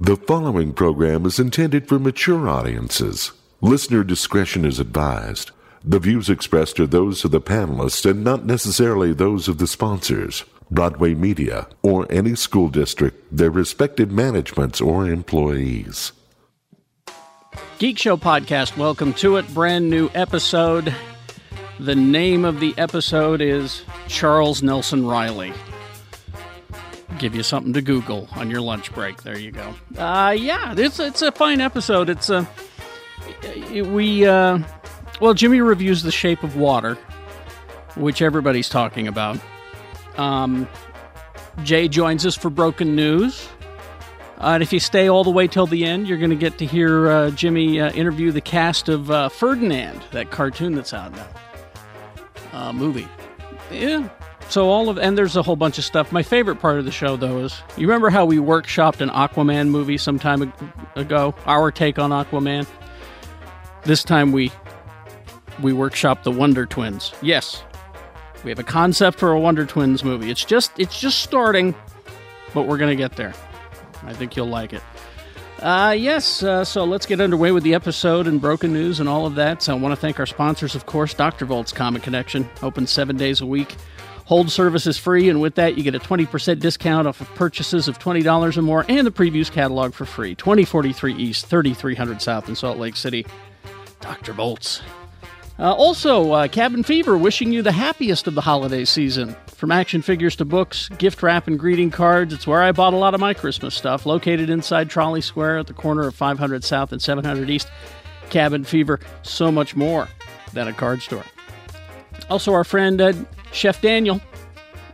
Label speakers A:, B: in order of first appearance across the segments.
A: The following program is intended for mature audiences. Listener discretion is advised. The views expressed are those of the panelists and not necessarily those of the sponsors, Broadway Media, or any school district, their respective managements, or employees.
B: Geek Show Podcast, welcome to it. Brand new episode. The name of the episode is Charles Nelson Riley. Give you something to Google on your lunch break. There you go. Uh, yeah, it's it's a fine episode. It's a we uh, well, Jimmy reviews The Shape of Water, which everybody's talking about. Um, Jay joins us for Broken News. Uh, and if you stay all the way till the end, you're going to get to hear uh, Jimmy uh, interview the cast of uh, Ferdinand, that cartoon that's out now. Uh, movie. Yeah. So all of and there's a whole bunch of stuff. My favorite part of the show though is you remember how we workshopped an Aquaman movie some time ag- ago, our take on Aquaman. This time we we workshopped the Wonder Twins. Yes. We have a concept for a Wonder Twins movie. It's just it's just starting, but we're going to get there. I think you'll like it. Uh, yes, uh, so let's get underway with the episode and broken news and all of that. So I want to thank our sponsors, of course, Dr. Volt's Comic Connection, open seven days a week. Hold service is free, and with that, you get a 20% discount off of purchases of $20 or more and the previews catalog for free. 2043 East, 3300 South in Salt Lake City. Dr. Volt's. Uh, also, uh, Cabin Fever wishing you the happiest of the holiday season. From action figures to books, gift wrap, and greeting cards, it's where I bought a lot of my Christmas stuff. Located inside Trolley Square at the corner of 500 South and 700 East, Cabin Fever, so much more than a card store. Also, our friend uh, Chef Daniel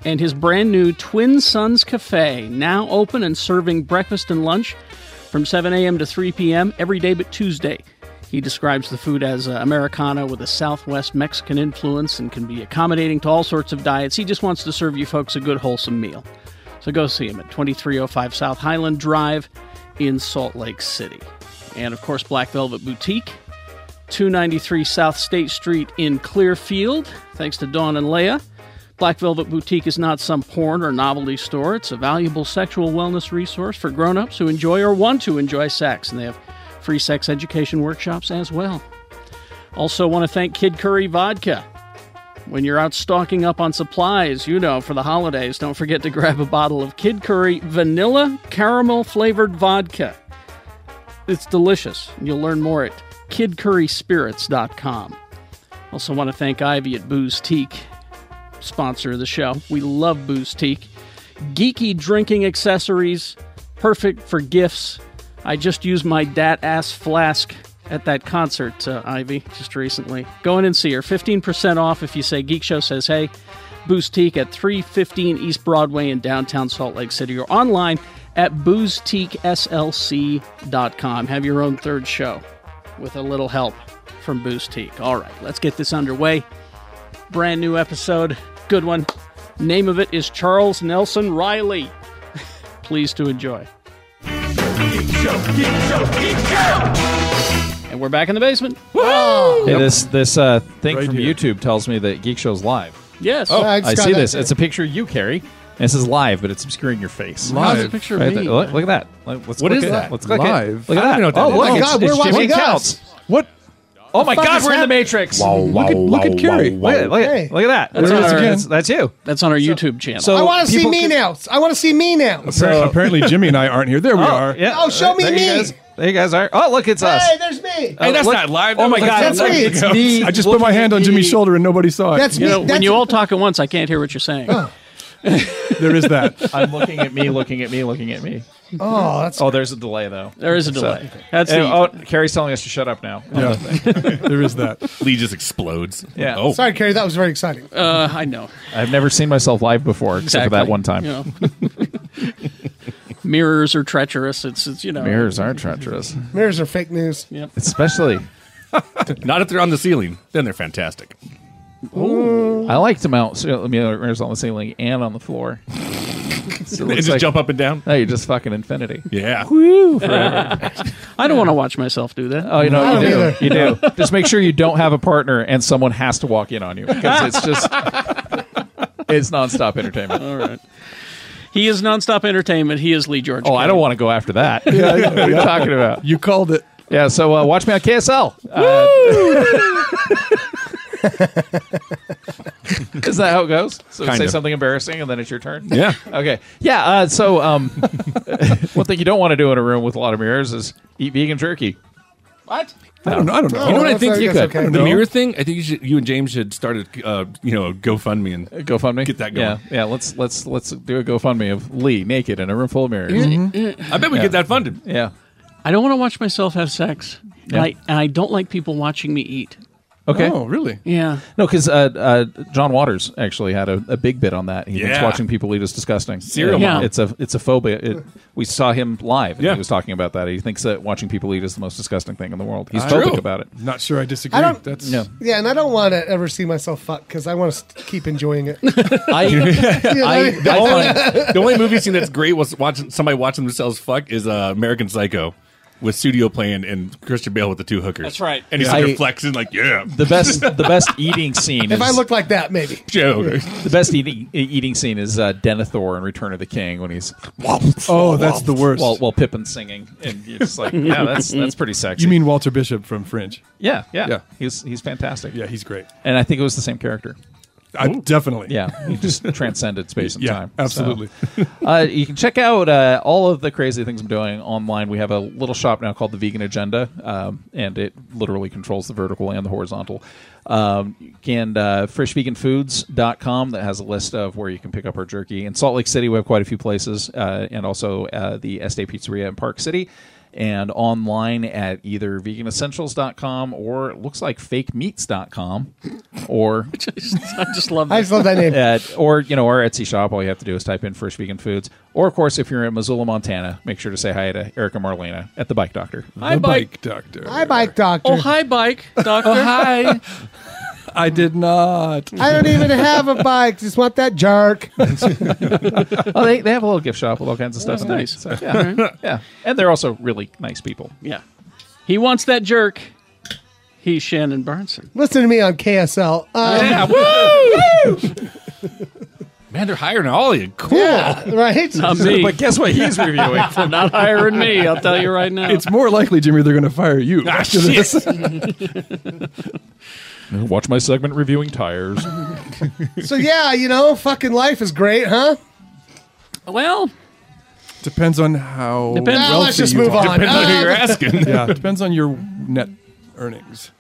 B: and his brand new Twin Sons Cafe, now open and serving breakfast and lunch from 7 a.m. to 3 p.m. every day but Tuesday. He describes the food as uh, Americana with a Southwest Mexican influence and can be accommodating to all sorts of diets. He just wants to serve you folks a good, wholesome meal. So go see him at 2305 South Highland Drive in Salt Lake City. And of course, Black Velvet Boutique, 293 South State Street in Clearfield. Thanks to Dawn and Leah. Black Velvet Boutique is not some porn or novelty store. It's a valuable sexual wellness resource for grown-ups who enjoy or want to enjoy sex, and they have free sex education workshops as well. Also want to thank Kid Curry Vodka. When you're out stocking up on supplies, you know, for the holidays, don't forget to grab a bottle of Kid Curry vanilla caramel flavored vodka. It's delicious. and You'll learn more at kidcurryspirits.com. Also want to thank Ivy at Booze Teak, sponsor of the show. We love Booze Teak. Geeky drinking accessories, perfect for gifts. I just used my dat ass flask at that concert, uh, Ivy, just recently. Go in and see her. 15% off if you say Geek Show says hey. Boozteek at 315 East Broadway in downtown Salt Lake City or online at boozteekslc.com. Have your own third show with a little help from Boozteek. All right, let's get this underway. Brand new episode, good one. Name of it is Charles Nelson Riley. Please to enjoy. And we're back in the basement.
C: Hey, this this uh, thing
D: Right
C: from
D: here. Oh,
C: YouTube tells me that Geek Show's live.
B: Yes.
E: I,
C: I see this. It's a picture of you, Carrie. And it says live, but it's obscuring your face.
B: How's the
D: Live.
B: picture of
C: Right
B: me?
C: there. Look, look at that. Look- Let's
D: What
C: look
D: is
C: at
D: that?
C: Let's look at-
D: Live?
C: Look at
D: I don't
C: that.
D: even know what that is. Oh my
C: oh, look. it's,
E: God,
C: it's
E: we're
C: Jimmy
E: watching us.
C: Counts.
D: What?
C: Oh my
E: fuck
C: God,
E: is
C: we're in the
E: happening?
C: Matrix.
D: look at, look at Carrie.
C: Look at, look,
E: Hey.
C: at, look at that.
B: That's
C: There it
B: on
C: is
B: our-
C: again. That's, that's you.
B: That's on our YouTube channel.
C: So
E: I want to see
C: people
E: me
C: can-
E: now. I want to see me now.
C: So-
D: Apparently, Jimmy and I aren't here. There we
C: Oh,
D: are.
C: yeah.
E: Oh, show me
C: there
E: me.
C: You guys, there you guys are. Oh, look, it's us.
E: Hey, there's me.
C: Oh,
D: that's
C: look-
D: not live.
C: Oh my
D: That
C: God,
E: was like
C: look,
E: ten
C: it's
E: seconds
C: me.
D: I just put my hand on Jimmy's shoulder and nobody saw it.
E: That's me.
B: you know, when
E: That's-
B: you all talk at once, I can't hear what you're saying.
D: Oh. There is that.
C: I'm looking at me, looking at me, looking at me.
E: Oh, that's
C: Oh, there's a delay though.
B: There is a delay. That's
C: Hey,
B: the,
C: oh, Carrie's telling us to shut up now.
D: Yeah. there is that.
F: Lee just explodes.
C: Yeah.
F: Oh,
E: sorry, Carrie. That was very exciting.
B: uh, I know.
C: I've never seen myself live before, except for that one time.
B: You know. Mirrors are treacherous. It's, it's you know.
C: Mirrors are treacherous,
E: Mirrors are fake news.
C: especially.
F: not if they're on the ceiling. Then they're fantastic.
C: I like to mount so, you know, mirrors on the ceiling and on the floor. So it
F: They
C: looks
F: just
C: like-
F: jump up and down.
C: No, you're just fucking infinity.
F: Yeah.
B: I don't want to watch myself do that.
C: Oh, you know, you
E: don't
C: do.
E: either.
C: You do. just make sure you don't have a partner and someone has to walk in on you because it's just. It's nonstop entertainment.
B: All right. He is nonstop entertainment. He is Lee George.
C: Oh, I don't want to go after that. what are you talking about?
D: You called it.
C: Yeah, so uh, watch me on KSL. Uh, is that how it goes? So
F: Kind
C: say
F: of.
C: something embarrassing, and then it's your turn.
F: Yeah.
C: Okay. Yeah. Uh, so um, one thing you don't want to do in a room with a lot of mirrors is eat vegan jerky.
B: What?
D: I don't know. I don't know.
F: You know what I
E: that's-
F: think you
E: that's
F: could?
E: okay.
F: The
D: No.
F: mirror thing. I think you, should, you and James should start a uh, you know GoFundMe and
C: GoFundMe.
F: Get that
C: Yeah.
F: going.
C: Yeah. Let's let's let's do a GoFundMe of Lee naked in a room full of mirrors.
F: Mm-hmm. Mm. I bet we get that funded.
C: Yeah.
B: Mm-hmm. I don't want to watch myself have sex. And, I, and I don't like people watching me eat.
C: Okay.
D: Oh, really?
B: Yeah.
C: No, because uh, uh, John Waters actually had a, a big bit on that. He thinks
F: Yeah.
C: watching people eat is disgusting.
F: Serial
C: Yeah.
B: mom.
C: It's a it's a phobia. It, we saw him live. And
F: Yeah.
C: He was talking about that. He thinks that watching people eat is the most disgusting thing in the world. He's
F: Ah.
C: phobic
F: True.
C: about it.
D: Not sure I disagree.
E: I don't-
D: That's
C: No.
E: Yeah, and I don't want to ever see myself fuck because I want to keep enjoying it. You
C: I,
E: know,
F: I,
E: I,
F: the, only, the only movie scene that's great was watching somebody watching themselves fuck is uh, American Psycho with Studio playing and Christian Bale with the two hookers.
B: That's right.
F: And he's
C: Yeah.
F: like
C: I-
F: flexing like yeah,
C: the best the best eating scene.
E: if
C: is,
E: I look like that, maybe.
F: Joe.
C: the best eating e, eating scene is uh, Denethor in Return of the King when he's
D: Oh, that's the worst.
C: while while Pippin's singing and you're just like yeah that's that's pretty sexy.
D: you mean Walter Bishop from Fringe?
C: yeah yeah
D: Yeah.
C: he's he's fantastic
D: Yeah, he's great.
C: and I think it was the same character.
D: I, definitely.
C: Yeah, he just transcended space and
D: Yeah,
C: time. So,
D: absolutely.
C: uh, you can check out uh, all of the crazy things I'm doing online. We have a little shop now called the Vegan Agenda, um, and it literally controls the vertical and the horizontal. Um, you can uh, freshveganfoods.com that has a list of where you can pick up our jerky. In Salt Lake City, we have quite a few places, uh, and also uh, the Estee Pizzeria in Park City. And online at either veganessentials.com or it looks like fakemeats.com or
B: I just love
E: I
B: that.
E: just love that name.
C: at, or you know our Etsy shop. All you have to do is type in Fresh Vegan Foods. Or of course, if you're in Missoula, Montana, make sure to say hi to Erica Marlena at the Bike Doctor.
B: Hi,
D: the
B: bike.
D: bike doctor.
E: Hi, bike doctor. Oh,
B: Oh, hi, bike, doctor. hi.
D: I did not.
E: I don't even have a bike. Just want that jerk.
C: Oh, they, they have a little gift shop with all kinds of stuff. in there.
B: nice.
C: So, yeah, yeah, and they're also really nice people.
B: Yeah. He wants that jerk. He's Shannon Barnson.
E: Listen to me on KSL. Um,
F: yeah, woo! Man, they're hiring all of you. Cool.
E: yeah. right?
B: Not Uh, me.
C: But guess what? He's reviewing.
B: They're not hiring me. I'll tell you right now.
D: It's more likely, Jimmy, they're going to fire you.
F: Ah,
D: after
F: shit.
D: this.
C: Watch my segment reviewing tires.
E: So, yeah, you know, fucking life is great, huh?
B: well,
D: Depends on how.
B: Depends-
E: Now
B: Well,
E: let's
D: so
E: just
D: you
E: move
D: talk.
E: on.
F: Depends on who you're asking.
D: Yeah, depends on your net earnings.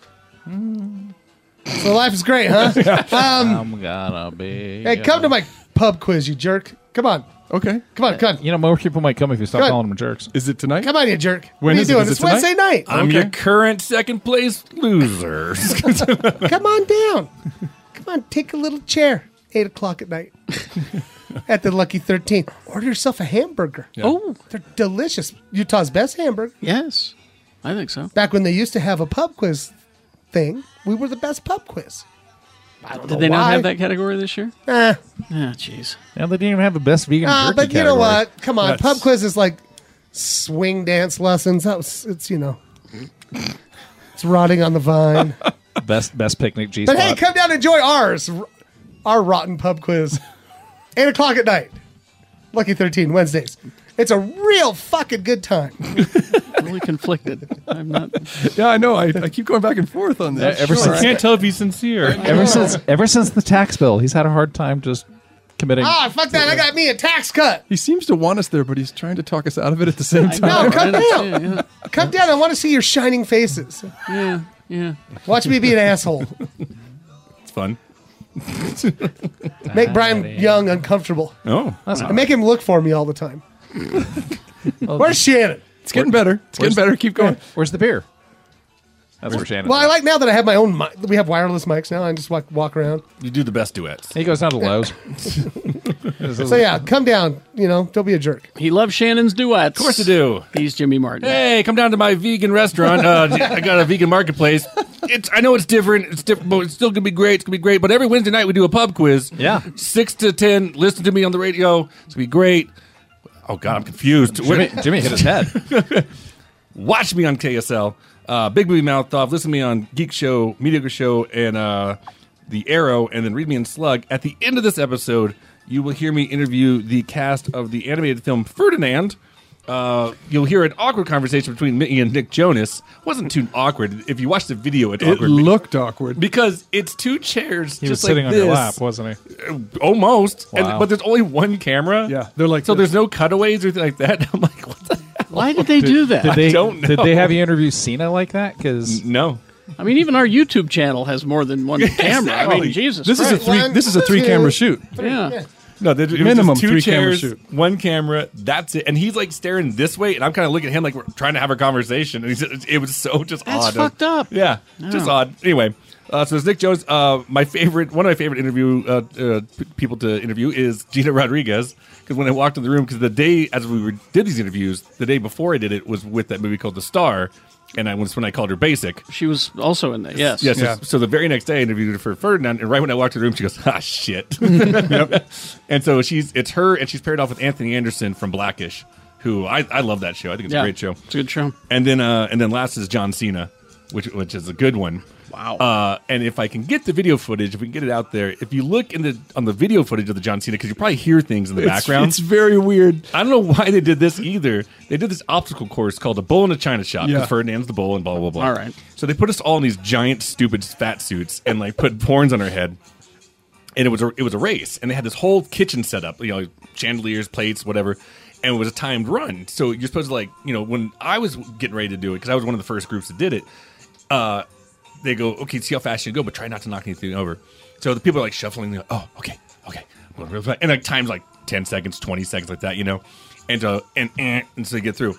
E: Ah, so life is great, huh? Um,
C: I'm gonna be.
E: Hey, come to my pub quiz, you jerk. Come on.
D: Okay.
E: Come on, come on.
C: You know, more people might come if you stop
E: Good.
C: calling them jerks.
D: Is it tonight?
E: Come on, you jerk.
D: When
E: what are you
D: is it?
E: doing?
D: Is it
E: it's Wednesday night.
F: I'm your current second place loser.
E: Come on down. Come on, take a little chair. Eight o'clock at night at the Lucky 13. Order yourself a hamburger.
B: oh,
E: They're delicious. Utah's best hamburger.
B: yes. I think so.
E: Back when they used to have a pub quiz thing, we were the best pub quiz. I don't
B: Did
E: know
B: they not
E: why.
B: have that category this year?
E: Eh.
B: Ah, jeez.
C: Yeah, they didn't even have the best vegan.
E: Ah,
C: jerky
E: but you know
C: category.
E: what? Come on,
D: That's-
E: pub quiz is like swing dance lessons. That was it's you know, it's rotting on the vine.
C: Best best picnic G
E: But
C: spot.
E: hey, come down and enjoy ours, R- our rotten pub quiz, eight o'clock at night. Lucky thirteen Wednesdays. It's a real fucking good time.
B: Really conflicted. I'm not.
D: Yeah, I know. I, I keep going back and forth on this.
C: ever since
F: Can't tell if he's sincere.
C: Ever since ever since the tax bill, he's had a hard time just committing.
E: Ah, fuck that! I got me a tax cut.
D: He seems to want us there, but he's trying to talk us out of it at the same time.
E: No, come
B: Yeah,
E: down.
B: yeah,
E: Come down. I want to see your shining faces.
B: yeah, yeah.
E: Watch me be an asshole.
F: It's fun.
E: Make Brian Young uncomfortable.
F: Oh,
E: I make him look for me all the time.
C: Oh,
E: Where's Shannon?
D: It's getting better. It's getting better. Keep going.
C: Where's the beer? That's where Shannon.
E: Well, I like now that I have my own mic. We have wireless mics now. I just walk, walk around.
F: you do the best duets.
C: he goes down to Lowe's.
E: So, yeah, come down. You know, don't be a jerk.
B: He loves Shannon's duets.
F: Of course I do.
B: He's Jimmy Martin.
F: Hey, come down to my vegan restaurant. Uh, I got a vegan marketplace. It's I know it's different. It's different, but it's still gonna be great. It's gonna be great. But every Wednesday night we do a pub quiz.
C: Yeah.
F: six to ten. Listen to me on the radio. It's gonna be great. Oh God, I'm confused.
C: Jimmy, Jimmy hit his head.
F: Watch me on KSL. Uh, Big Movie Mouth Off. Listen to me on Geek Show, Mediocre Show, and uh, The Arrow, and then read me in Slug. At the end of this episode, you will hear me interview the cast of the animated film Ferdinand. Uh, you'll hear an awkward conversation between me and Nick Jonas. wasn't too awkward. If you watch the video, it's
D: It
F: awkward be-
D: looked awkward.
F: because it's two chairs.
G: He was
F: just
G: sitting
F: like
G: on your
F: this.
G: lap, wasn't he?
F: Uh, almost.
G: Wow.
F: And, but there's only one camera.
D: Yeah, they're like
F: so.
D: this.
F: There's no cutaways or anything like that. I'm like, what the hell?
B: Why did they do that?
G: Did they,
F: don't
G: Did
F: know.
G: they have you interview Cena like that? Because
F: No.
B: I mean, even our YouTube channel has more than one camera. I mean,
F: exactly.
B: Jesus
D: this is a
B: Christ.
D: three.
E: One,
D: This is a three camera
E: two.
D: shoot.
B: yeah.
F: No, there, it was just
D: Minimum
F: two
D: three camera
F: chairs,
D: shoot.
F: one camera. That's it. And he's like staring this way, and I'm kind of looking at him like we're trying to have a conversation. And he's, it was so just
B: That's
F: odd.
B: fucked up. Oh.
F: Yeah, just odd. Anyway, uh, so it's Nick Jones. Uh, my favorite, one of my favorite interview uh, uh, p- people to interview is Gina Rodriguez. Because when I walked in the room, because the day as we were, did these interviews, the day before I did it was with that movie called The Star, and I was when I called her basic.
B: She was also in there. Yes.
F: Yes.
D: Yeah.
F: So, so the very next day, I interviewed her for Ferdinand, and right when I walked in the room, she goes, "Ah, shit." And so she's it's her, and she's paired off with Anthony Anderson from Blackish, who I, I love that show. I think it's
B: Yeah.
F: a great show.
B: It's a good show.
F: And then uh, and then last is John Cena, which which is a good one.
B: Wow.
F: Uh, and if I can get the video footage, if we can get it out there, if you look in the on the video footage of the John Cena, because you probably hear things in the
D: It's,
F: background.
D: it's very weird.
F: I don't know why they did this either. They did this obstacle course called a bull in a china shop because
D: Yeah.
F: Ferdinand's the bull and blah blah blah.
B: All right.
F: So they put us all in these giant, stupid fat suits and like put horns on our head. And it was a, it was a race, and they had this whole kitchen set up, you know, chandeliers, plates, whatever. And it was a timed run, so you're supposed to like, you know, when I was getting ready to do it because I was one of the first groups that did it. Uh, they go, okay, see how fast you go, but try not to knock anything over. So the people are like shuffling. They're like, oh, okay, okay, I'm going real fast. And like times like ten seconds, twenty seconds, like that, you know. And uh, and eh, and so you get through.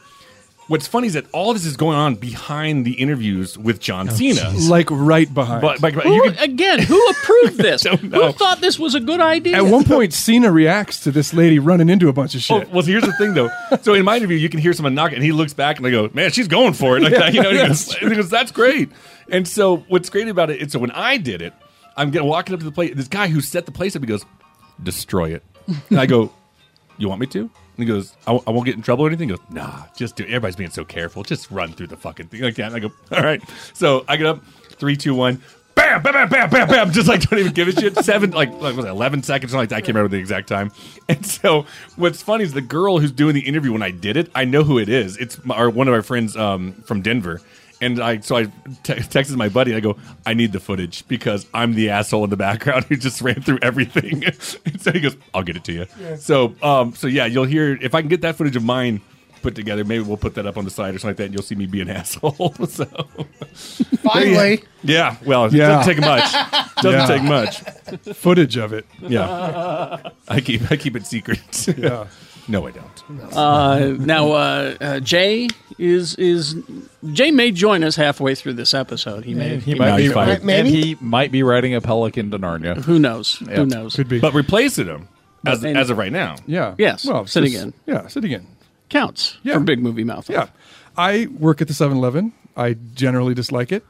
F: What's funny is that all this is going on behind the interviews with
D: Oh,
F: John Cena.
D: Like right behind.
F: But, but
B: Who,
F: you can,
B: again, who approved this?
F: Don't
B: who
F: know.
B: thought this was a good idea?
D: At one point, Cena reacts to this lady running into a bunch of
F: oh,
D: shit.
F: well, here's the thing though. So in my interview, you can hear someone knock, and he looks back and they go, "Man, she's going for it!" Like that, you know. and he goes, and he goes, "That's great." And so what's great about it? And so when I did it, I'm getting walking up to the place. This guy who set the place up, he goes, "Destroy it," and I go, "You want me to?" And he goes, I, w- "I won't get in trouble or anything." He goes, "Nah, just do it. Everybody's being so careful. Just run through the fucking thing like that." And I go, "All right." So I get up, three, two, one. Bam, bam, bam, bam, bam, bam. Just like don't even give a shit. Seven, like, like what was it, eleven seconds, something like that. I can't remember the exact time. And so, what's funny is the girl who's doing the interview when I did it. I know who it is. It's my, our, one of our friends um, from Denver. And I so I te- texted my buddy. and I go, I need the footage because I'm the asshole in the background who just ran through everything. and so he goes, I'll get it to you. So um, so yeah, you'll hear if I can get that footage of mine put together. Maybe we'll put that up on the side or something like that. And you'll see me be an asshole. so
E: Finally,
F: yeah, well, it
D: Yeah.
F: doesn't take much. Doesn't
D: Yeah.
F: take much.
D: Footage of it.
F: Yeah, I keep I keep it secret.
D: Yeah.
F: no, I don't.
B: Uh, now, uh, uh, Jay is is Jay may join us halfway through this episode. He may.
C: He might be,
F: he's fine.
C: and
E: Maybe.
C: he might be riding a pelican to Narnia.
B: Who knows? Who knows?
D: Could be.
F: But replacing him as
B: and-
F: as of right now.
D: yeah.
B: Oh. Yes, sitting
D: just-
B: in.
D: Yeah. Sitting in.
B: Counts
D: Yeah.
B: for Big Movie Mouth.
D: Yeah. I work at the 7 Eleven. I generally dislike it.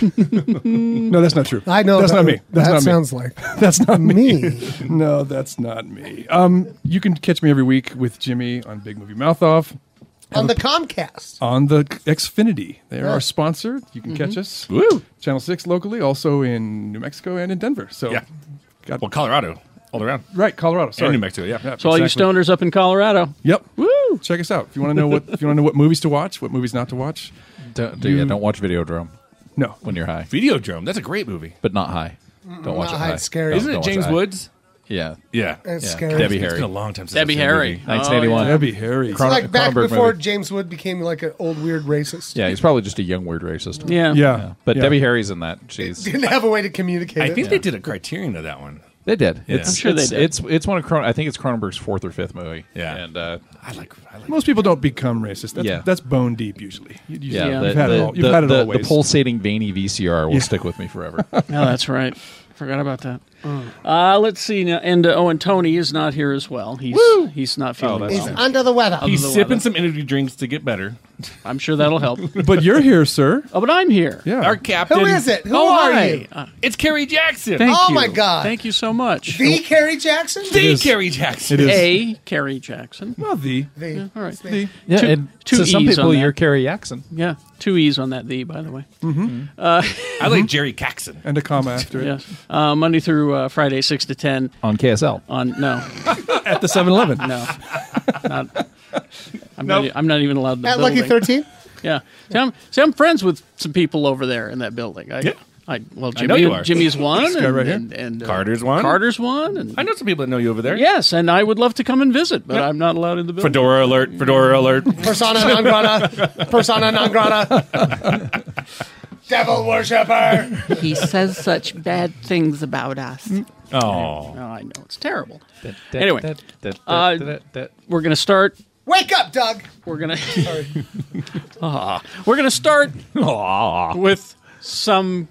D: no, that's not true.
E: Mm. I know
D: That's
E: that,
D: not me. That's
E: that
D: not
E: sounds
D: me.
E: like
D: That's not
E: me.
D: no, that's not me. Um, you can catch me every week with Jimmy on Big Movie Mouth Off
E: on the Comcast.
D: on the Xfinity. They're our sponsor. You can
B: Mm-hmm.
D: catch us.
F: Woo.
D: Channel 6 locally, also in New Mexico and in Denver. So,
F: Yeah.
D: got,
F: Well, Colorado all around
D: right, Colorado. Sorry.
F: and New Mexico. Yeah.
D: Yeah,
B: So all
D: exactly.
B: you stoners up in Colorado,
D: Yep. Woo! Check us out. If you want to know what if you want to know what movies to watch, what movies not to watch.
C: Don't, do, yeah, don't watch Videodrome
D: No.
C: when you're high,
F: Videodrome. That's a great movie.
C: but not high. Don't watch
E: Mm, not
C: it
E: high,
C: high.
E: it's scary.
C: Don't-
E: Isn't
C: don't watch high.
F: Woods?
C: Yeah.
F: Yeah.
E: That's
C: Yeah.
E: scary.
C: Debbie
F: It's been a
C: Harry.
F: long time since
B: Debbie
F: I've seen a
B: Harry,
F: movie.
B: Oh,
C: 1981.
D: That'd be hairy.
E: It's like back
C: Cronenberg
E: before
C: movie.
E: James Wood became like an old weird racist.
C: Yeah, he's probably just a young weird racist.
B: yeah,
D: yeah.
C: But
D: Yeah.
C: Debbie Harry's in that. She's
E: Didn't have a way to communicate.
F: I
E: it.
F: think they did a Criterion of that one.
C: they did. It's,
F: I'm
B: sure they
C: it's-
B: did.
C: It's it's one of Cron- I think it's Cronenberg's fourth or fifth movie.
F: Yeah.
C: and uh,
F: I like. I like.
D: Most people don't become racist. That's,
C: Yeah.
D: that's bone deep usually. You- you-
C: yeah,
B: Yeah.
C: the,
D: You've had it
C: the-
D: all- you've
C: the-
D: had it
C: the-
D: all
C: the
D: ways.
C: pulsating veiny VCR will stick with me forever.
B: No, that's right. Forgot about that. Uh, let's see now. And uh, oh, and Tony is not here as well. He's he's not feeling
C: that's
E: He's
B: well.
E: under the weather.
F: He's
B: the
F: sipping
B: weather.
F: some energy drinks to get better.
B: I'm sure that'll help.
D: But you're here, sir.
B: Oh, but I'm here.
D: Yeah.
F: Our captain.
E: Who is it? Who
B: Oh,
E: are
B: hi.
E: you?
B: Uh,
F: It's Kerry Jackson.
B: thank
E: Oh,
B: you.
E: my God.
B: Thank you so much.
E: The Carrie Jackson.
F: the Kerry Jackson.
D: It is.
B: A Carrie Jackson.
D: Well, the
E: The-
B: All right.
E: the-
C: yeah,
B: Two-
C: and
B: two
C: to some
B: E's on
C: people,
B: that.
C: you're Carrie Jackson. Mm-hmm.
B: Yeah, two e's on that the. By the way,
F: I like Jerry Caxon.
D: Mm-hmm. and a comma after it.
B: yes. Uh, Monday through uh, Friday six to ten
C: on KSL.
B: on no
D: at the 7-Eleven.
B: no. Not, I'm, not, e, I'm not even allowed. In the
E: At Lucky
B: building.
E: 13?
B: Yeah. See I'm, see, I'm friends with some people over there in that building. I,
F: Yeah.
B: I well, Jimmy,
F: know you are.
B: Jimmy's one, and,
D: right here.
B: and, and, uh,
F: Carter's one.
B: Carter's one, and
F: I know some people that know you over there.
B: yes, and I would love to come and visit, but I'm not allowed in the building.
F: Fedora alert! Fedora alert!
E: Persona non grata. Persona non grata. Devil worshiper.
H: He says such bad things about us.
F: Oh,
B: Oh, I know it's terrible.
C: Da-
B: Anyway.
C: da- da- da-
B: Uh,
C: da- da-
B: We're gonna start.
E: Wake up, Doug.
B: We're gonna. Aw. ah, we're gonna start Ah. with some.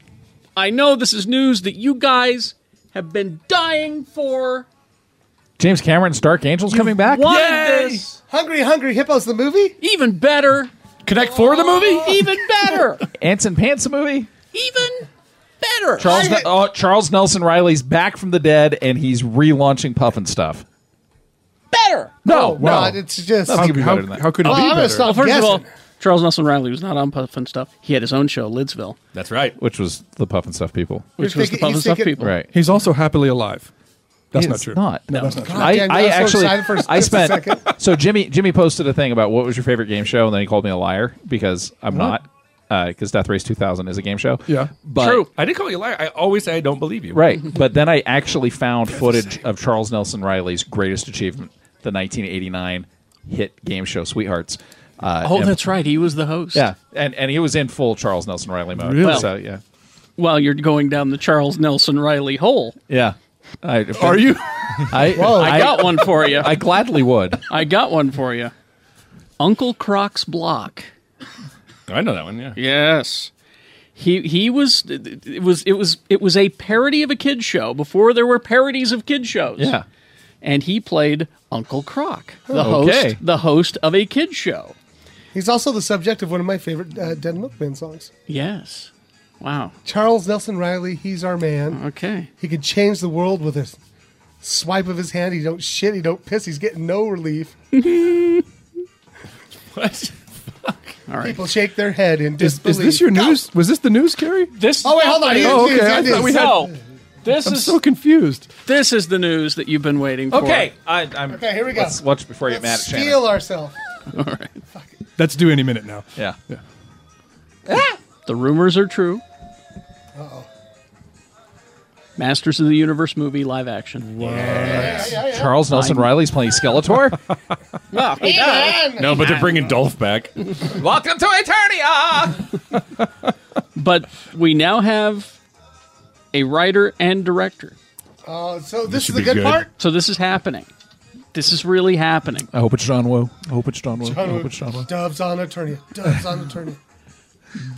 B: I know this is news that you guys have been dying for.
C: James Cameron's Dark Angels coming back.
B: Wanted
F: Yay!
B: this
E: Hungry, hungry hippos. The movie.
B: even better,
F: Connect Four the movie.
B: even better,
C: Ants and Pants movie.
B: even better.
C: Charles,
E: I hate-
C: oh, Charles Nelson Riley's back from the dead, and he's relaunching Puffin stuff.
B: better.
C: No,
E: No, it's just.
D: How,
E: Well,
C: be
D: how-
C: better than that.
D: how could it be
E: I'm gonna
D: better?
E: stop
B: Well, first
E: guessing.
B: of all, Charles Nelson Riley was not on Puff and Stuff. He had his own show, Lidsville,
F: That's right.
C: which was the Puffin stuff people,
B: which
E: You're
B: was the
E: thinking-
B: Puff
E: you're
B: and Stuff
E: thinking-
B: people.
C: right?
D: He's also happily alive. That's not
C: It's
D: true.
C: Not.
B: No,
C: I,
E: damn,
C: I
E: I was so
C: actually,
E: excited for just
C: I
E: a
C: spent.
E: second.
C: So Jimmy, Jimmy posted a thing about what was your favorite game show, and then he called me a liar because I'm not, because Death Race 2000 is a game show.
D: Yeah.
C: but,
B: True.
F: I did call you a liar. I always say I don't believe you.
C: Right, but then I actually found footage of Charles Nelson Riley's greatest achievement, the 1989 hit game show Sweethearts. Uh,
B: Oh,
C: and-
B: that's right. He was the host.
C: yeah, and and he was in full Charles Nelson Riley mode.
D: Really?
C: So yeah,
B: Well, you're going down the Charles Nelson Riley hole.
C: yeah. I,
D: Are you?
C: I,
B: I, got one for you.
C: I
B: I,
C: gladly would.
B: got one for you. Uncle Croc's Block.
F: I know that one. Yeah.
B: Yes. He he was it was it was it was a parody of a kid show before there were parodies of kid shows.
C: Yeah.
B: And he played Uncle Croc, the
C: Okay.
B: host the host of a kid show.
E: He's also the subject of one of my favorite uh, Den Milkman songs.
B: Yes. Wow.
E: Charles Nelson Riley. He's our man.
B: Okay.
E: He could change the world with a s- swipe of his hand. He don't shit. He don't piss. He's getting no relief.
F: What?
B: All right.
E: People shake their head in
D: Is,
E: disbelief.
D: is this your
E: Go.
D: news? Was this the news, Carrie?
B: This
E: Oh, wait, hold on. He-
D: Oh, okay.
E: he- he-
D: I thought we
E: he-
D: had-
B: So, this
D: I'm
B: is
D: so confused.
B: this is the news that you've been waiting for.
C: I, I'm
E: Okay, here we go.
C: Let's watch before you get
E: Let's
C: mad at Shannon.
E: steal ourselves.
D: That's due any minute now.
C: Yeah.
B: The rumors are true. Uh-oh. Masters of the Universe movie live action.
C: Charles Nelson Riley's playing Skeletor.
B: Well, he does.
F: No, but they're bringing Dolph back.
C: Welcome to Eternia.
B: But we now have a writer and director.
E: Oh, so this,
F: should
E: is the
F: be
E: good,
F: good.
E: part.
B: So this is happening. This is really happening.
C: I hope it's John Woo. I hope it's John Woo. I hope it's John Woo.
E: Doves on attorney. Doves on attorney.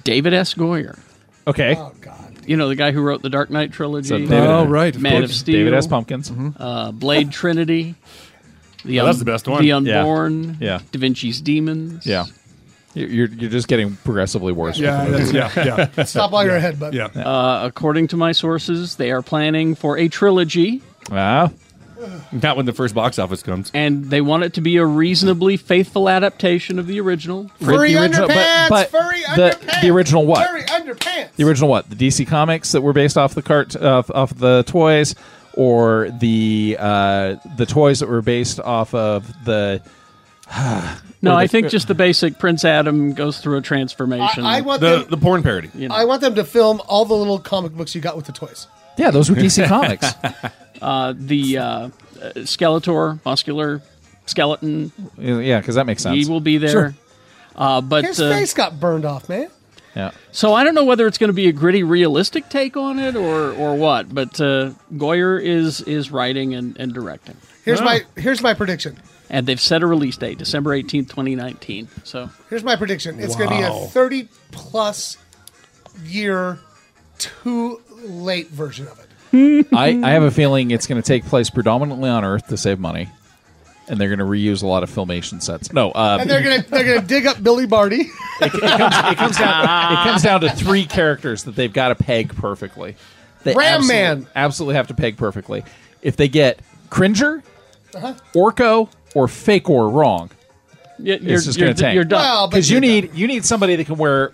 B: David S. Goyer.
C: Okay.
E: Oh God.
B: You know, the guy who wrote the Dark Knight trilogy,
C: So
B: Uh,
C: David-
D: Oh, right. of
B: Man of
D: course. Mm-hmm.
B: Steel,
C: David S. Pumpkins.
B: uh, Blade Trinity, the,
F: Well, Oh, that's the best one.
B: the
F: Yeah.
B: Unborn,
C: Yeah.
B: Da Vinci's Demons.
C: Yeah. You're, you're you're just getting progressively worse.
D: Yeah, that's, yeah, yeah,
E: Stop while you're ahead, bud.
D: yeah.
B: Uh, According to my sources, they are planning for a trilogy,
C: Ah.
F: Not when the first box office comes.
B: and they want it to be a reasonably faithful adaptation of the original.
E: Furry
C: The original- but-
E: underpants.
C: but
E: furry
C: the-
E: underpants.
C: the original what?
E: Furry underpants.
C: The original what? The DC comics that were based off the cart uh, off the toys, or the uh, the toys that were based off of the
B: No,
C: Or
B: I
C: the-
B: think just the basic Prince Adam goes through a transformation.
E: I, I want
F: The
E: them.
F: the porn parody.
E: I want them to film all the little comic books you got with the toys.
C: yeah those were DC comics.
B: uh, the uh, uh, Skeletor, muscular skeleton,
C: yeah, because that makes sense.
B: he will be there. Uh, but
E: His
B: uh,
E: face got burned off, man.
C: Yeah.
B: so I don't know whether it's going to be a gritty, realistic take on it or or what. But uh, Goyer is is writing and, and directing,
E: Here's my here's my prediction.
B: and they've set a release date, December eighteenth, twenty nineteen. So
E: Here's my prediction. It's going to be
D: Wow.
E: a 30 plus year too late version of it.
C: I, I have a feeling it's going to take place predominantly on Earth to save money, and they're going to reuse a lot of filmation sets. No, uh,
E: And they're going to they're going to dig up Billy Barty.
C: it comes down it comes down to three characters that they've got to peg perfectly. They
E: Ram
C: absolutely,
E: Man.
C: absolutely have to peg perfectly. If they get Cringer,
E: Uh-huh.
C: Orko, or Fake or wrong,
B: y- you're
C: just
B: you're,
C: gonna tank.
B: you're done.
E: Well, but
C: because you need you need somebody that can wear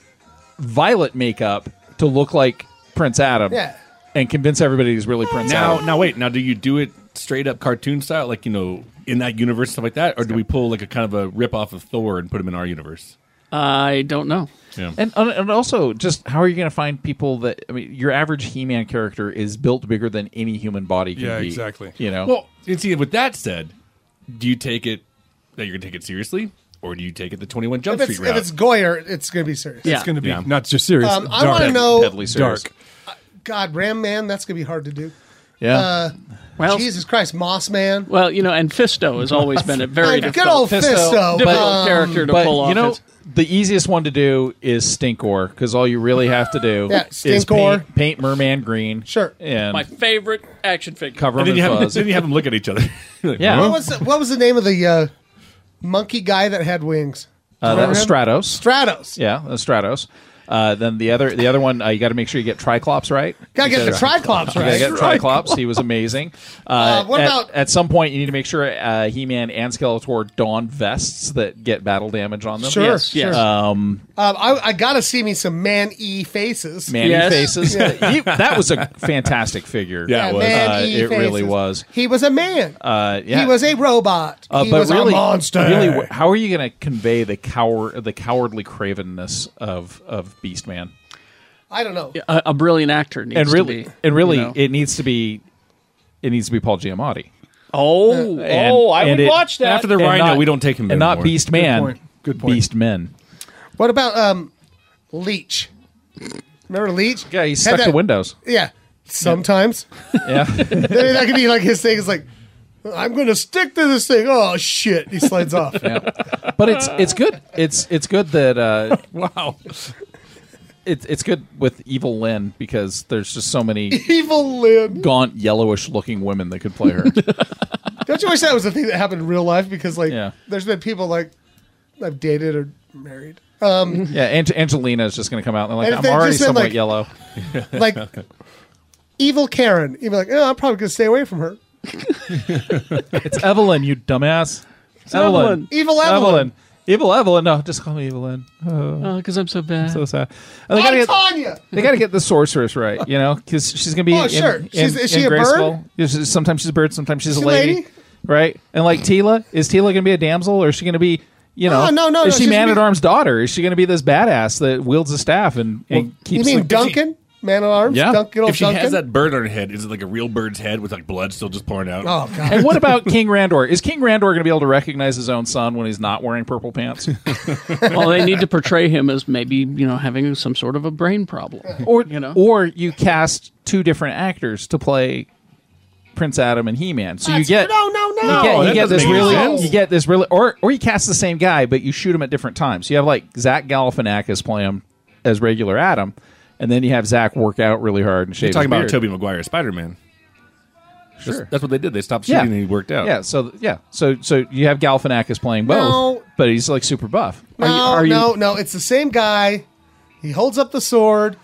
C: violet makeup to look like Prince Adam.
E: yeah.
C: and convince everybody he's really Prince
F: Now,
C: Adam.
F: now wait. Now, do you do it straight up cartoon style, like you know, in that universe stuff like that, or do we pull like a kind of a rip off of Thor and put him in our universe?
B: I don't know.
F: Yeah.
C: And, and also, just how are you going to find people that? I mean, your average He-Man character is built bigger than any human body can
D: Yeah,
C: be.
D: exactly.
C: You know,
F: Well, and see, with that said, do you take it that you're gonna take it seriously, or do you take it the 21 Jump
E: If it's,
F: Street
E: if
F: route?
E: it's Goyer, it's going to be serious.
B: Yeah.
D: It's going to be
F: Yeah.
D: not just serious.
E: Um, I
D: dark.
E: want to know. Uh,
C: deadly serious.
D: Dark.
E: God, Ram Man, that's going to be hard to do.
C: Yeah.
E: Uh,
B: Well-
E: Jesus Christ, Moss Man.
B: Well, you know, and Fisto has always been a very
E: Good
B: difficult,
E: old Fisto.
B: difficult
E: um,
B: character to
C: but
B: pull off.
C: you know,
B: It's-
C: the easiest one to do is Stinkor because all you really have to do
E: Yeah,
C: is
E: Stinkor.
C: paint, paint Merman green.
E: Sure.
C: and
B: my favorite action figure.
C: cover
F: and
C: him
F: then
C: in
F: you, have,
C: fuzz.
F: then you have them look at each other. Like,
C: yeah,
E: What was the, what was the name of the uh, monkey guy that had wings?
C: uh, that was Stratos.
E: Stratos.
C: yeah, that was Stratos. Uh, then the other, the other one, uh, you got to make sure you get Triclops right.
E: Gotta get the
C: Because- uh,
E: Triclops
C: You gotta
E: right.
C: get Triclops. He was amazing. Uh,
E: Uh, what
C: at,
E: about-
C: at some point you need to make sure uh, He-Man and Skeletor don vests that get battle damage on them.
E: Sure,
B: Yes,
E: sure.
B: yes.
E: Um, I, I gotta see me some man e faces.
C: Manny
B: Yes.
C: faces. He- that was a fantastic figure.
F: Yeah, it was.
C: Uh,
E: man-e
C: it really
E: faces.
C: was.
E: He was a man.
C: Uh, yeah.
E: He was a robot.
C: Uh,
E: he
C: but
E: was
C: really,
E: a monster.
C: Really, wh- how are you going to convey the cower, the cowardly cravenness of of Beastman?
E: I don't know.
B: a, a brilliant actor needs
C: And really,
B: to be.
C: and really,
B: you know?
C: it needs to be, it needs to be Paul Giamatti.
E: Uh,
C: And-
B: oh, oh, I
C: and
B: would
C: it-
B: watch that.
F: after the
C: And
F: Rhino,
C: not-
F: we don't take him
C: and not
F: anymore.
C: Beast Man.
D: point. Good point.
C: Beast Men.
E: What about um, Leech? Remember Leech?
C: Yeah, he's
E: Had
C: stuck to
E: that-
C: Windows.
E: Yeah, sometimes
C: Yeah.
E: I mean, that could be like his thing. Is like, I'm gonna stick to this thing. Oh shit! He slides off.
C: but it's it's good. It's it's good that uh,
F: wow.
C: it's it's good with Evil Lynn because there's just so many
E: Evil Lynn.
C: gaunt, yellowish looking women that could play her.
E: Don't you wish that was the thing that happened in real life? Because like,
C: Yeah.
E: there's been people like I've dated or married. Um,
C: yeah, Ang- Angelina is just going to come out and like
E: And if
C: I'm
E: they
C: already
E: just said,
C: somewhat
E: like-
C: yellow.
E: like evil Karen. You'd be like, oh, I'm probably gonna stay away from her.
C: It's Evelyn, you dumbass. It's Evelyn.
B: Evelyn.
E: Evil Evelyn.
C: Evil Evelyn. No, just call me Evelyn.
B: because Oh, I'm so bad.
C: So sad. And they
E: I'm
C: gotta get
E: Tanya.
C: they gotta get the sorceress right, you know, because she's gonna be.
E: Oh,
C: in,
E: sure.
C: in-
E: She's- is
C: in
E: she a bird?
C: Graceful. Yes, she's- Sometimes she's a bird. Sometimes she's a
E: She's a
C: lady,
E: lady?
C: right? And like Tila, is Tila gonna be a damsel or is she gonna be? You know,
E: No, Ah, no, no,
C: Is
E: no,
C: she
E: she's
C: man at
E: gonna be-
C: arms' daughter? Is she going to be this badass that wields a staff and, and
E: You
C: keeps?
E: mean
C: the-
E: Duncan? Man at arms?
C: Yeah.
E: Dunk, good old
F: If she
E: Duncan.
F: has that bird on her head, is it like a real bird's head with like blood still just pouring out?
E: oh god.
C: And what about King Randor? Is King Randor going to be able to recognize his own son when he's not wearing purple pants?
B: well, they need to portray him as maybe you know having some sort of a brain problem.
C: or
B: You know?
C: or you cast two different actors to play Prince Adam and He Man. So you
E: That's-
C: get
E: no, no, no.
C: You get,
F: No,
C: you
F: Oh, that
C: get
F: doesn't
C: this
F: make
C: really
E: sense.
C: you get this really or or you cast the same guy but you shoot him at different times. So you have like Zach Galifianakis play him as regular Adam, and then you have Zach work out really hard and shave.
F: You're talking
C: his
F: about
C: beard.
F: Toby Maguire Spider Man. Sure. That's, that's what they did. They stopped shooting
C: Yeah,
F: and he worked out.
C: Yeah, so yeah, so so you have Galifianakis playing both,
E: No.
C: but he's like super buff.
E: No, no, no. It's the same guy. He holds up the sword.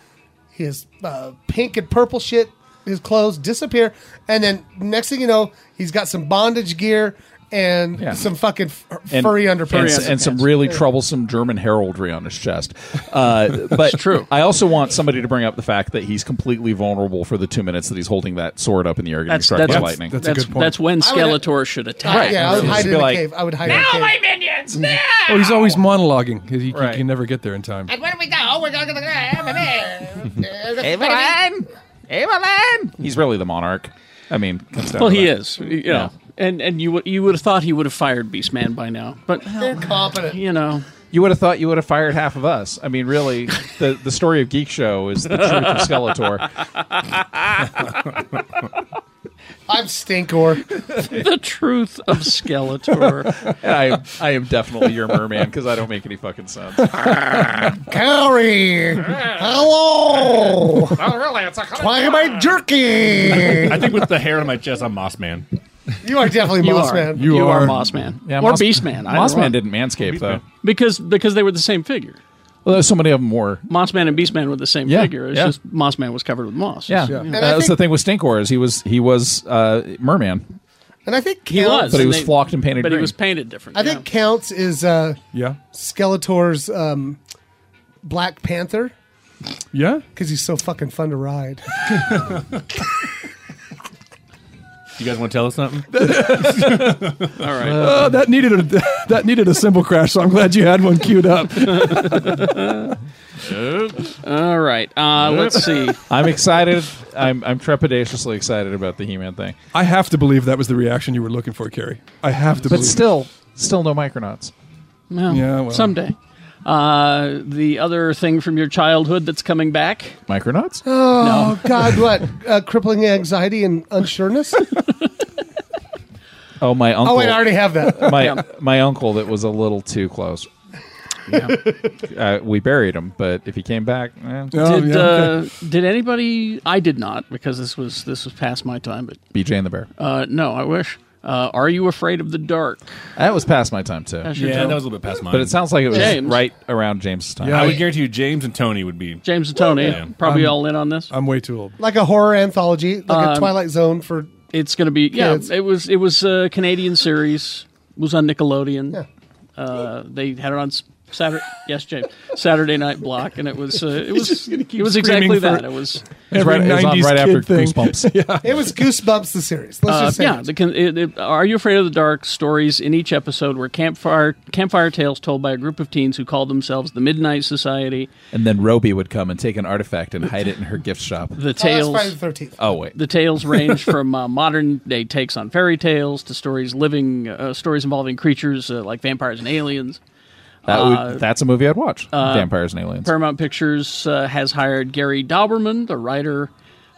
E: His uh, pink and purple shit, his clothes disappear, and then next thing you know, he's got some bondage gear and
C: Yeah.
E: some fucking f-
C: and,
E: furry underpants.
C: and, and some really troublesome German heraldry on his chest. Uh, but true. I also want somebody to bring up the fact that he's completely vulnerable for the two minutes that he's holding that sword up in the air getting
B: That's
C: struck
B: that's
C: by
B: that's,
C: lightning.
D: That's a good point.
B: that's when
E: I would-
B: Skeletor should attack.
E: Right. Yeah, I would
C: Just
E: hide in
C: be
E: the
C: like, Mm-hmm.
E: cave. I would hide in the cave.
I: minions!
D: Oh, he's always monologuing. He, he
C: Right.
D: can never get there in time.
I: Where do we go? We're going to the
C: Evelyn, Evelyn. He's really the monarch. I mean, comes down
B: Well,
C: to
B: he
C: that.
B: is. You know. And and you would you would have thought he would have fired Beastman by now, but
E: They're competent.
B: you know
C: You would have thought you would have fired half of us. I mean, really, the the story of Geek Show is the truth of Skeletor.
E: I'm Stinkor.
B: the truth of Skeletor.
C: And I am I am definitely your merman because I don't make any fucking sense.
E: Carrie. Hello. Why am I jerky?
F: I think with the hair on my chest, I'm Moss Man.
E: You are definitely
B: you
E: Moss
B: are
E: Man.
B: you, are,
D: are-
B: Mossman
C: Yeah,
B: or
C: Moss-
B: Beastman. either one.
C: Mossman didn't manscape though.
B: because because they were the same figure.
C: Well, there's so many of them were.
B: Mossman and Beastman were the same
C: Yeah,
B: figure. It's
C: yeah.
B: just Mossman was covered with moss.
C: Yeah,
E: And I
C: that was the
E: think-
C: thing with Stinkor is he was he was uh, merman,
E: And I think
B: He was,
E: Counts,
C: but he
B: and
C: was
B: they-
C: flocked and painted
B: But
C: green.
B: he was painted different.
E: I think Counts is uh,
D: Yeah.
E: Skeletor's um, Black Panther.
D: Yeah.
E: because he's so fucking fun to ride.
F: You guys want to tell us something?
B: All right.
D: Uh, that needed a that needed a cymbal crash. So I'm glad you had one queued up.
B: All right. Uh, let's see.
C: I'm excited. I'm, I'm trepidatiously excited about the He-Man thing,
D: I have to believe that was the reaction you were looking for, Carrie. I have to.
C: but
D: believe it.
C: still, still no Micronauts.
B: Well,
D: Yeah, well.
B: someday. Uh, the other thing from your childhood that's coming back.
C: Micronauts?
E: Oh God, what uh, crippling anxiety and unsureness?
C: Oh, my uncle.
E: Oh wait, I already have that.
C: my my uncle that was a little too close. uh, we buried him, but if he came back, eh,
D: Oh,
B: did
D: yeah, okay.
B: uh, did anybody? I did not because this was this was past my time. But
C: BJ and the Bear.
B: uh, no, I wish. Uh, Are you afraid of the dark?
C: That was past my time too.
B: That's your
F: Yeah,
B: joke.
F: that was a little bit past mine.
C: But it sounds like it was
B: James.
C: right around James' time.
F: I would guarantee you, James and Tony would be.
B: James and Tony probably all in on this.
D: I'm way too old.
E: like a horror anthology, like a Twilight Zone for.
B: Um, It's going to be yeah.
E: Kids.
B: It was it was a Canadian series. It was on Nickelodeon. Uh, they had it on s- Saturday. Yes, James. Saturday night block, and it was uh, it was it was exactly
D: screaming
B: that.
D: for-
B: It was
C: It was right, it was on
D: 90s
C: right
D: kid
C: after
D: thing.
C: Goosebumps.
E: It was Goosebumps the series. Let's
B: Uh,
E: just say
B: yeah,
E: it.
B: the, con- it, it, Are You Afraid of the Dark stories in each episode were campfire campfire tales told by a group of teens who called themselves the Midnight Society.
C: And then Roby would come and take an artifact and hide it in her gift shop.
B: The
E: Oh, that's
B: tales
E: Friday the Thirteenth.
C: Oh wait,
B: the tales range from uh, modern day takes on fairy tales to stories living uh, stories involving creatures uh, like vampires and aliens.
C: that would,
B: Uh,
C: that's a movie I'd watch. Vampires and Aliens.
B: Paramount Pictures uh, has hired Gary Dauberman, the writer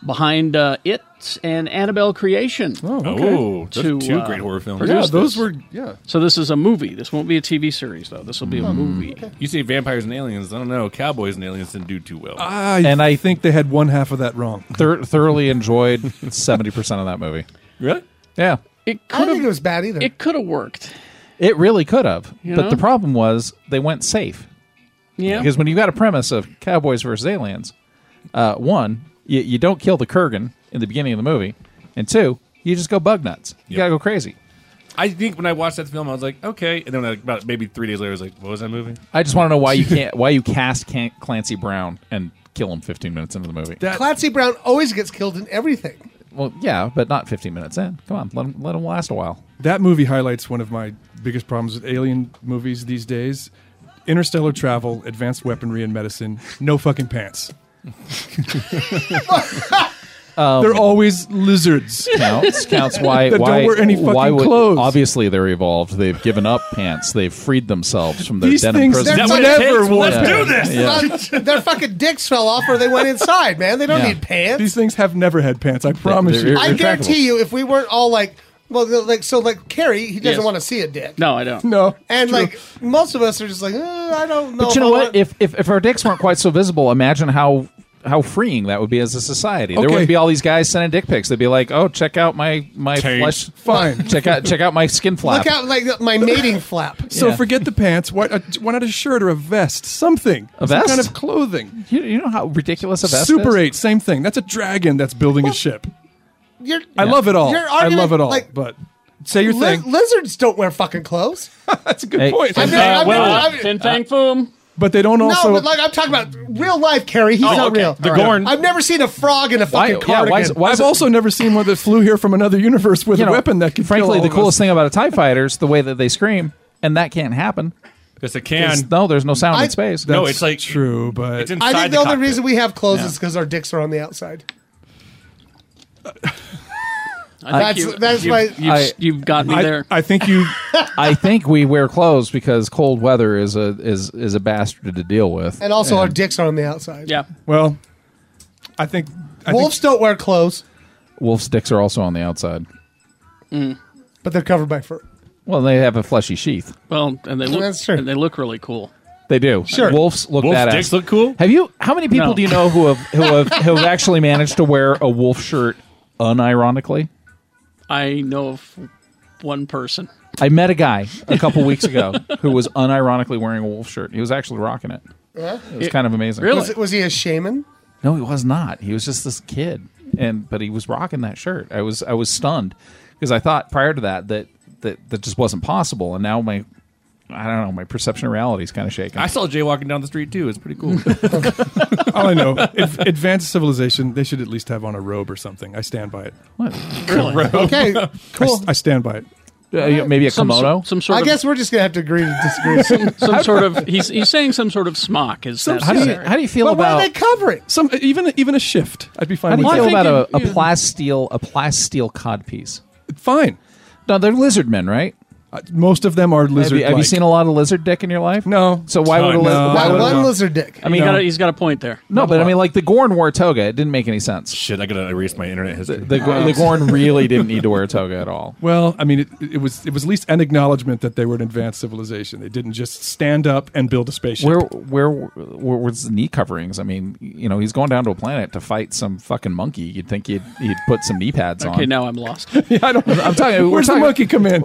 B: behind uh, It and Annabelle Creation.
F: Oh, those
B: To,
F: are two
B: uh,
F: great horror films.
B: produce
D: Yeah, those
B: this.
D: were yeah.
B: So this is a movie. This won't be a TV series though. This will be
D: Hmm.
B: a movie.
F: You say vampires and aliens. I don't know. Cowboys and aliens didn't do too well.
D: I
C: And I-
D: think they had one half of that wrong.
C: Thor- thoroughly enjoyed seventy percent of that movie.
F: really?
C: Yeah,
B: It
E: I don't
B: could
E: think it
B: have
E: was bad either.
B: it could have worked.
C: it really could have.
B: You
C: but
B: know?
C: the problem was they went safe.
B: Yeah.
C: Because when you've got a premise of cowboys versus aliens, uh, one, you, you don't kill the Kurgan in the beginning of the movie, and two, you just go bug nuts. You
F: Yep.
C: gotta go crazy.
F: I think when I watched that film, I was like, okay. And then like, about maybe three days later, I was like, what was that movie?
C: I just want to know why you can't why you cast Can- Clancy Brown and kill him 15 minutes into the movie.
E: Clancy Brown always gets killed in everything.
C: well, yeah, but not 15 minutes in. Come on, let him, let him last a while.
D: That movie highlights one of my biggest problems with alien movies these days: interstellar travel, advanced weaponry and medicine, no fucking pants. They're always lizards.
C: Counts counts why
D: That don't
C: why
D: wear any fucking
C: why would
D: clothes.
C: obviously they're evolved. They've given up pants. They've freed themselves from their
D: These
C: denim
D: things
C: prison.
F: Is that
E: That's
F: what
E: what
F: it takes?
D: takes?
E: it
F: Let's
D: Yeah.
F: do this.
E: Uh, their fucking dicks fell off or they went inside, man. They don't
C: Yeah.
E: need pants.
D: These things have never had pants. I promise
C: They're-
D: you.
C: they're-
E: I
C: retractable.
E: guarantee you, if we weren't all like, well, the- like so, like Carrie, he doesn't
B: Yes.
E: want to see a dick.
B: no, I don't.
D: No,
E: and
D: true.
E: like most of us are just like, "Uh, I don't know.
C: But
E: if
C: you
E: I
C: know what?
E: want-"
C: If, if if our dicks weren't quite so visible, imagine how how freeing that would be as a society. There
D: Okay.
C: wouldn't be all these guys sending dick pics. They'd be like, "Oh, check out my my
F: Taint.
C: flesh.
D: Fine.
C: check out check out my skin flap."
E: look out, like my mating flap.
D: So
C: Yeah.
D: forget the pants. Why, uh, why not a shirt or a vest? Something.
C: A
D: Some
C: vest?
D: kind of clothing.
C: You, you know how ridiculous a vest
D: Super
C: is?
D: 8, same thing. That's a dragon that's building a ship.
E: You're,
D: I love it all.
E: Your
D: I love
E: argument,
D: it all.
E: like-
D: but say your
E: li-
D: thing.
E: lizards don't wear fucking clothes.
D: that's a good
C: Hey,
D: point.
E: I mean, I mean,
F: well,
E: I mean-
B: Tin Fang Foom.
D: but they don't
E: no,
D: also.
E: but like I'm talking about real life, Carrie. He's not
F: okay.
E: real.
F: The Gorn.
E: I've never seen a frog in a
C: Why,
E: fucking
C: yeah,
E: cardigan.
C: why is, why is
D: I've
C: it-
D: also never seen one that flew here from another universe with
C: you
D: a
C: know,
D: weapon that could
C: Frankly,
D: kill all
C: the
D: of
C: coolest
D: us.
C: thing about a Tie Fighter is the way that they scream, and that can't happen.
F: Yes, it
C: 'Cause,
F: can.
C: no, there's no sound
E: I-
C: in space.
F: No,
D: That's
F: it's like
D: true, but
F: It's inside
E: I think the,
F: the
E: only
F: cockpit.
E: reason we have clothes is because our dicks are on the outside.
B: I think
E: That's
B: you-
E: that's
B: you-
E: my.
B: You've,
C: I-
B: you've got me
D: I,
B: there.
D: I think you.
C: I think we wear clothes because cold weather is a is is a bastard to deal with.
E: and also, our dicks are on the outside.
B: yeah.
D: Well, I think. I
E: Wolves don't wear clothes,
C: Wolf's dicks are also on the outside.
B: Mm.
E: but they're covered by fur.
C: Well, they have a fleshy sheath.
B: Well, and they look,
E: That's true.
B: And they look really cool.
C: They do.
E: Sure.
C: Wolves look
F: Wolf's
C: badass.
F: dicks look cool?
C: Have you? How many people
B: No.
C: do you know who have who have who have actually managed to wear a wolf shirt unironically?
B: I know of one person.
C: I met a guy a couple weeks ago who was unironically wearing a wolf shirt. He was actually rocking it. It was kind of amazing.
B: Really?
E: Was, it- was he a shaman?
C: No, he was not. He was just this kid, and but he was rocking that shirt. I was I was stunned because I thought prior to that that that that just wasn't possible, and now my I don't know. My perception of reality is kind of shaken.
F: I saw Jay walking down the street too. It's pretty cool.
D: All I know, if advanced civilization, they should at least have on a robe or something. I stand by it.
E: Okay,
D: I s-
E: cool.
D: I, stand by it.
C: Uh, yeah, maybe a
B: Some, so-
C: kimono.
B: some sort
E: I
B: of
E: guess we're just gonna have to agree to disagree.
B: some sort of he's he's saying some sort of smock is
C: how do you
B: necessary.
C: how do you feel
E: but why
C: about
E: do they cover it?
D: Some even even a shift, I'd be fine
C: how do
D: with
C: you
D: that.
C: feel
B: think
C: about a, a
B: it- yeah.
C: plasteel a plasteel codpiece?
D: Fine.
C: No, they're lizard men, right?
D: Uh, most of them are
C: Have
D: lizard.
C: you, have you seen a lot of lizard dick in your life?
D: No.
C: So why would a
D: No.
C: lizard?
D: I
E: Why
D: don't
E: one
D: know.
E: lizard dick?
B: I mean,
D: No.
B: he got a, he's got a point there.
C: No, but I mean, like the Gorn wore a toga. It didn't make any sense.
F: Shit, I gotta erase my internet history.
C: The, Gorn- the Gorn really didn't need to wear a toga at all.
D: Well, I mean, it, it was it was at least an acknowledgement that they were an advanced civilization. They didn't just stand up and build a spaceship.
C: Where, where, where was the knee coverings? I mean, you know, he's going down to a planet to fight some fucking monkey. You'd think he'd, he'd put some knee pads on.
B: Okay, now I'm lost.
D: yeah, I don't.
C: I'm talking.
D: Where's
C: we're
D: the
C: talking,
D: monkey come in?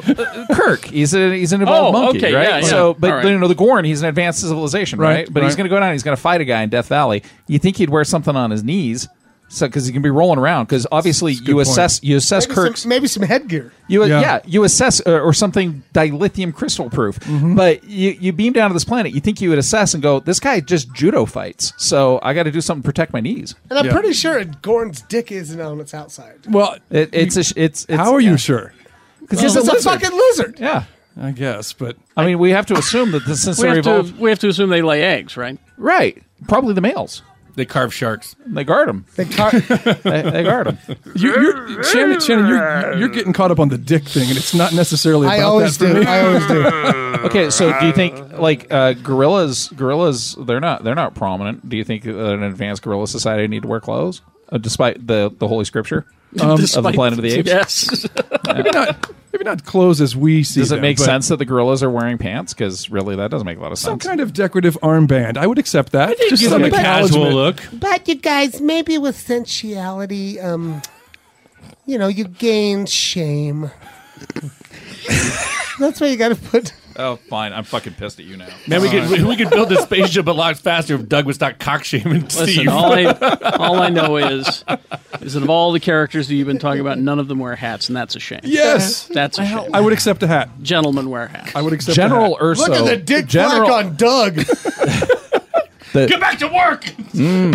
C: Kirk. He's a he's an evolved
B: Oh,
C: monkey,
B: okay,
C: right?
B: yeah, yeah.
C: So, but
B: All right.
C: you know, the Gorn, he's an advanced civilization, right?
D: Right,
C: But he's
D: right.
C: going to go down. He's going to fight a guy in Death Valley. You think he'd wear something on his knees? So, because he can be rolling around, because obviously you
D: point.
C: assess you assess
E: Maybe some,
C: Kirk's
E: maybe some headgear.
C: You yeah.
D: Yeah.
C: you assess uh, or something dilithium crystal proof,
D: Mm-hmm.
C: but you you beam down to this planet. You think you would assess and go, this guy just judo fights, so I got to do something to protect my knees.
E: And I'm
D: Yeah.
E: pretty sure Gorn's dick isn't on its outside.
D: Well,
C: It, it's, a, sh- it's it's
D: how are you
C: yeah.
D: sure?
C: Because he's
E: Because
C: a
E: it's a
C: lizard.
E: fucking lizard.
C: Yeah,
D: I guess, but
C: I mean we have to assume that the since
B: we
C: they're
B: have
C: evolved,
B: to we have to assume they lay eggs, right?
C: right? Probably the males.
F: they carve sharks.
C: They guard them.
E: They car-
C: They, they guard them.
D: you, you're Shannon. Shannon, you're you're getting caught up on the dick thing, and it's not necessarily. About
E: I always
D: that for
E: do.
D: me.
E: I always do.
C: Okay, so do you think like uh, gorillas? Gorillas they're not they're not prominent. Do you think uh, an advanced gorilla society need to wear clothes, uh, despite the the holy scripture um, of the
B: Despite-
C: Planet of the Apes?
B: Yes.
D: Maybe not. Maybe not clothes as we see.
C: Does it
D: them,
C: make
D: but
C: sense that the gorillas are wearing pants? Because really, that doesn't make a lot of
D: Some
C: sense.
D: kind of decorative armband. I would accept that. Just
F: Give
D: some
F: them a casual
D: acknowledgement.
F: look.
E: But you guys, maybe with sensuality, um, you know, you gain shame. That's why you got to put.
C: oh, fine. I'm fucking pissed at you now.
F: Man, we
B: Uh,
F: could we could build this spaceship a lot faster if Doug was not cock shaming Steve.
B: Listen, all I all I know is is that of all the characters that you've been talking about, none of them wear hats, and that's a shame.
D: Yes,
B: That's a shame.
D: I would accept a hat.
B: Gentlemen wear hats.
D: I would accept A
C: General
D: hat.
C: Urso.
E: Look at the dick
C: General,
E: black on Doug.
F: Get back to work.
C: Mm,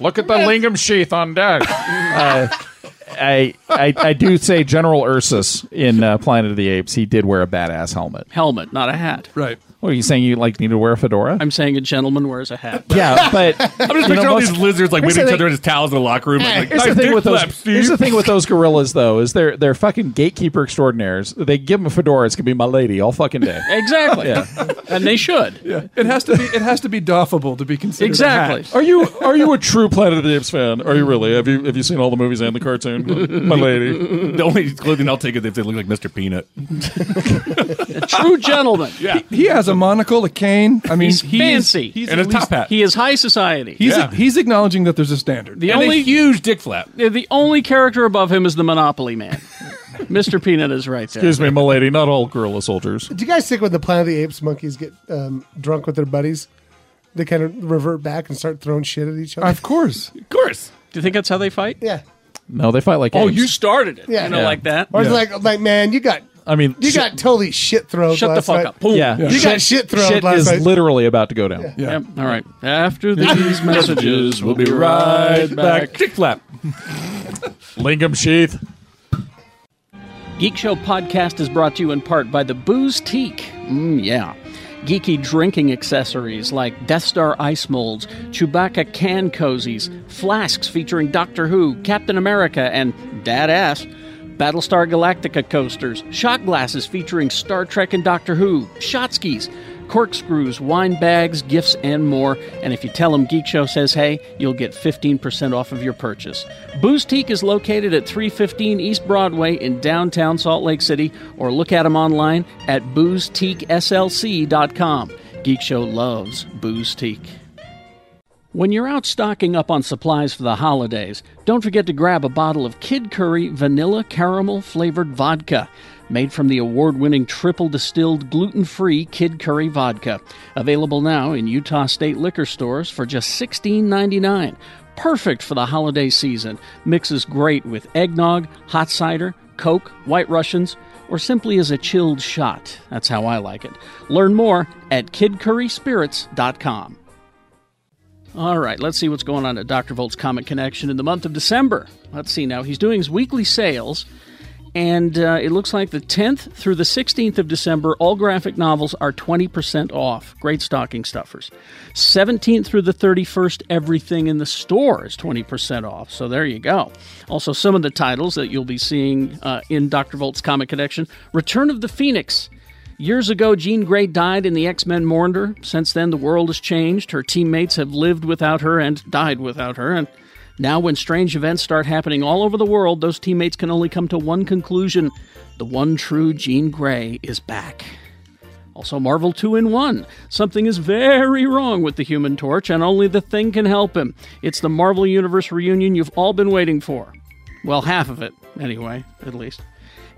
C: Look at the lingam sheath on deck. Uh, I, I I do say General Ursus in uh, Planet of the Apes. He did wear a badass helmet.
B: Helmet, not a hat.
D: Right.
C: What are you saying? You like need to wear a fedora?
B: I'm saying a gentleman wears a hat.
C: yeah, but
F: I'm just picturing all these lizards like
C: here's
F: waving
C: the
F: each
C: thing-
F: other in his towels in the locker room. like,
C: Here's
F: nice
C: the, thing
F: dick
C: with those,
F: flap, Steve.
C: here's the thing with those gorillas, though, is they're they're fucking gatekeeper extraordinaires. They give them a fedora. It's gonna be my lady all fucking day.
B: Exactly. And they should.
D: Yeah. It has to be. It has to be doffable to be considered. a hat.
B: Exactly.
C: Are you are you a true Planet of the Apes fan? Are you really? Have you have you seen all the movies and the cartoon, my lady?
F: the only clothing I'll take is if they look like Mr. Peanut.
B: A true gentleman.
F: Yeah.
D: He has a monocle, a cane. I mean,
B: He's
D: he is-
B: fancy.
D: he's
F: And
D: at
F: a top
D: least-
F: hat.
B: He is high society.
D: He's
F: Yeah.
D: he's acknowledging that there's a standard.
B: the
F: and
B: only
F: a huge dick flap.
B: the only character above him is the Monopoly man. Mr. Peanut is right there.
C: Excuse me, my lady. Not all gorilla soldiers.
E: Do you guys think when the Planet of the Apes monkeys get um, drunk with their buddies, they kind of revert back and start throwing shit at each other?
D: Of course.
F: Of course.
B: Do you think that's how they fight?
E: yeah,
C: No, they fight like.
B: Oh,
C: apes.
B: you started it.
E: Yeah.
B: You know,
E: Yeah.
B: like that.
E: or it's like, like man, you got
C: I mean,
E: you
C: sh-
E: got totally shit thrown.
B: Shut the
E: last
B: fuck
E: night.
B: up. Boom.
C: Yeah,
E: You got shit thrown
C: Shit
E: last
C: is
E: night.
C: literally about to go down.
D: Yeah.
B: Yep. All right. After these messages, we'll be
F: Right
B: right
F: back.
B: back.
F: Dick flap.
C: Lingam sheath.
B: Geek Show podcast is brought to you in part by the Booze Teak. Mm, yeah. Geeky drinking accessories like Death Star ice molds, Chewbacca can cozies, flasks featuring Doctor Who, Captain America, and Dad Ass, Battlestar Galactica coasters, shot glasses featuring Star Trek and Doctor Who, shotskis, corkscrews, wine bags, gifts, and more. And if you tell them Geek Show says hey, you'll get 15% off of your purchase. Boozteak is located at 315 East Broadway in downtown Salt Lake City, or look at them online at boozteakslc.com. Geek Show loves Boozteak. When you're out stocking up on supplies for the holidays, don't forget to grab a bottle of Kid Curry Vanilla Caramel Flavored Vodka, made from the award winning triple distilled gluten free Kid Curry Vodka. Available now in Utah State liquor stores for just $16.99. Perfect for the holiday season. Mixes great with eggnog, hot cider, Coke, White Russians, or simply as a chilled shot. That's how I like it. Learn more at kidcurryspirits.com. All right, let's see what's going on at Dr. Volt's Comic Connection in the month of December. Let's see now. He's doing his weekly sales, and uh, it looks like the 10th through the 16th of December, all graphic novels are 20% off. Great stocking stuffers. 17th through the 31st, everything in the store is 20% off. So there you go. Also, some of the titles that you'll be seeing uh, in Dr. Volt's Comic Connection Return of the Phoenix. Years ago, Jean Grey died in the X Men Maunder. Since then, the world has changed. Her teammates have lived without her and died without her. And now, when strange events start happening all over the world, those teammates can only come to one conclusion the one true Jean Grey is back. Also, Marvel 2 in 1. Something is very wrong with the human torch, and only the thing can help him. It's the Marvel Universe reunion you've all been waiting for. Well, half of it, anyway, at least.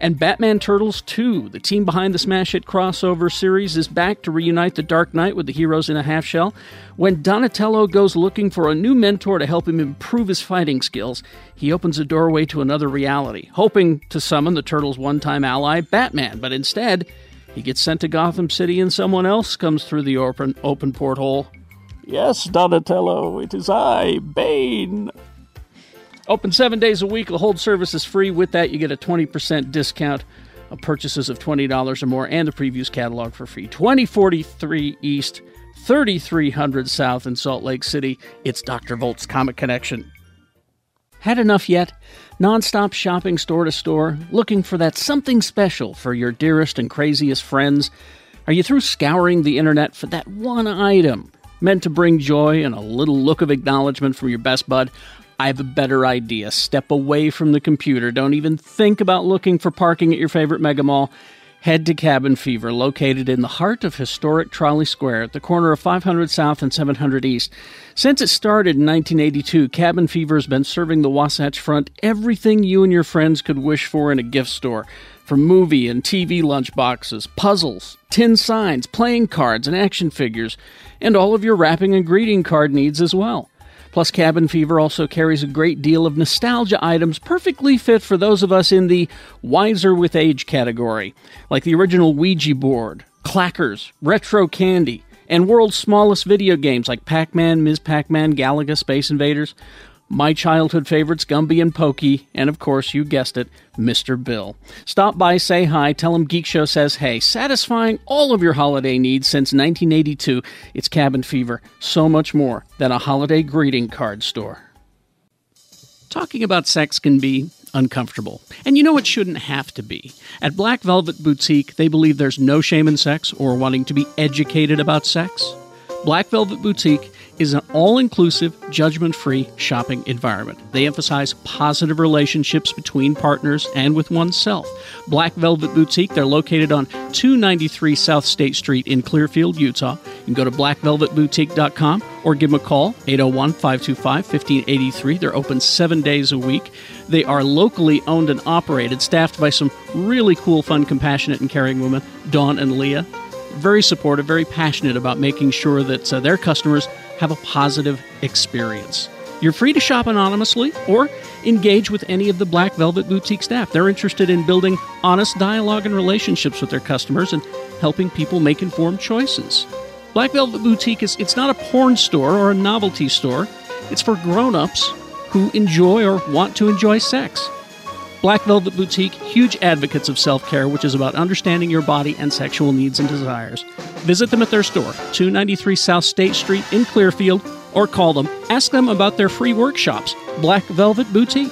B: And Batman Turtles 2, the team behind the smash hit crossover series, is back to reunite the Dark Knight with the heroes in a half shell. When Donatello goes looking for a new mentor to help him improve his fighting skills, he opens a doorway to another reality, hoping to summon the Turtles' one time ally, Batman, but instead, he gets sent to Gotham City and someone else comes through the open, open porthole. Yes, Donatello, it is I, Bane. Open seven days a week. The hold service is free. With that, you get a 20% discount of purchases of $20 or more and the previews catalog for free. 2043 East, 3300 South in Salt Lake City. It's Dr. Volt's Comic Connection. Had enough yet? Nonstop shopping store to store, looking for that something special for your dearest and craziest friends? Are you through scouring the internet for that one item meant to bring joy and a little look of acknowledgement from your best bud? I have a better idea. Step away from the computer. Don't even think about looking for parking at your favorite mega mall. Head to Cabin Fever, located in the heart of historic Trolley Square at the corner of 500 South and 700 East. Since it started in 1982, Cabin Fever has been serving the Wasatch Front everything you and your friends could wish for in a gift store from movie and TV lunchboxes, puzzles, tin signs, playing cards, and action figures, and all of your wrapping and greeting card needs as well. Plus, Cabin Fever also carries a great deal of nostalgia items perfectly fit for those of us in the wiser with age category, like the original Ouija board, clackers, retro candy, and world's smallest video games like Pac Man, Ms. Pac Man, Galaga, Space Invaders, my childhood favorites Gumby and Pokey, and of course, you guessed it, Mr. Bill. Stop by, say hi, tell him Geek Show says hey. Satisfying all of your holiday needs since 1982, it's Cabin Fever, so much more than a holiday greeting card store. Talking about sex can be uncomfortable. And you know it shouldn't have to be. At Black Velvet Boutique, they believe there's no shame in sex or wanting to be educated about sex. Black Velvet Boutique is an all inclusive, judgment free shopping environment. They emphasize positive relationships between partners and with oneself. Black Velvet Boutique, they're located on 293 South State Street in Clearfield, Utah. You can go to blackvelvetboutique.com or give them a call, 801 525 1583. They're open seven days a week. They are locally owned and operated, staffed by some really cool, fun, compassionate, and caring women, Dawn and Leah very supportive, very passionate about making sure that uh, their customers have a positive experience. You're free to shop anonymously or engage with any of the Black Velvet Boutique staff. They're interested in building honest dialogue and relationships with their customers and helping people make informed choices. Black Velvet Boutique is it's not a porn store or a novelty store. It's for grown-ups who enjoy or want to enjoy sex. Black Velvet Boutique, huge advocates of self care, which is about understanding your body and sexual needs and desires. Visit them at their store, 293 South State Street in Clearfield, or call them. Ask them about their free workshops. Black Velvet Boutique.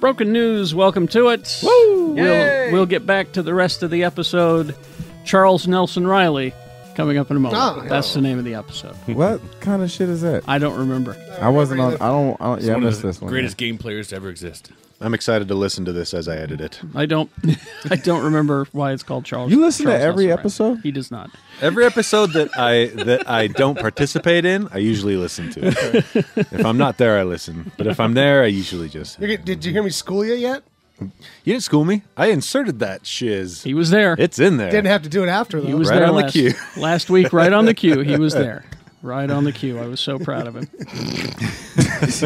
B: Broken news, welcome to it. Woo! We'll, we'll get back to the rest of the episode. Charles Nelson Riley coming up in a moment.
E: Ah, yeah.
B: That's the name of the episode.
J: What kind of shit is that?
B: I don't remember.
J: I wasn't on. I don't. I don't yeah, I
F: One of
J: missed
F: the
J: this one.
F: greatest game players to ever exist.
K: I'm excited to listen to this as I edit it.
B: I don't. I don't remember why it's called Charles.
J: You listen to
B: Charles
J: every
B: Nelson Riley.
J: episode?
B: He does not.
K: Every episode that I that I don't participate in, I usually listen to. if I'm not there, I listen. But if I'm there, I usually just
E: You're, get- did you hear me school you yet?
K: You didn't school me. I inserted that shiz. He
B: was there.
K: It's in there.
E: Didn't have to do it after though.
B: He was
K: Right
B: there
K: on the
B: last,
K: cue.
B: last week, right on the cue. He was there. Right on the cue. I was so proud of him.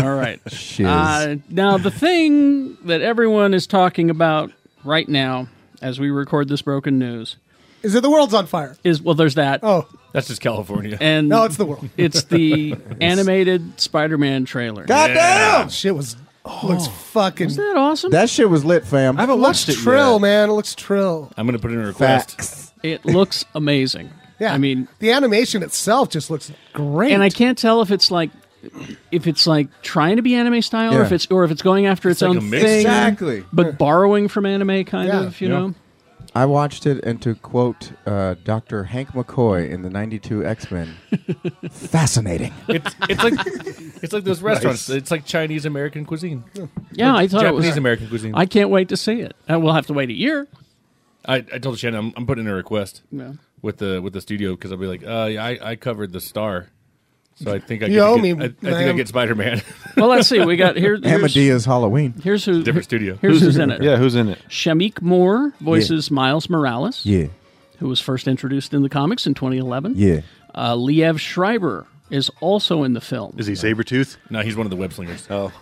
B: All right.
L: Shiz.
B: Uh, now, the thing that everyone is talking about right now as we record this broken news
E: is that the world's on fire.
B: Is Well, there's that.
E: Oh.
F: That's just California.
B: And
E: No, it's the world.
B: It's the animated Spider Man trailer.
E: God damn! Shit was looks fucking. Isn't
B: that awesome?
J: That shit was lit, fam. I
E: haven't watched
J: it
E: Trill,
J: yet.
E: man. It looks trill.
F: I'm going to put in a request.
B: It looks amazing.
E: Yeah.
B: I mean,
E: the animation itself just looks great.
B: And I can't tell if it's like if it's like trying to be anime style or
E: Yeah.
B: if it's or if it's going after its,
E: It's like a
B: own
E: mix.
B: thing.
E: Exactly.
B: But borrowing from anime kind
E: Yeah.
B: of, you
E: Yeah.
B: know.
J: I watched it, and to quote uh, Dr. Hank McCoy in the 92 X Men, fascinating.
F: It's, it's like it's like those
J: Nice.
F: restaurants. It's like Chinese American cuisine.
B: Yeah, I thought it was
F: Japanese American cuisine.
B: I can't wait to see it. Uh, we'll have to wait a year.
F: I, I told Shannon I'm, I'm putting in a request
B: Yeah.
F: with the with the studio because I'll be like, uh, yeah, I, I covered the star, so I think I
B: You
F: get, to
B: owe
F: get-
B: me,
F: I, I think I
B: ma'am.
F: get Spider Man.
B: Well, let's see. We got here. here's-
J: Amadeus Halloween.
B: Here's who.
F: Different studio.
B: Here's
F: Who's-
B: who's in it.
F: yeah, who's in it?
B: Shamik Moore voices Miles Morales.
J: Yeah.
B: Who was first introduced in the comics in 2011.
J: Yeah.
B: Uh, Liev Schreiber is also in the film.
K: Is he Sabretooth?
F: No, he's one of the web slingers.
K: Oh.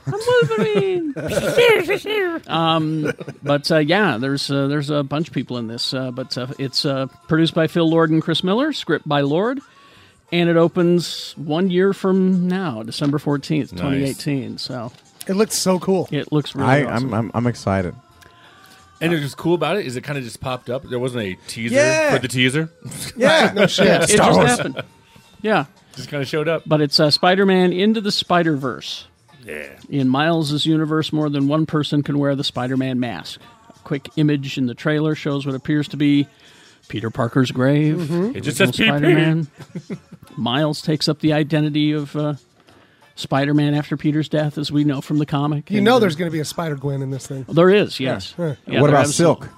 B: um, but uh, yeah, there's uh, there's a bunch of people in this, uh, but uh, it's uh, produced by Phil Lord and Chris Miller, script by Lord, and it opens one year from now, December fourteenth,
J: Nice.
B: twenty eighteen. So
E: it looks so cool.
B: It looks really
J: I,
B: awesome.
J: I'm, I'm, I'm excited.
F: And it was cool about it is it kind of just popped up. There wasn't a teaser
B: Yeah.
F: for the teaser.
B: Yeah, no shit. Yeah, it Star just Wars. happened. Yeah.
F: just kind of showed up.
B: But it's uh, Spider Man Into the Spider Verse.
F: Yeah.
B: In Miles' universe, more than one person can wear the Spider Man mask. A quick image in the trailer shows what appears to be Peter Parker's grave.
F: Mhm. It just says PP.
B: Spider Man. Miles takes up the identity of uh, Spider Man after Peter's death, as we know from the comic.
E: You
B: And,
E: know,
B: uh,
E: there's going to be a Spider Gwen in this thing.
B: There is, yes.
E: Yeah.
B: Yeah,
J: what
B: there
J: about
B: absolutely-
J: Silk?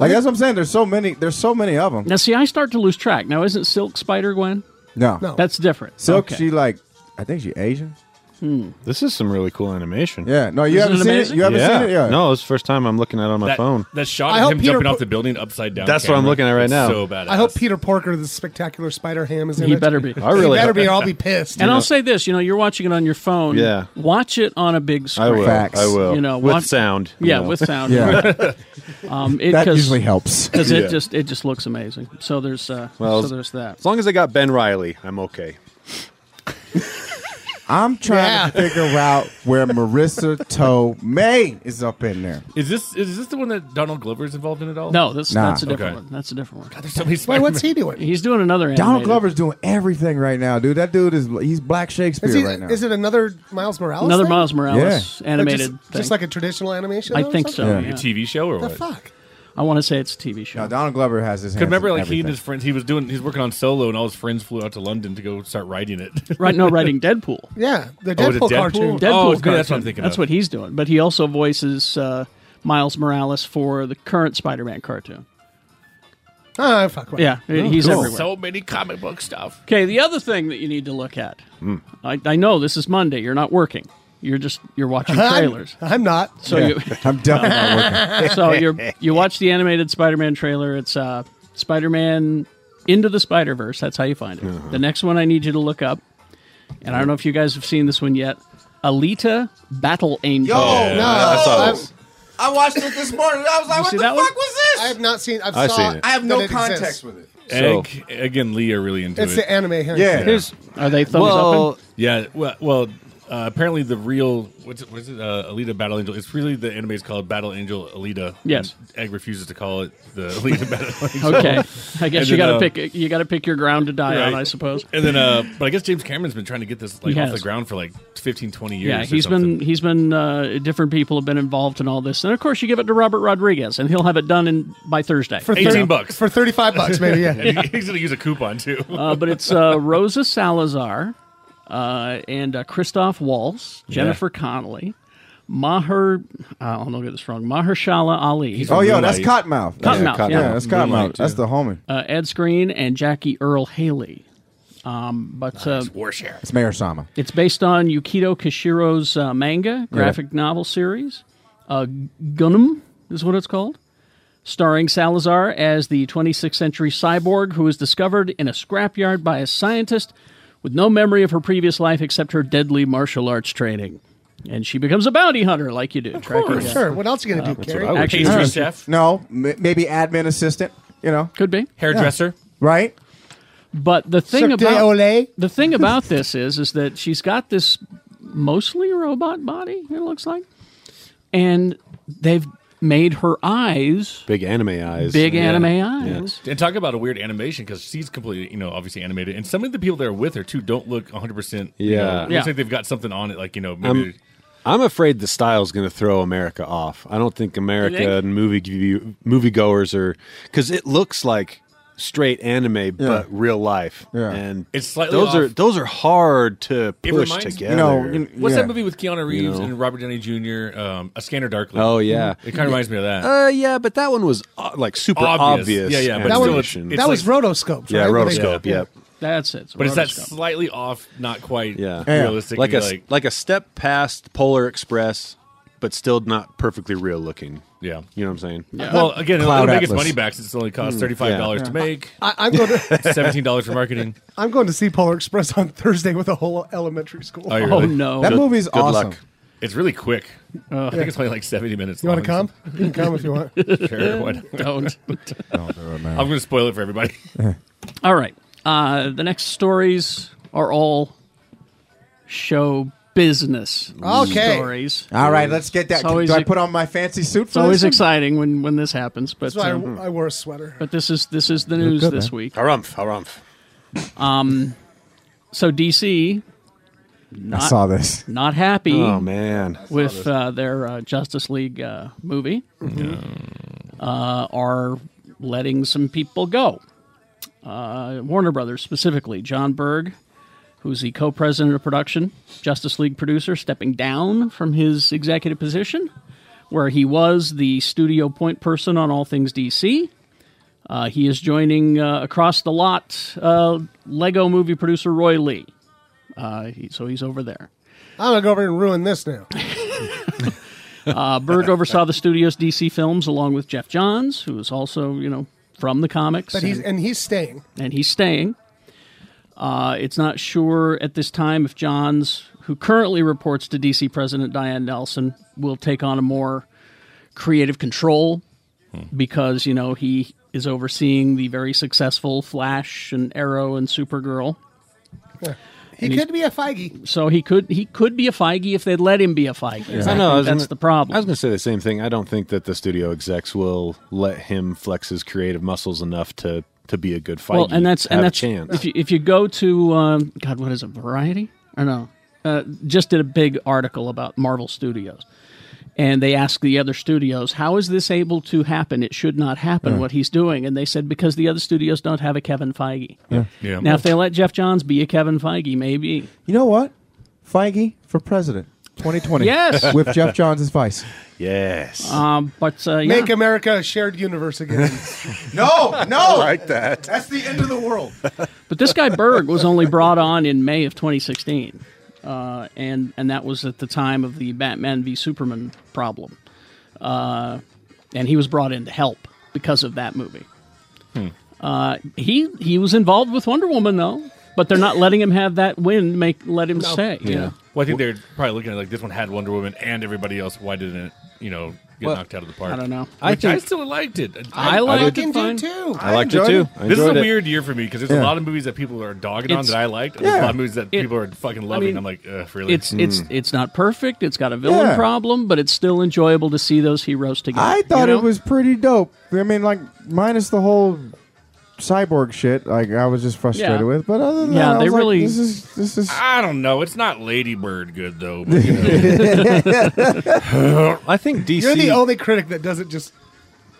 J: Like that's what I'm saying. There's so many. There's so many of them.
B: Now, see, I start to lose track. Now, isn't Silk Spider Gwen?
J: No.
B: That's different.
J: Silk.
B: Okay.
J: She like, I think she Asian.
B: Hmm.
K: This is some really cool animation.
J: Yeah. No, you
K: Isn't
J: haven't
K: it
J: seen
K: amazing?
J: it. You haven't
K: Yeah.
J: seen it. Yeah.
K: No, it's the first time I'm looking at it on my
F: that,
K: phone.
F: That shot
E: I
F: of
E: hope
F: him
E: Peter
F: jumping
E: Par-
F: off the building upside down.
K: That's what I'm
F: camera.
K: looking at right
F: It's
K: now.
F: So badass.
E: I hope Peter Parker, the spectacular Spider Ham, is in
B: He
E: it.
B: better be.
E: He better be. Or I'll be pissed.
B: And I'll say this: you know, you're watching it on your phone.
K: Yeah.
B: Watch it on a big screen.
K: I will. Facts. I will.
B: You know,
K: With
B: watch-
K: sound, you
B: Yeah,
K: know.
B: with sound.
K: Yeah.
B: um, it,
K: That
B: 'cause-
K: usually helps.
B: 'cause
K: Yeah.
B: it just it just looks amazing. So there's uh,
K: Well,
B: so there's that.
K: As long as I got Ben Riley, I'm okay.
J: I'm trying to figure out where Marissa Tomei is up in there.
F: Is this is this the one that Donald Glover is involved in at all?
B: No, that's
J: Nah.
B: that's a different
J: Okay.
B: one. That's a different one. God,
F: there's so many
E: Wait, what's he doing?
B: He's doing another.
J: Donald
B: animated.
J: Glover's doing everything right now, dude. That dude is he's Black Shakespeare
E: Is, he,
J: right now.
E: is it another Miles Morales?
B: Another
E: thing?
B: Miles Morales
E: Like
B: animated
E: Just,
B: thing.
E: just like a traditional animation.
B: I
E: though, or
B: think so.
E: something?
B: yeah.
F: TV show or
E: The
F: what?
E: fuck?
B: I want to say it's a TV show.
J: No, Donald Glover has his.
F: Because
J: hands
F: remember,
J: in
F: like he
J: everything.
F: and his friends, he was doing, he's working on Solo, and all his friends flew out to London to go start writing it.
B: Right, no, writing Deadpool.
E: Yeah, the
F: Oh, is it
E: Deadpool cartoon.
B: Deadpool
F: Oh, okay, that's what
B: cartoon.
F: I'm thinking
B: That's
F: of.
B: what he's doing. But he also voices uh, Miles Morales for the current Spider-Man cartoon.
E: Ah, fuck. whatever.
B: Yeah, he's everywhere.
F: So many comic book stuff.
B: Okay, the other thing that you need to look at.
J: Hmm.
B: I, I know this is Monday. You're not working. You're just you're watching
E: I'm-
B: trailers.
E: I'm, not.
B: So you,
J: I'm definitely not working.
B: so you you watch the animated Spider-Man trailer. It's uh, Spider-Man Into the Spider-Verse. That's how you find it.
J: Uh-huh.
B: The next one I need you to look up, and I don't know if you guys have seen this one yet. Alita Battle Angel.
J: I watched it this morning. I was like,
B: "What see the that one? fuck
J: was this?"
E: I have not seen. I've
F: I've
E: saw,
F: seen it.
J: I have no
E: that it exists.
J: context with it.
F: Egg, again, Lee are really into
E: It's
F: it.
E: the anime. Huh?
B: Here's- are they thumbs
F: well,
B: up?
F: Yeah. Well, well uh, apparently the real what's it, what's it uh, Alita Battle Angel. It's really the anime is called Battle Angel Alita.
B: Yes.
F: And Egg refuses to call it the Alita Battle Angel.
B: Okay, I guess
F: And then,
B: you got to
F: uh,
B: pick you got to pick your ground to die on.
F: right.
B: I suppose.
F: And then, uh, but I guess James Cameron's been trying to get this like
B: He
F: off
B: has.
F: the ground for like 15, 20 years.
B: Yeah,
F: or
B: he's
F: something.
B: been he's been uh, different people have been involved in all this, and of course you give it to Robert Rodriguez, and he'll have it done in by Thursday
F: for 18 bucks.
E: for thirty-five bucks, maybe. Yeah.
F: And he- he's going to use a coupon too.
B: Uh, but it's uh, Rosa Salazar uh, and uh, Christoph Waltz,
F: Yeah.
B: Jennifer Connelly, Maher. I don't know, get this wrong. Mahershala Ali.
J: oh, yo, that's Cottonmouth.
B: Cottonmouth. Yeah,
J: yeah, that's Cottonmouth. That's the homie.
B: Uh, Ed Screen and Jackie Earl Haley. Um, but uh,
J: It's Mayor Sama.
B: It's based on Yukito Kishiro's uh, manga graphic novel series. uh, Gunum is what it's called, starring Salazar as the 26th century cyborg who is discovered in a scrapyard by a scientist with no memory of her previous life except her deadly martial arts training. And she becomes a bounty hunter like you do. Of
E: course. Sure. What else you gonna do, That's Carrie? what I would
B: Actually,
E: do.
J: Uh,
E: Pastry chef?
J: No, m- maybe admin assistant. You know,
B: could be
E: Hairdresser.
J: right?
B: But the thing
J: Cirque du
B: about the thing about this is is that she's got this mostly robot body. It looks like, and they've made her eyes
K: Big anime eyes.
B: big
K: Yeah.
B: anime
K: Yeah.
B: eyes.
F: And talk about a weird animation because she's completely, you know, obviously animated. And some of the people that are with her too don't look 100. percent you know,
K: Yeah.
F: looks
K: Yeah.
F: like they've got something on it, like you know, maybe
K: I'm, I'm afraid the style's going to throw America off. I don't think America
F: think?
K: and movie view, moviegoers are because it looks like straight anime, but real life. Yeah. And
F: It's slightly
K: those are
F: off.
K: those are hard to
F: It
K: push
F: reminds-
K: together.
F: what's that movie with Keanu Reeves
K: You know?
F: and Robert Downey Jr. Um, a Scanner Darkly?
K: Oh yeah,
F: it kind of reminds me of that.
K: Uh, yeah, but that one was uh, like super obvious.
F: Yeah, yeah. But
E: That,
F: still,
E: was,
F: it's,
E: that was rotoscopes.
K: Yeah,
E: right? Where they-
K: rotoscope. Yep.
B: That's it.
F: but it's that slightly off, not quite
K: Yeah,
F: realistic.
K: Like a
F: You're
K: s- like a step past Polar Express, but still not perfectly real looking.
F: Yeah,
K: you know what I'm saying.
F: Well, again,
K: Cloud
F: it'll make its
K: Atlas.
F: money back since it only costs
K: Mm,
F: thirty-five dollars
K: yeah.
F: to make.
E: I, I'm going to
F: seventeen dollars for marketing.
E: I'm going to see Polar Express on Thursday with a whole elementary school.
F: Oh, you're
B: Oh,
F: really- Good- good luck. It's really quick.
B: Uh,
F: I
E: Yeah.
F: think it's only like seventy minutes.
E: You wanna
F: long.
E: come? You can come if you want.
F: sure, why not?
B: Don't.
F: I'm
B: Don't do it, man.
F: going to spoil it for everybody.
B: All right. Uh, the next stories are all show business
J: Okay.
B: stories.
J: All right, let's get that.
B: It's always
J: Do I
B: ex-
J: put on my fancy suit?
B: It's
J: for
B: always
J: this one?
B: exciting when, when this happens, but
E: That's why I-
B: um,
E: I, wore a sweater.
B: but this is this is the
E: Look
B: news
E: good,
B: this
E: man.
B: week.
K: Harumph, harumph.
B: Um, so DC, not,
J: saw this.
B: Not happy.
K: Oh, man. I saw
B: with
K: this.
B: uh, their uh, Justice League uh, movie,
K: Mm-hmm.
B: uh, are letting some people go. Uh, Warner Brothers specifically, John Berg, who's the co-president of production, Justice League producer, stepping down from his executive position, where he was the studio point person on all things DC. Uh, he is joining uh, across the lot uh, Lego movie producer Roy Lee. Uh, he, so he's over there.
E: I'm gonna go over and ruin this now.
B: Uh, Berg oversaw the studio's DC films along with Jeff Johns, who is also, you know, from the comics.
E: But he's
B: and-
E: and he's staying.
B: and he's staying. Uh, it's not sure at this time if Johns, who currently reports to DC President Diane Nelson, will take on a more creative control because, you know, he is overseeing the very successful Flash and Arrow and Supergirl.
E: He
B: And he's-
E: could be a Feige.
B: So he could he could be a Feige if they'd let him be a Feige.
K: I know. I was
B: that's
K: gonna-
B: the problem.
K: I was going to say the same thing. I don't think that the studio execs will let him flex his creative muscles enough to to be a good fight.
B: Well, and that's
K: have
B: and that's
K: a chance.
B: if you if you go to um, God, what is it? Variety or no? Uh, just did a big article about Marvel Studios, and they asked the other studios, "How is this able to happen? It should not happen.
K: Hmm.
L: Yeah.
B: What he's doing?" And they said because the other studios don't have a Kevin Feige.
J: Yeah.
F: Yeah.
B: Now, if they let Jeff Johns be a Kevin Feige, maybe
J: You know what? Feige for president, 2020.
B: Yes.
J: with Jeff Johns as vice.
K: Yes.
B: Um, but uh, yeah.
E: Make America a shared universe again.
J: no, no.
K: like that.
E: That's the end of the world.
B: But this guy Berg was only brought on in May of 2016, uh, and and that was at the time of the Batman v Superman problem, uh, and he was brought in to help because of that movie.
F: Hmm.
B: Uh, he he was involved with Wonder Woman though, but they're not letting him have that win. Make let him stay. you know?
F: Well, I think they're probably looking at like this one had Wonder Woman and everybody else. Why didn't it, you know, get
B: Well,
F: knocked out of the park?
B: I don't know.
F: I,
B: I
F: Which I
B: think-
F: still liked it.
B: I liked it Fucking do fine.
E: too.
K: I liked it too. I
F: this is a
K: enjoyed it.
F: weird year for me because there's a
K: Yeah.
F: lot of movies that people are dogging on
B: It's-
F: that I liked. And There's a
B: yeah.
F: lot of movies that people are fucking loving.
B: mean,
F: I'm like, Ugh, really?
B: It's it's it's not perfect. It's got a villain
J: Yeah.
B: problem, but it's still enjoyable to see those heroes together.
J: I thought
B: you know?
J: it was pretty dope. I mean, like minus the whole cyborg shit. Like I was just frustrated
B: Yeah.
J: with, but other than
B: Yeah,
J: that, I
B: they
J: was like,
B: really-
J: this is this is.
F: I don't know. It's not Ladybird good though. But, you know.
K: I think DC.
E: You're the only critic that doesn't just.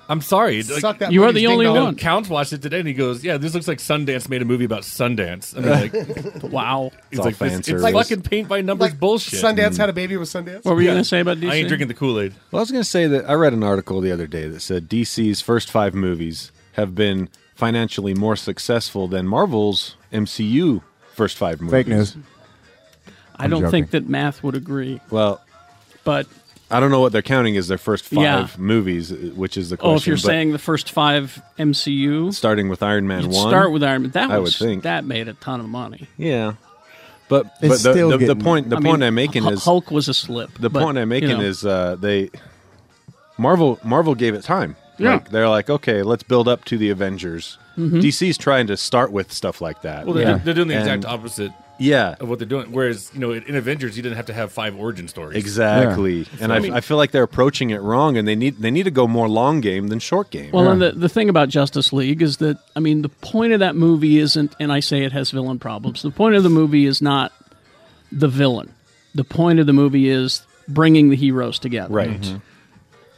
F: I'm sorry.
E: Suck
F: Like,
E: that You are movie's the only ding-dong. one.
F: Counts watched it today and he goes, "Yeah, this looks like Sundance made a movie about Sundance." I mean, like,
B: wow.
F: It's
K: all
F: like
K: fan
F: this, it's
K: service.
F: fucking paint by numbers bullshit.
E: Sundance had a baby with Sundance.
B: What were you gonna say about DC?
F: I ain't drinking the Kool Aid.
K: Well, I was going to say that I read an article the other day that said DC's first five movies have been financially more successful than Marvel's MCU first five movies.
J: Fake news.
B: I don't
K: I'm
B: think that math would agree.
K: Well,
B: But
K: I don't know what they're counting as their first five
B: Yeah.
K: movies, uh, which is the question.
B: Oh, if you're
K: but
B: saying the first five MCU,
K: starting with Iron Man
B: you'd
K: one,
B: start with Iron Man. That
K: I
B: was,
K: would think.
B: that made a ton of money.
K: Yeah, but
B: It's
K: but the,
B: still
K: the, the
B: getting-
K: point the
B: I
K: point
B: mean,
K: I'm making
B: Hu-
K: is
B: Hulk was a slip,
K: The
B: but,
K: point I'm making
B: you know.
K: is uh, they Marvel Marvel gave it time.
B: Yeah. Mm-hmm.
K: Like, they're like, okay, let's build up to the Avengers.
F: Mhm.
K: DC's trying to start with stuff like that.
F: Well, they're, they're doing the exact
K: And-
F: opposite.
K: Yeah.
F: of what they're doing. Whereas you know, in in Avengers, you didn't have to have five origin stories.
K: Exactly, and I, I feel like they're approaching it wrong, and they need they need to go more long game than short game.
B: Well, and the, the thing about Justice League is that, I mean, the point of that movie isn't, and I say it has villain problems, the point of the movie is not the villain. The point of the movie is bringing the heroes together.
K: Right. Mhm.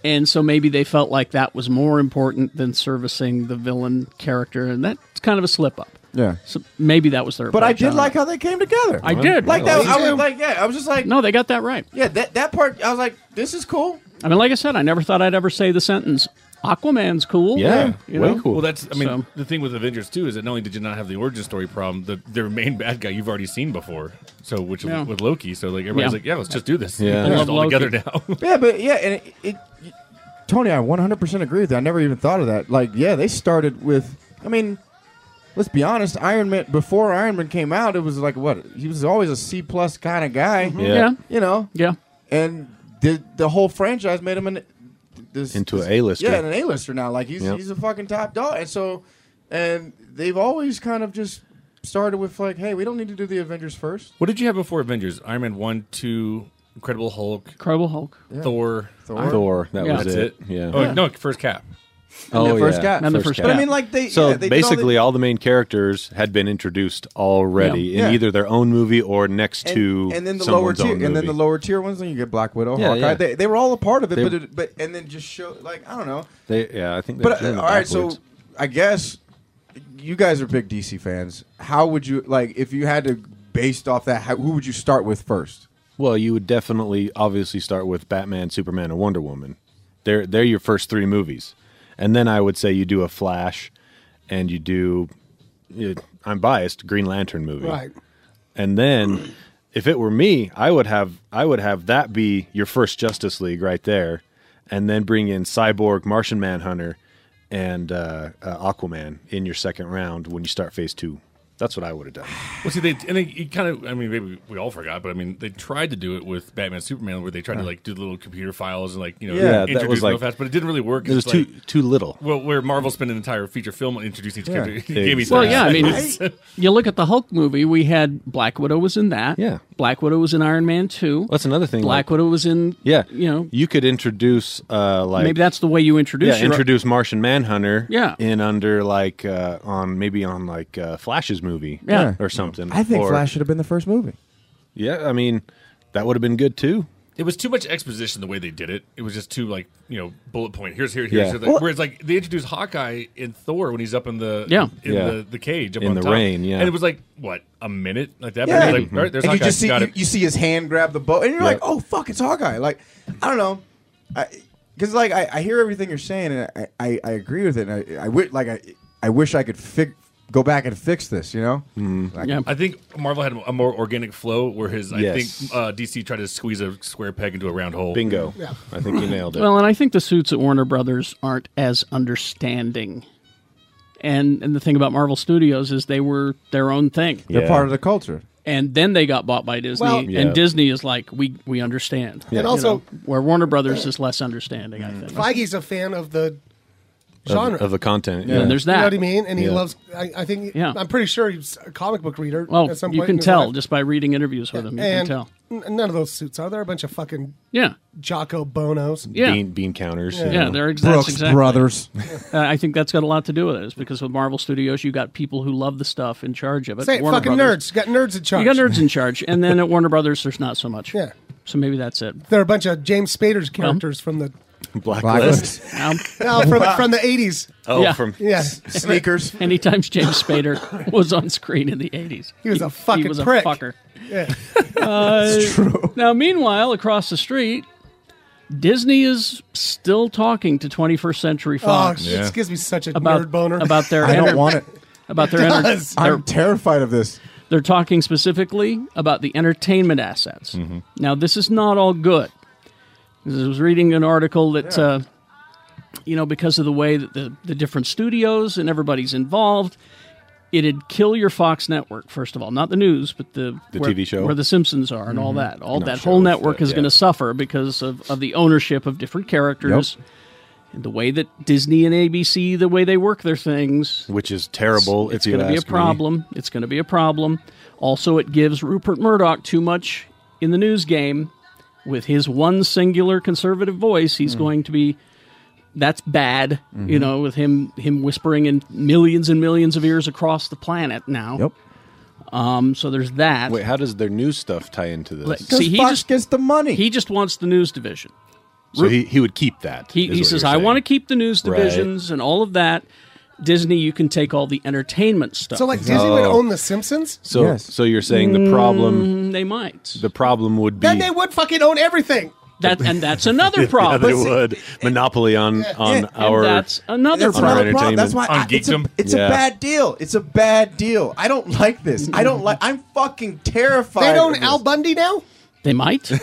B: And so maybe they felt like that was more important than servicing the villain character, and that's kind of a slip up.
J: Yeah.
B: So maybe that was their
L: But I
B: approach
L: did
B: on
L: like
B: it.
L: how they came together.
B: I did.
L: Like that.
B: Well,
L: I
B: yeah.
L: was like, yeah. I was just like,
B: No, they got that right.
L: yeah. That that part, I was like, this is cool.
B: I mean, like I said, I never thought I'd ever say the sentence, Aquaman's cool. You know?
F: Well, that's I mean
B: So-
F: the thing with Avengers too is that not only did you not have the origin story problem, the their main bad guy you've already seen before. So which
L: Yeah.
F: with Loki, so like everybody's
L: Yeah.
F: like, yeah, let's just do this.
K: Yeah.
F: Put
K: I
F: it
K: love
F: all together
K: Loki.
F: now.
L: yeah, but yeah, and it, it
J: Tony, I 100% agree with you. I never even thought of that. Like, yeah, they started with. I mean, let's be honest. Iron Man before Iron Man came out, it was like what he was always a C plus kind of guy.
K: Yeah. Yeah.
J: you know.
B: Mm-hmm. Yeah,
J: and the the whole franchise made him an this
K: Into
J: this-
K: an A-lister.
J: Yeah, an A lister now. Like he's
K: Yep.
J: he's a fucking top dog, and so and they've always kind of just started with like, hey, we don't need to do the Avengers first.
F: What did you have before Avengers? Iron Man one, two, Incredible Hulk,
B: Incredible Hulk,
J: Yeah.
F: Thor,
J: Thor.
K: Thor, that was
F: That's
K: it. Yeah.
F: Oh
K: Yeah.
F: no, first Cap.
K: Oh,
J: the first
K: yeah.
J: guy. And the first But I guy. mean, like, they-
K: so
J: yeah, they did all
K: basically, all the... main characters had been introduced already
J: Yeah.
K: in
J: Yeah.
K: either their own movie or next
J: And,
K: to
J: and then the lower
K: someone's
J: tier,
K: own
J: and then the
K: movie.
J: lower tier ones. Then you get Black Widow,
K: Yeah,
J: Hawkeye.
K: yeah.
J: They, they were all a part of it,
K: They-
J: but it, but and then just show like I don't know.
K: They, yeah, I think. they
J: But uh,
K: drew
J: all
K: it
J: right, so
K: backwards.
J: I guess you guys are big DC fans. How would you like if you had to based off that? How, who would you start with first?
K: well, you would definitely, obviously, start with Batman, Superman, and Wonder Woman. They're they're your first three movies, and then I would say you do a Flash, and you do. you- I'm biased. Green Lantern movie,
E: Right.
K: And then, if it were me, I would have I would have that be your first Justice League right there, and then bring in Cyborg, Martian Manhunter, and uh, uh, Aquaman in your second round when you start Phase Two. That's what I would have done.
F: Well, see, they and they you kind of. I mean, maybe we all forgot, but I mean, they tried to do it with Batman, Superman, where they tried to
K: Yeah.
F: like do the little computer files and like you know,
K: Yeah, that was
F: introduce them
K: like-
F: fast, but it didn't really work.
K: It was
F: It's like-
K: too- too little.
F: Well, where Marvel spent an entire feature film on introducing each
K: Yeah.
F: character, He gave me
B: Well,
F: some-
B: yeah, I mean, you look at the Hulk movie. We had Black Widow was in that. Yeah, Black Widow was in Iron Man two.
K: That's another thing.
B: Black
K: like-
B: Widow was in.
K: Yeah,
B: you know,
K: you could introduce uh, like
B: maybe that's the way you introduce.
K: yeah,
B: your-
K: introduce Martian Manhunter.
B: Yeah.
K: in under like uh, on maybe on like uh, Flash's movie.
J: Yeah.
K: or something.
J: I think
K: Or-
J: Flash should have been the first movie.
K: Yeah, I mean that would have been good too.
F: It was too much exposition the way they did it. It was just too like you know bullet point. Here's here here's
K: Yeah.
F: here.
K: Well-
F: Whereas like they introduced Hawkeye in Thor when he's up in the
K: Yeah.
F: in
K: Yeah.
F: The, the cage up
K: In
F: on
K: the
F: top.
K: rain, yeah.
F: and it was like what a minute like that.
J: Yeah.
F: But it was like, all right, there's
J: and you
F: Hawkeye.
J: just see
F: Got
J: you,
F: it.
J: you see his hand grab the bow, and you're
F: Yeah.
J: like, oh fuck, it's Hawkeye. Like, I don't know, because like I, I hear everything you're saying, and I, I, I agree with it. And I, I wi- like I I wish I could fig- go back and fix this. You know, Like,
F: I think Marvel had a more organic flow, whereas I
K: Yes.
F: think uh, DC tried to squeeze a square peg into a round hole.
K: Bingo. Yeah. I think you nailed
B: Well, uh, and I think the suits at Warner Brothers aren't as understanding. And and the thing about Marvel Studios is they were their own thing.
J: they're part of the culture.
B: And then they got bought by Disney,
J: Well- Yeah.
B: and Disney is like, we we understand.
J: Yeah.
B: You know,
E: also-
B: where Warner Brothers is less understanding, I think.
E: Feige's a fan of the genre
K: Mm. of the content.
B: Yeah,
K: Yeah,
B: there's
E: You
B: that.
E: know what I mean? And he
B: Yeah.
E: loves. I, I think.
B: Yeah.
E: I'm pretty sure he's a comic book reader.
B: Well,
E: at some
B: you
E: point
B: can
E: in his
B: tell
E: life.
B: just by reading interviews with him. You can
E: and
B: tell.
E: n- none of those suits are. They're a bunch of fucking
B: yeah
E: Jocko Bonos.
K: bean bean counters.
E: Yeah.
B: Yeah,
K: you know.
B: they're ex- that's
J: Brooks
B: exactly.
J: Brothers.
B: Uh, I think that's got a lot to do with it. Is because with Marvel Studios, you got people who love the stuff in charge of it.
E: Say it,
B: Warner
E: fucking
B: Brothers-
E: nerds. You got nerds in charge.
B: You got nerds in charge, and then at Warner Brothers, there's not so much.
E: Yeah.
B: So maybe that's it.
E: They're a bunch of James Spader's characters from the
K: Blacklist.
B: Um,
E: no, Oh, from, from the 80s.
K: Oh, from
E: yeah.
J: sneakers.
B: Anytime James Spader was on screen in the eighties,
E: He was a fucking
B: he was
E: prick.
B: A fucker.
E: Yeah.
B: Uh, Now, meanwhile, across the street, Disney is still talking to 21st Century Fox.
E: Oh, it Yeah. gives me such a
B: about,
E: nerd boner.
B: About their
J: I don't
B: enter-
J: want it.
B: About their,
J: It
B: enter-
J: does.
B: their-
J: I'm terrified of this.
B: They're talking
J: Mm-hmm.
B: specifically about the entertainment assets. Now, this is not all good. I was reading an article that, uh, you know, because of the way that the, the different studios and everybody's involved, it'd kill your Fox network, first of all. Not the news, but the,
K: The
B: where,
K: TV show?
B: Where The Simpsons are and all that. All
K: Not
B: that whole
K: shows,
B: network
K: but
B: is
K: yeah.
B: going to suffer because of, of the ownership of different characters. And the way that Disney and ABC, the way they work their things,
K: which is terrible.
B: It's
K: if you
B: going to be a
K: ask me.
B: problem. It's going to be a problem. Also, it gives Rupert Murdoch too much in the news game. With his one singular conservative voice, he's
K: Mm.
B: going to be. That's bad, you
K: Mm-hmm.
M: Mhm.
B: know. With him, him whispering in millions and millions of ears across the planet now. Yep. Um. So there's that.
K: Wait, how does their news stuff tie into this?
B: Like, See, he just
J: gets the money.
B: He just wants the news division.
K: so he, he would keep that.
B: He,
K: is
B: he
K: what
B: says,
K: you're
B: I
K: saying.
B: want to keep the news
K: Right.
B: divisions and all of that. Disney, you can take all the entertainment stuff.
E: So like Disney would
K: Oh.
E: own The Simpsons.
K: So, so you're saying the problem?
B: Mm, they might.
K: The problem would be
E: Then they would fucking own everything.
B: That and that's another
K: Yeah,
B: problem.
K: they would monopoly on on
B: And
K: our.
B: that's another
K: on our
B: problem.
K: entertainment.
J: That's why I, it's, a, it's
K: Yeah.
J: a bad deal. It's a bad deal. I don't like this. I don't like. I'm fucking terrified.
E: They own
J: of
E: Al Bundy now.
B: They might.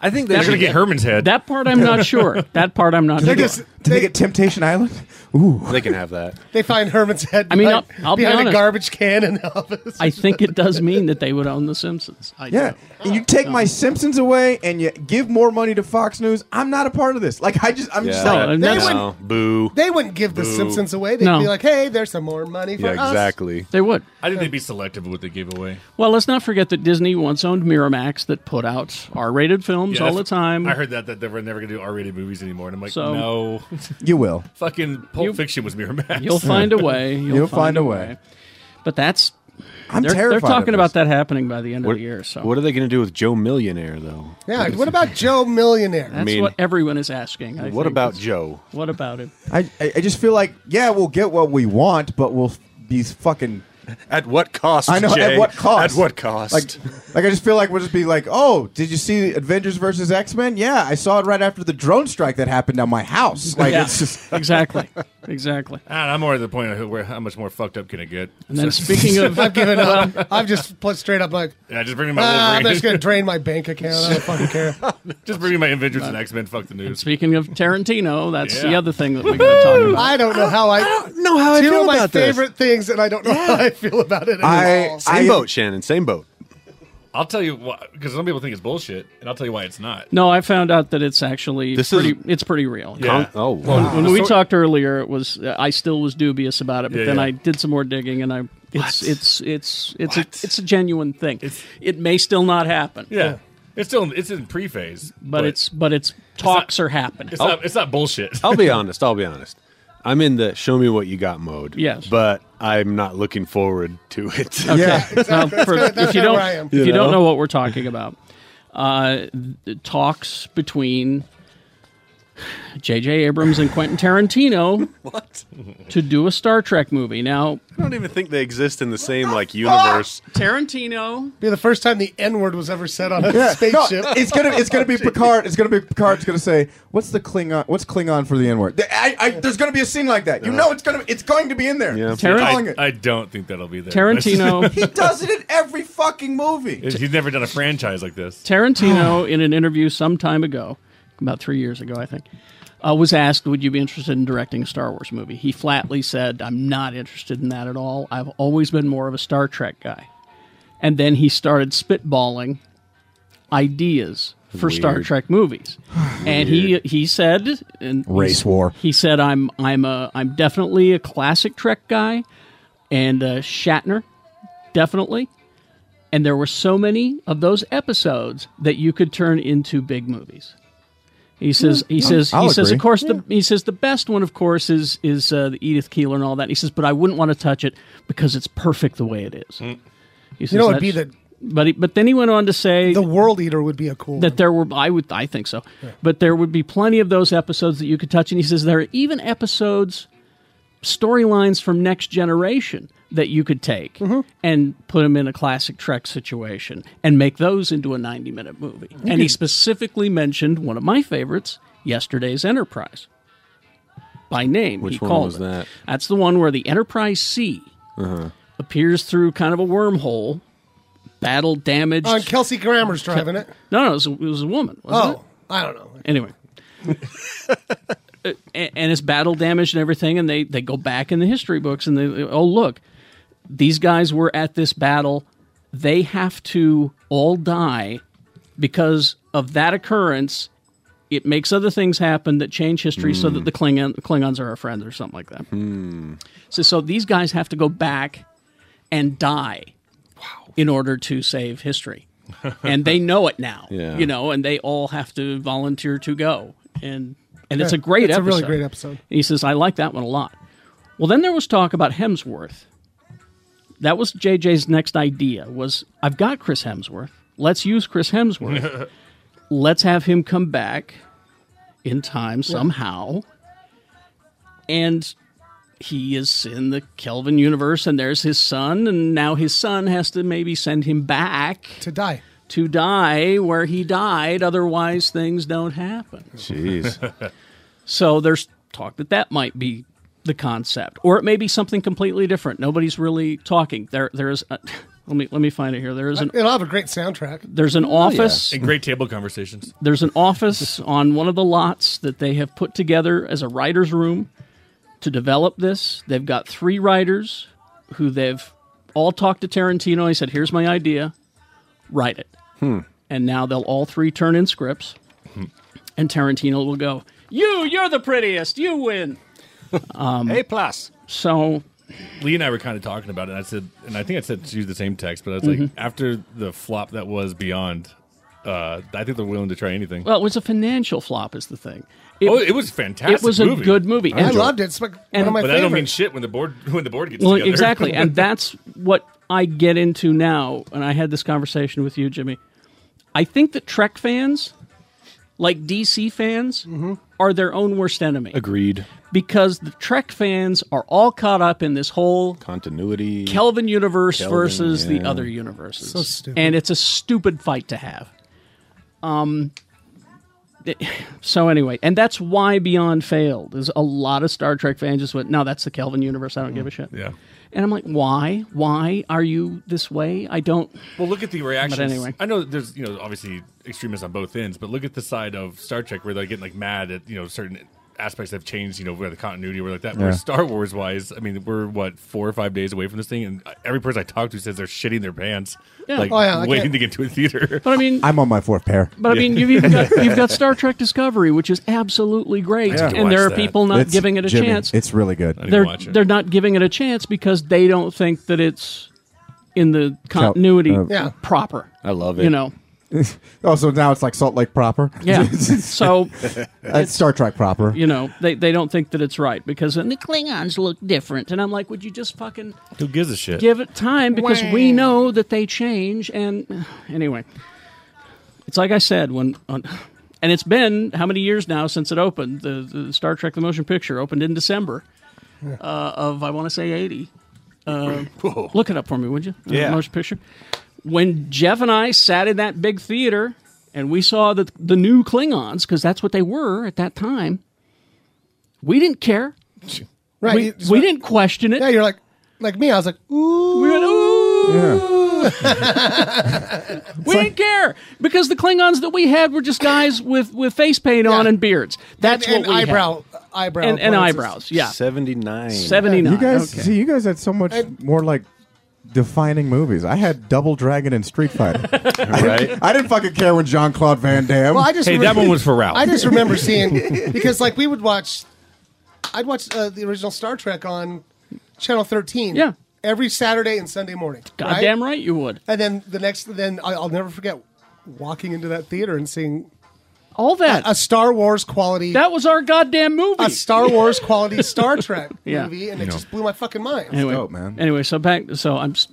K: I think
J: they
B: That-
J: should get Herman's head.
B: That part I'm not sure. That part I'm not
J: Did they
B: sure.
J: get- did they get Temptation Island? Ooh,
K: they can have that.
E: They find Herman's head.
B: I mean,
E: behind,
B: I'll- I'll be
E: behind a
B: honest.
E: garbage can in the office.
B: I think it does mean that they would own The Simpsons. I
J: Yeah, and you take my Simpsons away, and you give more money to Fox News. I'm not a part of this. Like I just, I'm just
K: Yeah,
J: like,
K: no, boo.
E: They wouldn't give The
K: Boo.
E: Simpsons away. They'd
K: No.
E: be like, "Hey, there's some more money for
K: Yeah,
E: us."
K: exactly.
B: They would.
F: I think they'd be selective with what they gave away.
B: Well, let's not forget that Disney once owned Miramax that put out R-rated films
F: Yeah,
B: all the
F: that's-
B: time.
F: I heard that that they were never going to do R-rated movies anymore, and I'm like,
B: So-
F: no.
J: You will.
F: Fucking Pulp Fiction was Miramax.
B: You'll find a way. You'll, find, a way. But that's
J: I'm
B: they're,
K: terrified
B: They're
K: of
B: talking
K: this.
B: about that happening by the end
K: What,
B: of the year. So
K: what are they going to do with Joe Millionaire though?
E: Yeah. What about Joe Millionaire?
B: that's what everyone is asking. I
K: What
B: think.
K: about Joe?
B: What about him?
J: I, I I just feel like, yeah, we'll get what we want, but we'll f- be fucking.
K: At what cost?
J: I know
K: Jay?
J: at what cost.
K: At what cost?
J: Like, like I just feel like we'll just be like, oh, did you see Avengers versus X Men? Yeah, I saw it right after the drone strike that happened on my house. Like
B: Yeah.
J: it's just
B: exactly, exactly.
F: And Ah, I'm more at the point of who- where how much more fucked up can it get.
B: And then speaking of-
E: I've given up. I've just put straight up like,
F: yeah, just bring me my
E: "Ah, I'm
F: Wolverine.
E: just gonna drain my bank account. I don't fucking care.
F: just bring me my Avengers and X Men. Fuck the news.
B: Speaking of Tarantino, that's the
F: Yeah.
B: other thing that we're going to talk about.
E: I don't know how I. I don't
K: know how I
E: two
K: feel
E: of my
K: about this.
E: favorite things, and I don't know how I feel about it. At all.
K: same boat, Shannon. Same boat.
F: I'll tell you why, because some people think it's bullshit, and I'll tell you why it's not.
B: No, I found out that it's actually
F: This is-
B: pretty. it's pretty real.
F: Yeah. Con- oh,
B: When-
F: wow.
B: when,
F: The
B: we
F: stor-
B: talked earlier, it was uh, I still was dubious about it, but
F: Yeah,
B: then
F: yeah.
B: I did some more digging, and I it's it's it's it's a, it's a genuine thing. it may still not happen.
F: Yeah, it's still it's in pre phase,
B: but, it's but it's talks are happening. Oh.
F: it's not it's not bullshit.
K: I'll be honest. I'll be honest. I'm in the show me what you got mode.
B: Yes.
K: But I'm not looking forward to it.
B: Okay. Now, for- if you don't, if you, don't know what we're talking about, uh, the talks between J.J. Abrams and Quentin Tarantino
K: What?
B: to do a Star Trek movie. Now,
K: I don't even think they exist in the same like universe.
B: Tarantino.
E: Be the first time the N word was ever said on a
J: Yeah.
E: spaceship. Oh,
J: No, it's gonna it's gonna be Picard. It's gonna be Picard's gonna say, "What's the Klingon? What's Klingon for the N word?" I, I, there's gonna be a scene like that. You know, it's gonna it's going to be in there.
F: Tarant-
J: I'm calling it.
F: I, I don't think that'll be there.
J: he does it in every fucking movie.
F: He's never done a franchise like this.
B: Tarantino, in an interview some time ago, about three years ago, I think, uh, was asked, Would you be interested in directing a Star Wars movie? He flatly said, I'm not interested in that at all. I've always been more of a Star Trek guy. And then he started spitballing ideas for Star
M: Weird.
B: Trek movies. and he he said and
J: Race
B: he's-
J: war.
B: He said I'm I'm a I'm definitely a classic Trek guy and uh, Shatner definitely. And there were so many of those episodes that you could turn into big movies. He says. He
M: Yeah,
B: says.
M: I'll
B: he says. Of
M: agree.
B: course, the, he says the best one, of course, is is uh, the Edith Keeler and all that. He says, but I wouldn't want to touch it because it's perfect the way it is. He says
E: you know, it'd be
B: that's-
E: the
B: But he, but then he went on to say
E: the World Eater would be a cool.
B: that there were I would I think so, but there would be plenty of those episodes that you could touch. And he says there are even episodes, storylines from Next Generation that you could take and put them in a classic Trek situation and make those into a ninety-minute movie. and he
M: could-
B: specifically mentioned one of my favorites, Yesterday's Enterprise, by name.
K: Which
B: he
K: one
B: called
K: was
B: it.
K: that?
B: That's the one where the Enterprise C
K: Uh-huh.
B: appears through kind of a wormhole, battle damaged
E: On Kelsey Grammer's driving it.
B: no, no, it was a, it was a woman. Wasn't
E: Oh.
B: it?
E: I don't know.
B: Anyway. Uh, and, and it's battle damage and everything, and they, they go back in the history books and they, oh, look, these guys were at this battle. They have to all die because of that occurrence. It makes other things happen that change history so
M: Hmm.
B: that the Klingon, Klingons are our friends or something like that.
M: Hmm.
B: So, so these guys have to go back and die in order to save history. and they know it now,
M: Yeah.
B: you know, and they all have to volunteer to go. And and it's
E: Yeah,
B: a great
E: it's a
B: episode.
E: really great episode.
B: And he says, I like that one a lot. Well, then there was talk about Hemsworth. That was JJ's next idea was, I've got Chris Hemsworth. Let's use Chris Hemsworth. Let's have him come back in time somehow. And he is in the Kelvin universe, and there's his son, and now his son has to maybe send him back
E: to die.
B: To die where he died, otherwise things don't happen.
K: Jeez.
B: So there's talk that that might be the concept, or it may be something completely different. Nobody's really talking. There, there is. A, let me let me find it here. There is an
E: It'll have a great soundtrack.
B: there's an office
F: Oh, and great table conversations.
B: there's an office on one of the lots that they have put together as a writer's room to develop this. They've got three writers who they've all talked to Tarantino. He said, Here's my idea, write it.
M: Hmm.
B: And now they'll all three turn in scripts,
M: Hmm.
B: and Tarantino will go, You, you're the prettiest, you win. Um,
F: A
B: plus. So
F: Lee and I were kind of talking about it. And I said, and I think I said to you the same text, but I was
B: Mhm.
F: like, after the flop that was Beyond, uh, I think they're willing to try anything.
B: Well, it was a financial flop, is the thing.
F: oh, it was fantastic.
B: It was a
F: movie.
B: good movie.
E: I loved it. It's like one of my
F: but I don't mean
E: favorites.
F: shit when the board when the board gets
B: Well,
F: together.
B: exactly, and that's what I get into now. And I had this conversation with you, Jimmy. I think that Trek fans, like DC fans, are their own worst enemy.
K: Mm-hmm. Agreed.
B: Because the Trek fans are all caught up in this whole
K: Continuity.
B: Kelvin universe
K: Kelvin,
B: versus the
K: yeah.
B: other universes.
K: So stupid.
B: And it's a stupid fight to have. Um it- so anyway, and that's why Beyond failed. Is a lot of Star Trek fans just went, "No, that's the Kelvin universe. I don't give a shit."
F: Yeah.
B: And I'm like, "Why? Why are you this way? I don't."
F: Well, look at the reactions.
B: But anyway,
F: I know that there's, you know, obviously extremists on both ends, but look at the side of Star Trek where they're getting like mad at, you know, certain aspects that have changed, you know, where the continuity or like that. Where
K: Yeah.
F: Star Wars wise, I mean, we're what four or five days away from this thing, and every person I talk to says they're shitting their pants,
B: Yeah.
F: like
B: Oh, yeah, I
F: waiting
B: can't-
F: to get to a theater.
B: But I mean-
J: I'm on my fourth pair.
B: but I mean, you've even got you've got Star Trek Discovery, which is absolutely great,
J: Yeah.
B: and there are people not
J: It's-
B: giving it a
J: Jimmy,
B: chance.
J: It's really good.
B: they're they're not giving it a chance because they don't think that it's in the continuity
J: uh, Yeah.
B: proper.
K: I love
B: You know,
J: oh, so now it's like Salt Lake proper.
B: yeah. so
J: Uh,
B: it's,
J: Star Trek proper.
B: you know they, they don't think that it's right because then the Klingons look different, and I'm like, would you just fucking
F: Who gives a shit?
B: give it time because we know that they change. And anyway, it's like I said when, on, and it's been how many years now since it opened? The, the Star Trek: The Motion Picture opened in December uh, of I want to say eighty. Uh, look it up for me, would you? The
M: Yeah.
B: motion picture. When Jeff and I sat in that big theater and we saw the the new Klingons because that's what they were at that time. We didn't care.
E: Right,
B: We,
E: you just
B: we
E: went-
B: didn't question it.
E: Yeah, you're like like me. I was like, ooh,
B: we went, ooh. we
E: like-
B: didn't care because the Klingons that we had were just guys with, with face paint on and beards. That's
E: And- and
B: what we had.
E: eyebrow- eyebrow
B: and, and
E: appliances.
B: eyebrows. Yeah,
K: 79.
J: You guys,
B: okay.
J: see, you guys had so much more like defining movies. I had Double Dragon and Street Fighter.
K: right?
J: I didn't fucking care when Jean Claude Van Damme.
E: Well, I just remember- I just remember seeing
J: yeah,
E: because like we would watch. I'd watch uh, the original Star Trek on Channel 13.
B: Yeah.
E: Every Saturday and Sunday morning.
B: goddamn right you would.
E: And then the next, then I- I'll never forget walking into that theater and seeing
B: all that
E: a, a Star Wars quality.
B: That was our goddamn movie.
E: A Star Wars quality Star Trek
B: Yeah.
E: movie, and it
B: Yeah.
E: just blew my fucking mind.
B: Anyway, Anyway, so back. So I'm s-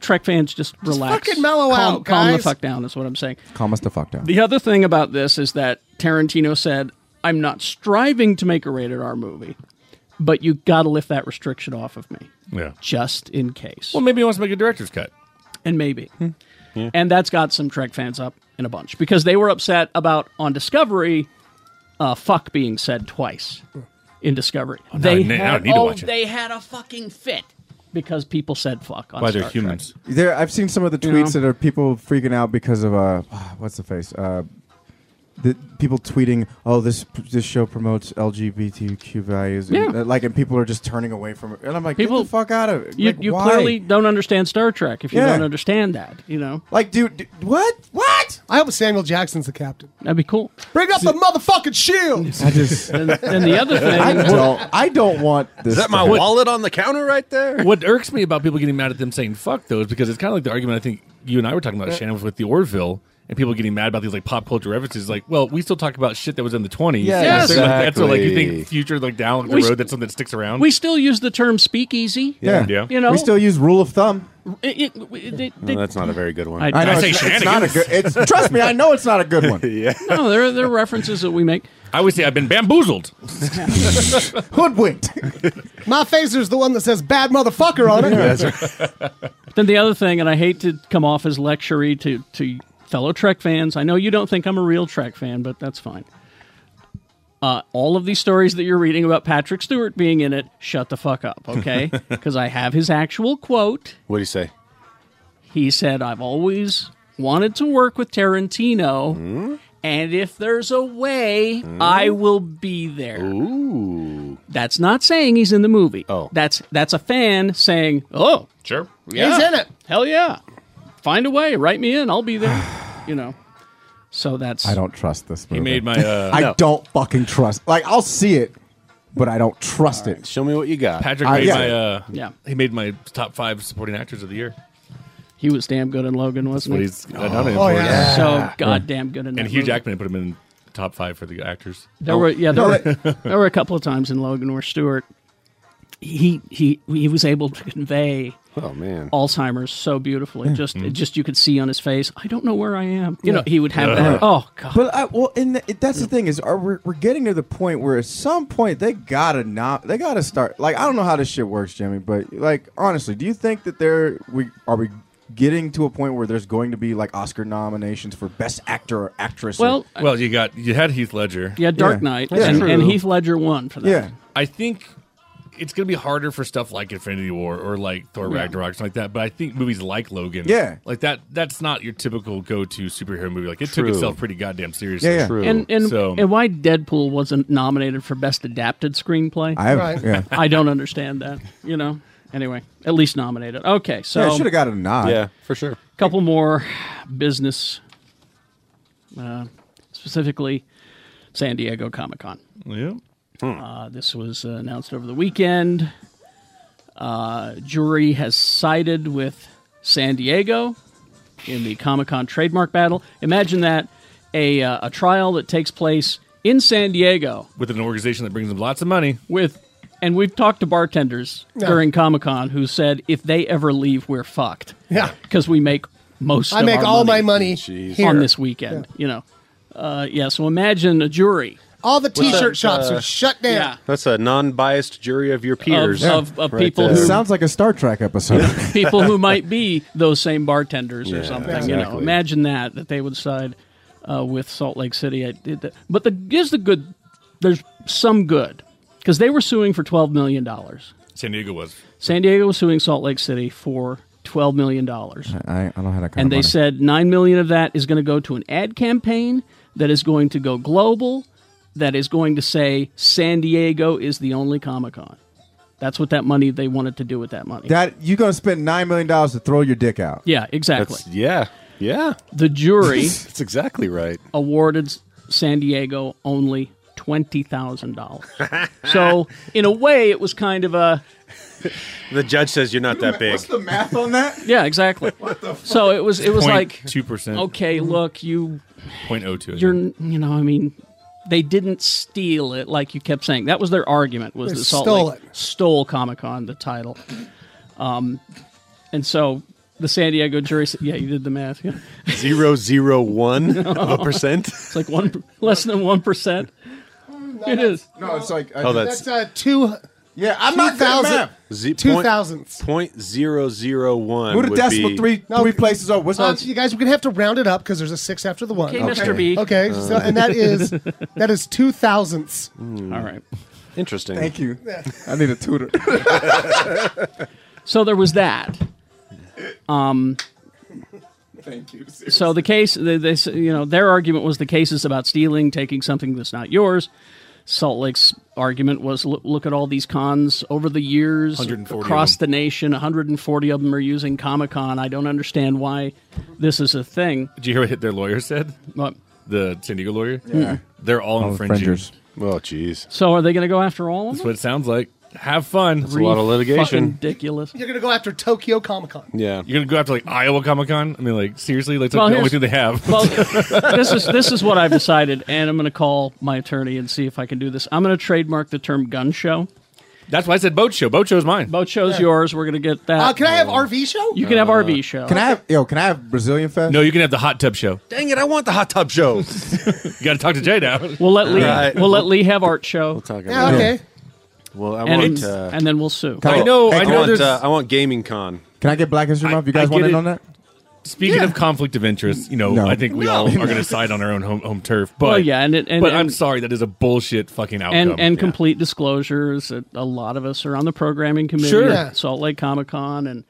B: Trek fans. Just relax.
E: fucking mellow
B: calm,
E: out,
B: Calm the
E: guys.
B: fuck down. Is what I'm saying.
J: Calm us the fuck down.
B: The other thing about this is that Tarantino said, "I'm not striving to make a rated R movie, but you got to lift that restriction off of me."
F: Yeah.
B: Just in case.
F: Well, maybe he wants to make a director's cut.
B: and maybe.
F: Hmm.
B: And that's got some Trek fans up in a bunch because they were upset about on Discovery, uh, fuck being said twice in Discovery.
F: now I
B: they
F: ne- now I
B: had,
F: need to
B: oh,
F: watch it.
B: they had a fucking fit because people said fuck on
F: Why
B: Star
F: they're humans.
J: There, I've seen some of the
B: You
J: tweets
B: know?
J: that are people freaking out because of uh, what's the face? Uh, the people tweeting, "Oh, this this show promotes LGBTQ values," and,
B: Yeah.
J: uh, like, and people are just turning away from it. And I'm like,
B: People-
J: "Get the fuck out of it!"
B: You,
J: Like,
B: you
J: why?
B: clearly don't understand Star Trek if you
J: Yeah.
B: don't understand that, you know?
J: Like, dude, what? What?
E: I hope Samuel Jackson's the captain.
B: That'd be cool.
E: Bring up the motherfucking shield.
J: I just
B: and, the other thing-
J: I don't, I don't want this.
F: Is that my
J: to-
F: wallet
K: on the counter right there?
F: What irks me about people getting mad at them saying fuck though is because it's kind of like the argument I think you and I were talking about,
K: Yeah.
F: Shannon, with the Orville and people getting mad about these like pop culture references. Like, well, we still talk about shit that was in the 20s.
B: Yeah,
F: Yes. Like, That's what like you
K: exactly.
F: think future like down the
B: We s-
F: road that's something that sticks around.
B: We still use the term speakeasy.
K: Yeah. Yeah.
B: You know?
J: we still use rule of thumb.
B: It- it- it- they-
K: No,
B: they-
K: that's not a very good one.
B: I- I know I say
J: it's- it's not a good. It's, trust me, I know it's not a good one.
K: yeah.
B: no, there are, there are references that we make.
F: I would say I've been bamboozled.
J: Hoodwinked.
E: My phaser's the one that says bad motherfucker on it.
B: Then the other thing, and I hate to come off as lectury to, to fellow Trek fans. I know you don't think I'm a real Trek fan, but that's fine. Uh, all of these stories that you're reading about Patrick Stewart being in it, shut the fuck up, okay? Because I have his actual quote.
K: What do you say?
B: He said, I've always wanted to work with Tarantino,
F: Hmm?
B: and if there's a way, I will be there.
K: Ooh.
B: That's not saying he's in the movie. Oh. That's that's a fan saying, Oh,
F: sure.
B: yeah, Hell yeah. Find a way, write me in, I'll be there. you know. So that's
J: I don't trust this. Movie.
F: made my, uh,
J: I
F: No.
J: don't fucking trust. Like, I'll see it, but I don't trust it.
K: Show me what you got.
F: Patrick
J: I-
F: made
J: yeah.
F: my uh,
B: Yeah.
F: he made my top five supporting actors of the year.
B: He was damn good in Logan, wasn't
F: That's
B: he?
F: what he's- I don't even
B: oh,
F: know.
B: yeah. So
F: Yeah.
B: goddamn good in
F: And
B: that
F: Hugh
B: movie.
F: Jackman put him in top five for the actors.
B: There
J: Oh.
B: were yeah, there, were, there were a couple of times in Logan where Stewart he he he was able to convey
K: Oh man.
B: Alzheimer's so beautifully.
J: Yeah.
B: Just
J: Mhm.
B: just you could see on his face. I don't know where I am. You know,
J: Yeah.
B: he would have that. Oh god.
J: But I, well, and th- it- that's the thing is, are we're, we're getting to the point where at some point they gotta not, they gotta start. Like, I don't know how this shit works, Jimmy, but like honestly, do you think that there we are we getting to a point where there's going to be like Oscar nominations for best actor or actress? or,
F: well, you got you had Heath Ledger.
B: Yeah, Dark Knight and, and Heath Ledger won for that.
F: I think it's going to be harder for stuff like Infinity War or like Thor
B: Yeah.
F: Ragnarok, something like that. But I think movies like Logan,
B: Yeah.
F: like that. That's not your typical go-to superhero movie. Like it
B: True.
F: took itself pretty goddamn seriously.
B: And and,
F: so
B: and why Deadpool wasn't nominated for best adapted screenplay?
F: I have- Right. yeah.
B: I don't understand that. You know. Anyway, at least nominated. Okay, so
J: Yeah, it should've got a nod. Yeah,
K: for sure.
B: Couple more business, uh, specifically San Diego Comic Con.
F: Yeah.
B: Uh, this was uh, announced over the weekend. Uh, jury has sided with San Diego in the Comic Con trademark battle. Imagine that a, uh, a trial that takes place in San Diego
F: with an organization that brings them lots of money.
B: With and we've talked to bartenders
E: Yeah.
B: during Comic Con who said if they ever leave, we're fucked.
E: Yeah.
B: because we make most.
E: I
B: of
E: make
B: our
E: all my money
B: money
E: here.
B: on this weekend. You know, uh, yeah. So imagine a jury.
E: All the
B: With a-
E: t-shirt shops
K: uh,
E: are shut down.
B: Yeah.
K: That's a non-biased jury of your peers
B: of- of
K: Right
B: people
K: there.
B: who-
J: sounds like a Star Trek episode.
B: people who might be those same bartenders
J: Yeah,
B: or something. You know,
J: exactly.
B: imagine that that they would side uh, with Salt Lake City. I did that. But the is the good. There's some good because they were suing for twelve million dollars.
F: San Diego was.
B: San Diego was suing Salt Lake City for twelve million dollars.
J: I, I don't have that kind
B: and
J: of
B: they
J: money.
B: said 9 million of that is going to go to an ad campaign that is going to go global that is going to say san diego is the only comic-con that's what that money they wanted to do with that money
J: that you gonna spend nine million dollars to throw your dick out.
B: yeah exactly
J: That's-
K: yeah yeah
B: the jury
K: that's exactly right
B: awarded san diego only $20000 so in a way it was kind of a
K: the judge says you're not that big
J: the math on that
B: yeah exactly so it was it was
F: Point
B: like
F: 2%.
B: okay look you
F: 0.02, I
B: you're you know i mean they didn't steal it like you kept saying that was their argument was
E: They
B: that Salt
E: stole
B: Lake stole comic-con the title um and so the san diego jury said yeah you did the math yeah.
K: zero zero one of a percent.
B: it's like one less than one percent it is
J: No, it's like
K: Oh, that's-
E: uh, two.
J: Yeah,
E: I'm not good at math.
K: Z-
E: Two
K: point-
E: thousandths.
K: Point zero zero one.
J: Who the
K: would
J: decimal
K: be-
J: three three places over? What's
E: Uh,
J: that?
E: you guys, we're gonna have to round it up because there's a six after the one.
K: Okay, Mr. B.
E: Okay, so,
K: Uh.
E: and that is that is two thousandths.
K: Hmm.
B: All right.
K: Interesting.
J: Thank you. I need a tutor.
B: so there was that um
M: Thank you. Seriously.
B: So the case, they, they, s- you know, their argument was the case is about stealing, taking something that's not yours. Salt Lake's argument was look, look at all these cons over the years
N: 140 of
B: across the nation. 140 of them are using Comic Con. I don't understand why this is a thing.
F: Did you hear what their lawyer said?
B: What?
F: The San Diego lawyer?
B: Yeah.
F: They're all,
B: All
F: infringing.
B: infringers.
F: Oh, jeez.
B: So are they going to go after all of
F: That's
B: them?
F: what it sounds like. Have fun. It's
B: Re- fucking Ridiculous.
E: You're gonna go after Tokyo Comic Con.
F: Yeah. You're going to go after like Iowa Comic Con? I mean, like, seriously? Like, that's
B: Well,
F: the only
B: here's-
F: thing they have.
B: well, this is this is what I've decided, and I'm going to call my attorney and see if I can do this. I'm going to trademark the term gun show.
F: That's why I said boat show. Boat show's mine.
B: Boat show's yours. We're going to get that.
E: Uh, can I have RV show?
B: You can have
F: Uh,
B: RV show.
J: Can I have yo? Can I have Brazilian fest?
F: No, you can have the hot tub show.
K: Dang it! I want the hot tub show.
F: you got to talk to Jay now.
B: We'll let Lee.
K: Right.
B: We'll let Lee have art show. We'll
K: talk
E: Yeah, okay.
K: Well, I
B: and,
K: want. Uh,
B: and then we'll sue.
K: I know. I, know.
B: there's
K: Want, uh, I want Gaming Con.
J: Can I get Black History Month? You guys
F: I
J: want
F: get
J: in
F: it.
J: on that?
F: Speaking of conflict of interest, you know,
J: No.
F: I think we all
J: No.
F: are going to side on our own home, home turf. But
B: Well, yeah, and it- and-
F: but I'm
B: and-
F: sorry, that is a bullshit fucking outcome.
B: and and complete disclosures. that A lot of us are on the programming committee
F: Sure.
B: at Salt Lake Comic Con, and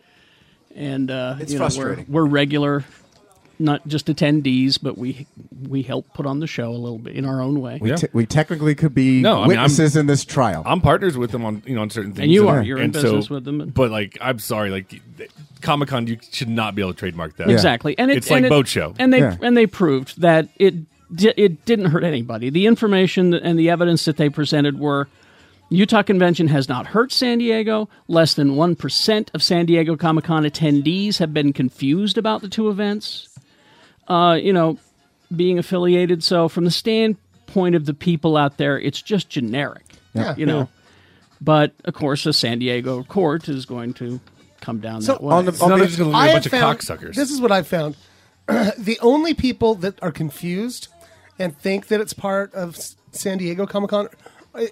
B: and uh,
J: It's
B: you know, we're-
J: frustrating.
B: We're, regular, not just attendees, but we we help put on the show a little bit in our own way.
J: We, te- we technically could be
F: No, I mean,
J: witnesses
F: I'm-
J: in this trial.
F: I'm partners with them on you know on certain things.
B: you are. You're in business with them.
F: But like, I'm sorry, like Comic Con, you should not be able to trademark that.
B: Exactly, and it,
F: it's
B: and
F: like
B: it-
F: boat show.
B: and they and they proved that it di- it didn't hurt anybody. The information that- and the evidence that they presented were Utah convention has not hurt San Diego. Less than one percent of San Diego Comic Con attendees have been confused about the two events. Uh, you know, being affiliated. So from the standpoint of the people out there, it's just generic.
E: Yeah.
B: You know.
E: Yeah.
B: But of course, a San Diego court is going to come down that way.
E: I have found- This is what I found. the only people that are confused and think that it's part of S- San Diego Comic Con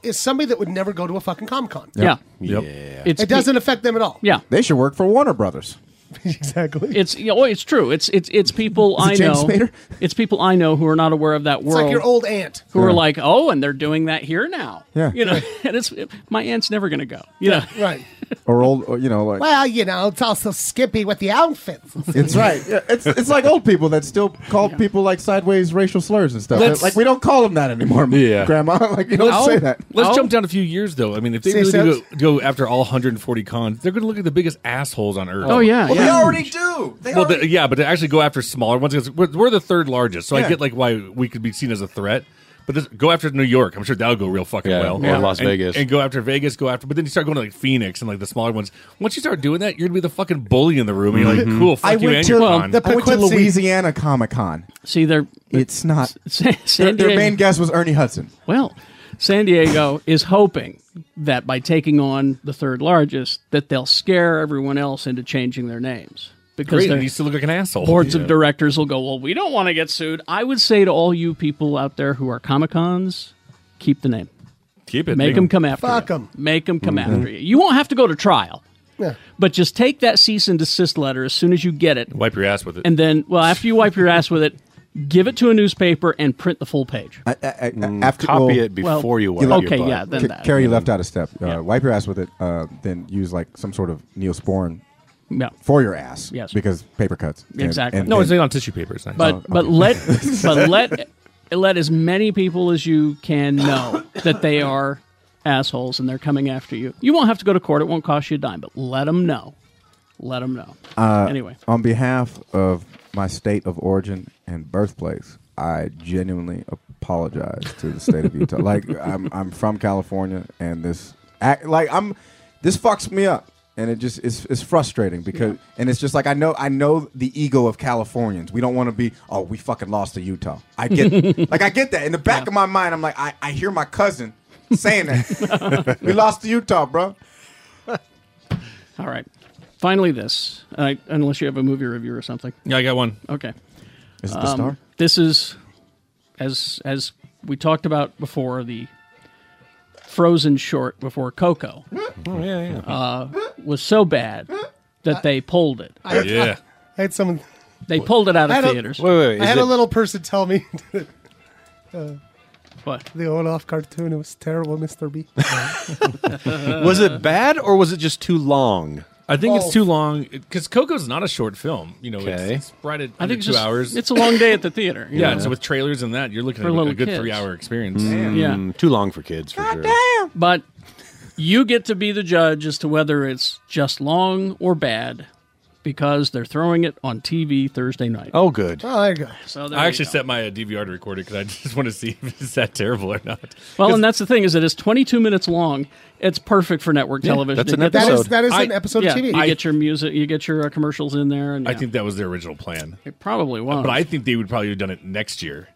E: is somebody that would never go to a fucking Comic Con.
B: Yeah.
J: Yep.
B: It's-
E: it doesn't affect them at all.
B: Yeah.
J: They should work for Warner Brothers.
E: exactly.
B: It's you know, it's true. It's it's it's people
J: Is it
B: I
J: James
B: know.
J: Spader?
B: It's people I know who are not aware of that
E: It's
B: world.
E: like your old aunt.
B: who are like, oh, and they're doing that here now.
J: Yeah.
B: you know, and it's my aunt's never going to go. You know,
E: right?
J: Or old, or, you know, like
E: Well, you know, it's also Skippy with the outfits.
J: it's right. Yeah, It's it's like old people that still call people like sideways racial slurs and stuff.
F: Let's-
J: like we don't call them that anymore,
F: Yeah.
J: Grandma. Like you don't
F: I'll-
J: say that.
F: Let's jump down a few years, though. I mean, if they
J: Say
F: really do
J: so.
F: go, go after all 140 cons, they're going to look at the biggest assholes on earth.
B: Oh, yeah, Well, they yeah. already
J: do.
F: well, the- yeah, but to actually go after smaller ones, 'cause we're, we're the third largest, so
J: Yeah.
F: I get like why we could be seen as a threat. But just go after New York. I'm sure that'll go real fucking
K: Yeah,
F: well.
K: or Yeah. Las
F: And-
K: Vegas.
F: and go after Vegas. Go after, but then you start going to like Phoenix and like the smaller ones. Once you start doing that, you're gonna be the fucking bully in the room. And you're like, cool, fuck
J: I
F: you,
J: went
F: and
J: to
F: your con.
J: Mm-hmm. I went to Louisiana Comic Con.
B: See, they're
J: it's not.
B: San
J: their, their
B: Diego-
J: main guest was Ernie Hudson.
B: well, San Diego is hoping that by taking on the third largest, that they'll scare everyone else into changing their names because
F: Great,
B: they're-
F: and you still look like an asshole.
B: Boards
F: Yeah.
B: of directors will go, well, we don't want to get sued. I would say to all you people out there who are Comic Cons, keep the name.
F: Keep it. Mm-hmm.
B: Make
F: Make
B: them
F: 'em-
B: come after
E: Fuck
B: you.
E: 'em.
B: Make them come after you. You won't have to go to trial,
E: Yeah.
B: but just take that cease and desist letter as soon as you get it.
F: Wipe your ass with it.
B: And then, well, after you wipe your ass with it, give it to a newspaper and print the full page.
J: I, I, I,
F: Mm,
J: after
K: Mm, copy
J: well,
K: it before
B: Well,
K: you
B: you
K: wipe
B: left-
K: your
B: okay,
K: butt.
B: yeah, then
J: Ca-
B: that.
J: Carrie, you left out a step. Uh, Wipe your ass with it. Uh, then use like some sort of neosporin
B: Yeah.
J: for your ass.
B: Yes.
J: because paper cuts. And-
B: Exactly.
J: and-
F: No, it's
J: and-
F: not on tissue paper. It's nice.
B: But but let but let let as many people as you can know that they are assholes and they're coming after you. You won't have to go to court; it won't cost you a dime. But let them know. Let them know.
J: Uh,
B: anyway,
J: on behalf of my state of origin and birthplace, I genuinely apologize to the state of Utah. Like I'm, I'm from California, and this act, like I'm, this fucks me up, and it just it's, it's frustrating because, and it's just like I know I know the ego of Californians. We don't want to be, oh, we fucking lost to Utah. I get, like I get that in the back of my mind. I'm like I, I hear my cousin saying that we lost to Utah, bro.
B: all right. Finally, this uh, unless you have a movie review or something.
F: yeah, I got one.
B: Okay. Um,
F: Is it the star?
B: This is as as we talked about before the Frozen short before Coco.
F: Oh, yeah, yeah.
B: Uh, was so bad that they pulled it.
E: I- Yeah. I had someone.
B: They pulled it out
E: I
B: of
E: had a-
B: theaters.
E: I had a little person tell me. that, uh,
B: What?
E: The Olaf cartoon. It was terrible, Mr. B.
K: was it bad or was it just too long?
F: I think
B: Oh.
F: it's too long because Coco's not a short film. You know, it's,
B: Okay.
F: it's right at
B: I
F: under
B: think it's
F: two
B: just-
F: hours.
B: it's a long day at the theater.
F: Yeah,
B: Yeah.
F: so with trailers and that, you're looking
B: For
F: at a- a
B: little
F: good
B: kids.
F: three hour experience.
K: Hmm,
B: Mm,
K: Too long for kids, for sure.
B: But you get to be the judge as to whether it's just long or bad because they're throwing it on TV Thursday night.
K: Oh, good.
E: Oh, there you go.
B: So there
F: I
B: you
F: actually set my uh, DVR to record it because I just want to see if it's that terrible or not.
B: Well, and that's the thing is that it's 22 minutes long. It's perfect for network
F: Yeah,
B: television.
F: that's
B: You
F: an
B: get the-
F: episode. That is- that is
E: an episode of
B: yeah,
E: TV.
B: You
E: I-
B: get your music, you get your uh, commercials in there, and
F: I
B: yeah.
F: think that was their original plan.
B: It probably was.
F: But I think they would probably have done it next year.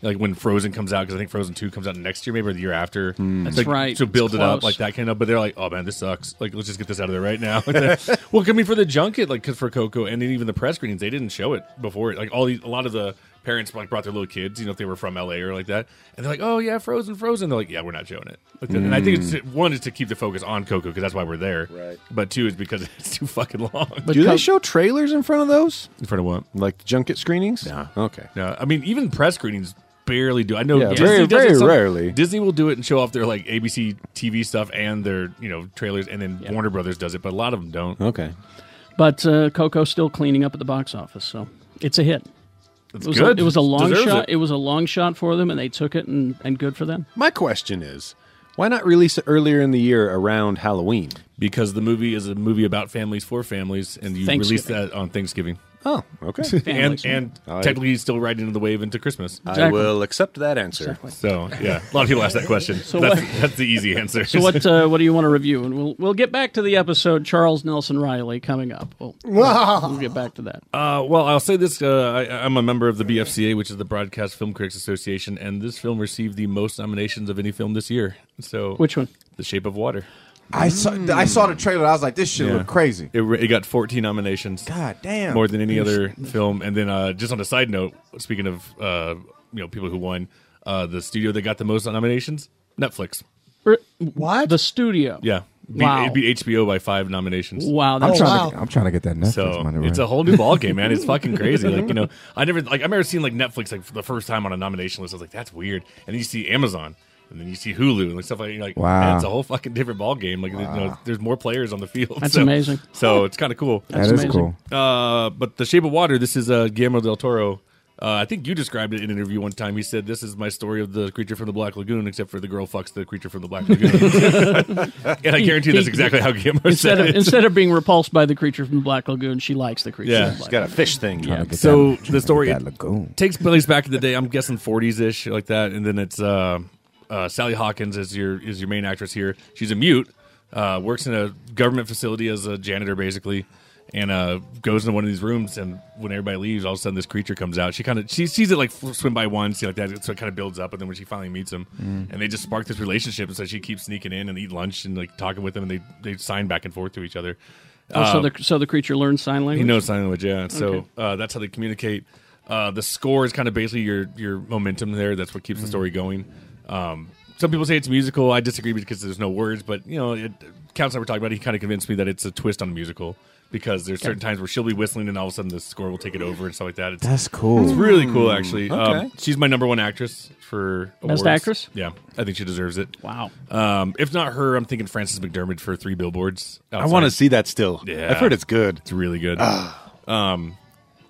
F: Like when Frozen comes out, because I think Frozen 2 comes out next year, maybe or the year after.
B: Hmm. That's
F: Like,
B: right.
F: So
B: It's
F: build it up,
B: close.
F: like that kind of. But they're like, oh man, this sucks. Like, let's just get this out of there right now. well, I mean, for the junket, like, 'cause for Coco, and then even the press screenings, they didn't show it before. Like, all these, a lot of the parents like brought their little kids, you know, if they were from LA or like that. And they're like, oh yeah, Frozen, Frozen. They're like, yeah, we're not showing it. Like, And I think it's
K: Mm.
F: one is to keep the focus on Coco, because that's why we're there. Right. But two is because it's too fucking long.
K: Do they show trailers in front of those?
F: In front of what?
K: Like junket screenings? Yeah. Okay.
F: No, I mean even press screenings barely do. I know
K: Yeah,
F: Disney
K: very-
F: does it
K: very
F: some-
K: rarely.
F: Disney will do it and show off their like ABC TV stuff and their you know trailers, and then Warner Brothers does it, but a lot of them don't.
K: Okay,
B: But uh, Coco's still cleaning up at the box office, so it's a hit.
F: It's
B: it was
K: good.
B: A, it was a long
K: Deserves
B: shot.
K: it.
B: It. was a long shot for them, and they took it, and, and good for them.
K: My question is, why not release it earlier in the year around Halloween?
F: Because the movie is a movie about families for families, and you release that on Thanksgiving.
K: Oh, okay.
F: and and technically he's still riding into the wave into Christmas.
K: I will accept that answer.
F: So yeah, a lot of people ask that question.
B: So
F: that's,
B: what-
F: that's the easy answer.
B: So what uh, what do you want to review? And we'll we'll get back to the episode Charles Nelson Riley coming up. We'll, we'll, we'll get back to that.
F: Uh, well, I'll say this: uh, I, I'm a member of the BFCA, which is the Broadcast Film Critics Association, and this film received the most nominations of any film this year. So,
B: Which one?
F: The Shape of Water.
L: I saw- I saw the trailer. I was like, this shit
F: Yeah.
L: look crazy.
F: It, re- it got 14 nominations.
L: God damn.
F: More than any other film. And then, uh, just on a side note, speaking of uh, you know people who won, uh, the studio that got the most nominations, Netflix.
B: What the studio?
F: Yeah, beat,
B: Wow.
F: it beat HBO by five nominations.
B: Wow,
L: I'm trying, to, I'm trying to get that Netflix
F: So
L: money. Right?
F: it's a whole new ball game, man. It's fucking crazy. Like you know, I never like I remember seeing like Netflix like for the first time on a nomination list. I was like, that's weird. And then you see Amazon, and then you see Hulu, and like stuff like you're like,
L: Wow.
F: man, it's a whole fucking different ball game. Like you know, there's more players on the field.
B: That's
F: So-
B: amazing.
F: So it's kind of cool.
L: That That's is amazing.
F: Uh, but the Shape of Water. This is uh, Guillermo del Toro. Uh, I think you described it in an interview one time. He said, "This is my story of the creature from the Black Lagoon, except for the girl fucks the creature from the Black Lagoon." and I guarantee that's
B: He-
F: exactly how Guillermo
B: instead
F: said
B: of
F: it.
B: instead of being repulsed by the creature from the Black Lagoon, she likes the creature.
F: Yeah,
B: from the
F: she's
B: Black
K: got a
B: Lagoon.
K: fish thing. Trying to get
F: So
K: that-
F: the story
K: that
F: it takes place back in the day. I'm guessing 40s ish, like that. And then it's uh, uh, Sally Hawkins is your is your main actress here. She's a mute, uh, works in a government facility as a janitor, basically, and uh, goes into one of these rooms. And when everybody leaves, all of a sudden this creature comes out. She kind of she sees it like fl- swim by one, see like that. So it kind of builds up. And then when she finally meets him,
K: Mm.
F: and they just spark this relationship. And so she keeps sneaking in and eat lunch and like talking with them, and they they sign back and forth to each other.
B: Oh, so
F: Um,
B: the so the creature learns sign
F: he
B: language.
F: knows sign language, yeah. And
B: Okay.
F: So uh, that's how they communicate. Uh, the score is kind of basically your your momentum there. That's what
B: Mm-hmm.
F: keeps the story going. Um, some people say it's musical. I disagree because there's no words, but you know, it, Counts and I were talking about. it, He kind of convinced me that it's a twist on a musical because there's certain times where she'll be whistling and all of a sudden the score will take it over and stuff like that. It's,
L: That's cool.
F: It's really cool, actually.
L: Okay.
F: Um, she's my number one actress for
B: Best
F: awards.
B: actress?
F: Yeah, I think she deserves it.
B: Wow.
F: Um, if not her, I'm thinking Frances McDermott for Three Billboards.
K: I want to see that still.
F: Yeah.
K: I've heard it's good.
F: It's really good.
E: Ah.
F: um,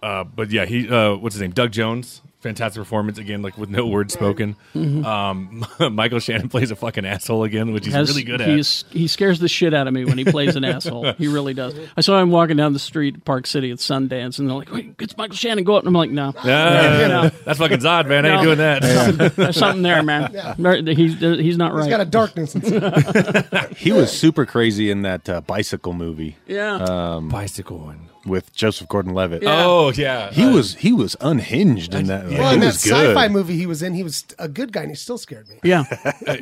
F: uh, but yeah, he uh, what's his name? Doug Jones. Fantastic performance again, like with no words spoken.
E: Mm-hmm.
B: Mhm.
F: Um, Michael Shannon plays a fucking asshole again, which he's
B: Has-
F: really good at.
B: he's- he scares the shit out of me when he plays an asshole. He really does. I saw him walking down the street at Park City at Sundance, and they're like, "Wait, it's Michael Shannon. Go up." And I'm like, "No,
F: Yeah,
B: No.
F: that's fucking Zod, man. I ain't
B: No.
F: doing that.
B: There's There's something there, man.
E: Yeah.
B: There- He's he's not right.
E: He's got a darkness.
K: He was super crazy in that uh, bicycle movie.
B: Yeah.
K: um,
F: bicycle one
K: with Joseph Gordon-Levitt.
E: Yeah.
F: Oh, yeah.
K: he was he was unhinged in that.
E: well,
K: he
E: in that
K: was good.
E: sci-fi movie he was in, he was a good guy, and he still scared me.
B: Yeah,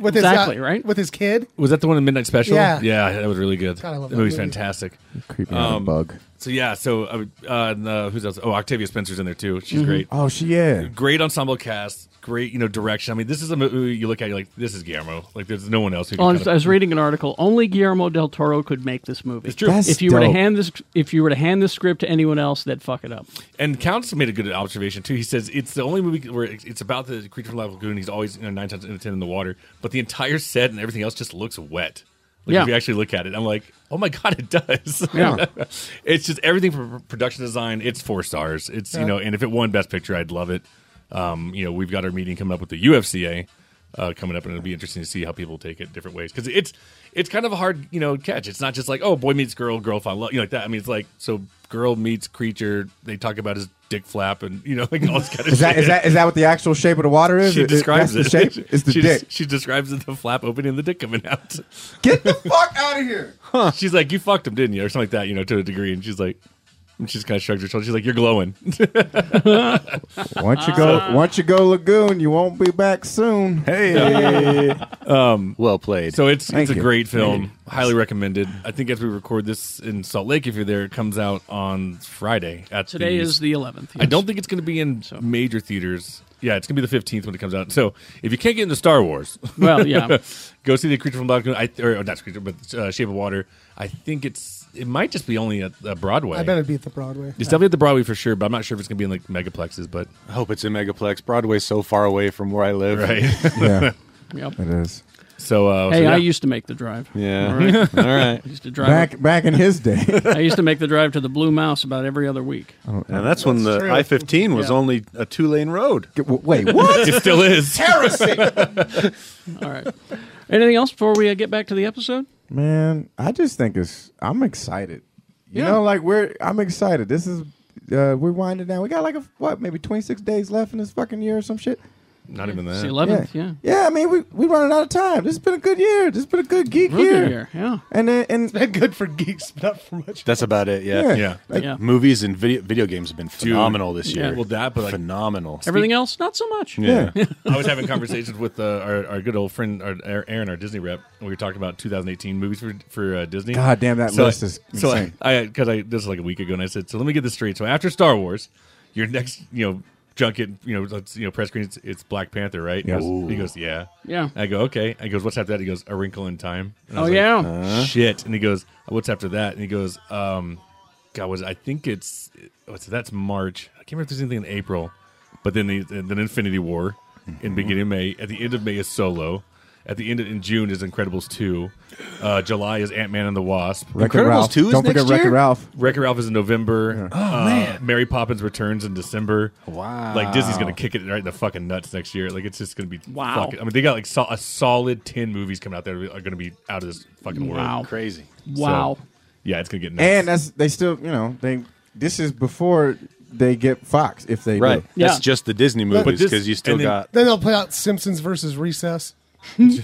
E: With his, uh,
B: exactly right.
E: With his kid.
F: Was that the one in Midnight Special?
E: Yeah.
F: that was really good.
E: God, I love
F: the
E: that
F: movie's
E: movie.
F: fantastic. Um,
J: Creepy little bug.
F: So yeah, so uh, uh, and, uh, who's else? Oh, Octavia Spencer's in there too. She's
J: Mhm.
E: Mm-hmm.
F: great.
J: Oh, she- yeah.
F: Great ensemble cast. Great, you know, direction. I mean, this is a movie you look at, you're like, this is Guillermo. Like, there's no one else who. Can
B: Well, I
F: kind
B: was,
F: of-
B: I was reading an article. Only Guillermo del Toro could make this movie.
F: It's true. That's
B: if you were to
F: dope.
B: hand this, if you were to hand this script to anyone else, they'd fuck it up.
F: And Counts made a good observation too. He says it's the only movie where it's it's about the creature from the Lagoon. He's always you know, nine times out of ten in the water, but the entire set and everything else just looks wet. Like
B: Yeah.
F: if you actually look at it, I'm like, oh my god, it does.
B: Yeah.
F: it's just everything from production design. It's four stars. It's you
B: Yeah.
F: know, and if it won Best Picture, I'd love it. Um, you know, we've got our meeting coming up with the UFCA uh, coming up, and it'll be interesting to see how people take it different ways because it's it's kind of a hard you know catch. It's not just like oh boy meets girl, girl finds love, you know, like that. I mean, it's like so girl meets creature. They talk about his dick flap and you know like all this kind of
L: Is that
F: shit.
L: is that is that what the actual shape of the water is?
F: She
L: It- it-
F: describes
L: that's
F: it.
L: The shape? It's the
F: she,
L: dick.
F: she describes it, the flap opening and the dick coming out.
L: Get the fuck out of here.
F: She's like, "You fucked him, didn't you?" or something like that, you know, to a degree. And she's like, and she's kind of shrugs her shoulders. She's like, "You're glowing."
L: Once you go, once you go lagoon, you won't be back soon.
F: Hey. um,
K: well played.
F: So it's
K: Thank
F: it's a
K: you.
F: great film.
K: Thank
F: Highly recommended. I think as we record this in Salt Lake, if you're there, it comes out on Friday. At
B: Today is the 11th,
F: I don't think it's going to be in major theaters. Yeah, it's gonna be the 15th when it comes out. So if you can't get into Star Wars,
B: Well, yeah.
F: go see the Creature from Black Lagoon. I, or not Creature, but uh, Shape of Water. I think it's it might just be only at uh, Broadway.
E: I bet it'd be at the Broadway.
F: It's definitely at the Broadway for sure, but I'm not sure if it's gonna be in like megaplexes. But
K: I hope it's in Megaplex. Broadway's so far away from where I live.
F: Right.
K: yeah.
B: Yep.
L: It is.
F: So uh,
B: hey,
F: so, yeah.
B: I used to make the drive.
K: Yeah.
B: All right.
K: All right.
B: I used to drive
L: Back- back in his day.
B: I used to make the drive to the Blue Mouse about every other week.
K: And Oh, that's when the
B: true.
K: I 15 was
B: Yeah.
K: only a two lane road.
L: Wait,
B: what?
F: It still is.
B: Heresy. All right. Anything else before we uh, get back to the episode?
L: Man, I just think it's. I'm excited. You know, like we're. I'm excited. This is. Uh, we're winding down. We got like a what, maybe 26 days left in this fucking year or some shit.
F: Not even that.
B: It's the 11th, yeah.
L: Yeah, I mean we we running out of time. This has been a good year. This has been a good geek
B: Real good
L: year.
B: year, yeah.
L: And then, and it's
E: been good for geeks, but not for much.
K: That's about it. Yeah.
L: Yeah.
K: Like,
B: Yeah.
K: Movies and video video games have been phenomenal this
B: yeah.
K: year.
B: Well,
F: that, but, like,
K: phenomenal.
B: Everything else, not so much.
K: Yeah.
F: I was having conversations with uh, our, our good old friend our, our- Aaron, our Disney rep. and We were talking about 2018 movies for for uh, Disney.
L: God damn, that
F: So
L: list
F: I-
L: is
F: so
L: insane.
F: I because I, this is like a week ago, and I said, so let me get this straight. So after Star Wars, your next you know junket you know let's, you know press screen it's, it's Black Panther, right? He
L: Yeah.
F: goes- He,
L: Ooh.
F: goes, yeah,
B: Yeah.
F: I go, okay. He goes, what's after that? He goes, A Wrinkle in Time. And I
B: Oh,
F: was like,
B: yeah.
F: shit. And he goes, what's after that? And he goes, um, God, was I think it's what's that's March. I can't remember if there's anything in April, but then the, then Infinity War in beginning of May. At the end of May is Solo. At the end of, in June is Incredibles two. Uh, July is Ant Man and the Wasp.
L: Wreck-It Incredibles Ralph. 2 is Don't next forget Wreck-It year? Ralph.
F: Wreck-It Ralph is in November.
L: Yeah.
F: uh, Mary Poppins returns in December.
K: Wow.
F: Like Disney's gonna kick it right in the fucking nuts next year. Like it's just gonna be
B: Wow.
F: fucking- I mean, they got like so- a solid ten movies coming out that are gonna be out of this fucking world.
B: Wow.
K: Crazy.
B: Wow.
F: So, yeah, it's gonna get nuts.
L: And that's they still. You know they. This is before they get Fox if they
K: Right.
L: Do.
K: That's just the Disney
E: But-
K: movies because you still got.
E: Then they'll play out Simpsons versus Recess.
K: you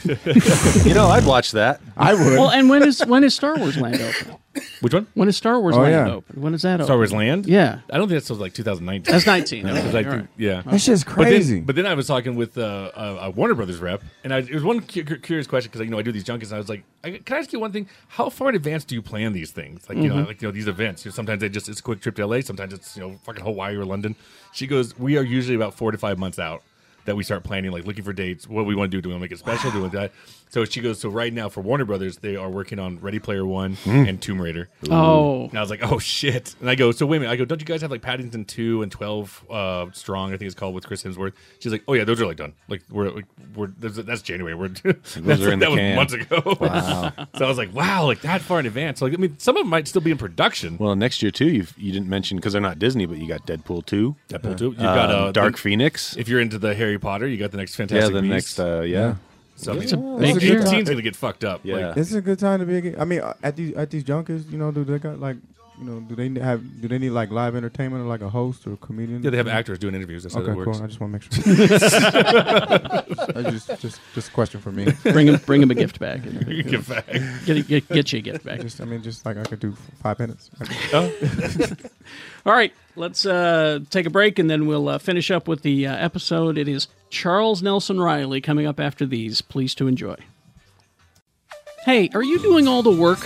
K: know, I'd watch that.
L: I would.
B: Well, and when is when is Star Wars Land open?
F: Which one?
B: When is Star Wars
F: Oh,
B: Land
F: yeah.
B: open? When is that open?
F: Star Wars Land?
B: Yeah.
F: I don't think that's till like 2019.
B: That's 19, okay,
F: It was, like,
B: all right.
F: Yeah.
B: That's just
F: But then-
B: crazy.
F: But then, I was talking with uh, a, a Warner Brothers rep, and I, it was one cu- cu- curious question because you know I do these junkets, and I was like, I, "Can I ask you one thing? How far in advance do you plan these things? Like you
B: Mm-hmm.
F: know,
K: Mhm.
F: like you know these events. You know, sometimes they just it's a quick trip to LA. Sometimes it's you know fucking Hawaii or London." She goes, "We are usually about four to five months out." That we start planning, like looking for dates. What we want to do? Do we want to make it special? Do we want that? So she goes. So right now for Warner Brothers, they are working on Ready Player One
K: Mm.
F: and Tomb Raider.
B: Oh.
F: And I was like, oh shit. And I go, so wait a minute. I go, don't you guys have like Paddington two and twelve uh, strong? I think it's called with Chris Hemsworth. She's like, oh yeah, those are like done. Like we're like, we're that's, that's January. We're that's,
K: are in the
F: that was
K: can.
F: months ago.
K: Wow.
F: so I was like, wow, like that far in advance. Like I mean, some of them might still be in production.
K: Well, next year too, you you didn't mention because they're not Disney, but you got Deadpool two,
F: Deadpool two. You've got
K: Um,
F: uh,
K: Dark
F: the-
K: Phoenix.
F: If you're into the Harry Potter, you got the next Fantastic.
K: the
F: Beasts.
K: next, uh, yeah. Yeah.
F: So
K: It's
F: I
K: a
F: mean,
K: big
L: year.
F: 18's gonna get fucked up.
K: Yeah.
F: Like,
L: This is a good time to be. A, ge- I mean, uh, at these at these junkets, you know, do they got like, you know, do they have do they need like live entertainment or like a host or a comedian?
F: Yeah, they have actors doing interviews. That's how
L: okay,
F: that works.
L: cool. I just want to make sure. I just, just just a question for me.
B: Bring him, bring him a gift bag.
F: Gift bag.
B: Get, get, get you a gift bag.
L: Just, I mean, just like I could do f- five minutes.
F: Oh.
B: All right, let's uh, take a break and then we'll uh, finish up with the uh, episode. It is Charles Nelson Riley coming up after these. Please to enjoy. Hey, are you doing all the work?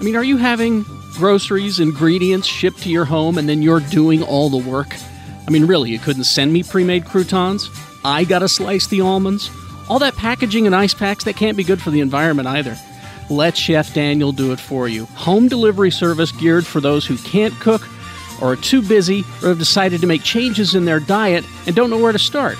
B: I mean, are you having groceries, ingredients shipped to your home and then you're doing all the work? I mean, really, you couldn't send me pre made croutons? I gotta slice the almonds? All that packaging and ice packs, that can't be good for the environment either. Let Chef Daniel do it for you. Home delivery service geared for those who can't cook, or are too busy, or have decided to make changes in their diet and don't know where to start.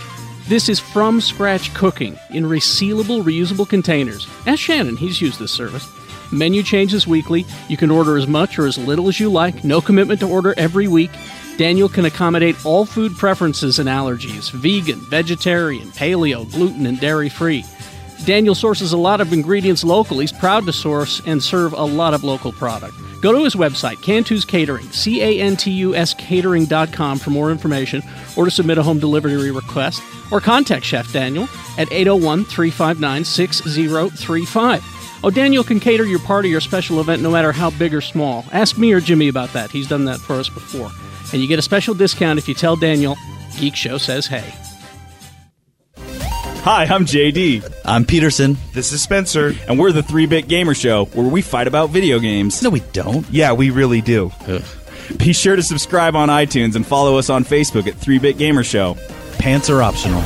B: This is from scratch cooking in resealable, reusable containers. Ask Shannon, he's used this service. Menu changes weekly. You can order as much or as little as you like. No commitment to order every week. Daniel can accommodate all food preferences and allergies vegan, vegetarian, paleo, gluten, and dairy free. Daniel sources a lot of ingredients local. He's proud to source and serve a lot of local product. Go to his website, Cantus Catering, C A N T U S catering.com for more information or to submit a home delivery request or contact Chef Daniel at 801 359 6035. Oh, Daniel can cater your party or special event no matter how big or small. Ask me or Jimmy about that. He's done that for us before. And you get a special discount if you tell Daniel Geek Show says hey.
M: Hi, I'm JD. I'm Peterson. This is Spencer. And we're the 3 Bit Gamer Show, where we fight about video games. No, we don't. Yeah, we really do. Be sure to subscribe on iTunes and follow us on Facebook at 3 Bit Gamer Show. Pants are optional.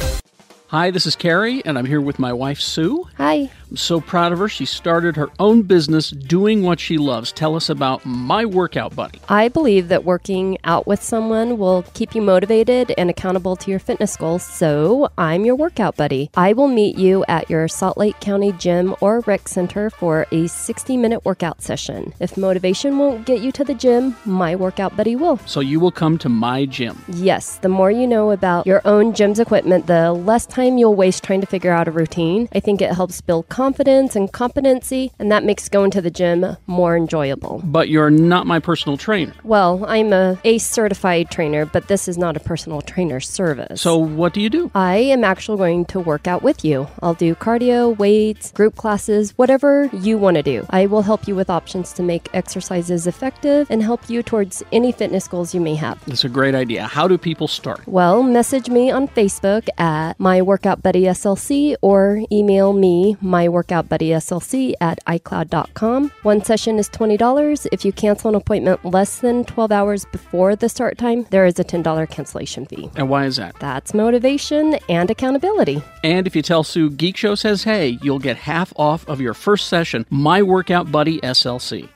B: Hi, this is Carrie, and I'm here with my wife, Sue.
N: Hi.
B: I'm so proud of her. She started her own business doing what she loves. Tell us about My Workout Buddy.
N: I believe that working out with someone will keep you motivated and accountable to your fitness goals. So I'm your workout buddy. I will meet you at your Salt Lake County gym or rec center for a 60 minute workout session. If motivation won't get you to the gym, my workout buddy will.
B: So you will come to my gym.
N: Yes, the more you know about your own gym's equipment, the less time you'll waste trying to figure out a routine. I think it helps build confidence and competency, and that makes going to the gym more enjoyable.
B: But you're not my personal trainer.
N: Well, I'm a ACE certified trainer, but this is not a personal trainer service.
B: So what do you do?
N: I am actually going to work out with you. I'll do cardio, weights, group classes, whatever you want to do. I will help you with options to make exercises effective and help you towards any fitness goals you may have.
B: It's a great idea. How do people start?
N: Well, message me on Facebook at my workout buddy SLC or email me my workout buddy SLC at iCloud.com. One session is $20. If you cancel an appointment less than 12 hours before the start time, there is a $10 cancellation fee.
B: And why is that?
N: That's motivation and accountability.
B: And if you tell Sue Geek Show says hey, you'll get half off of your first session, My Workout Buddy SLC.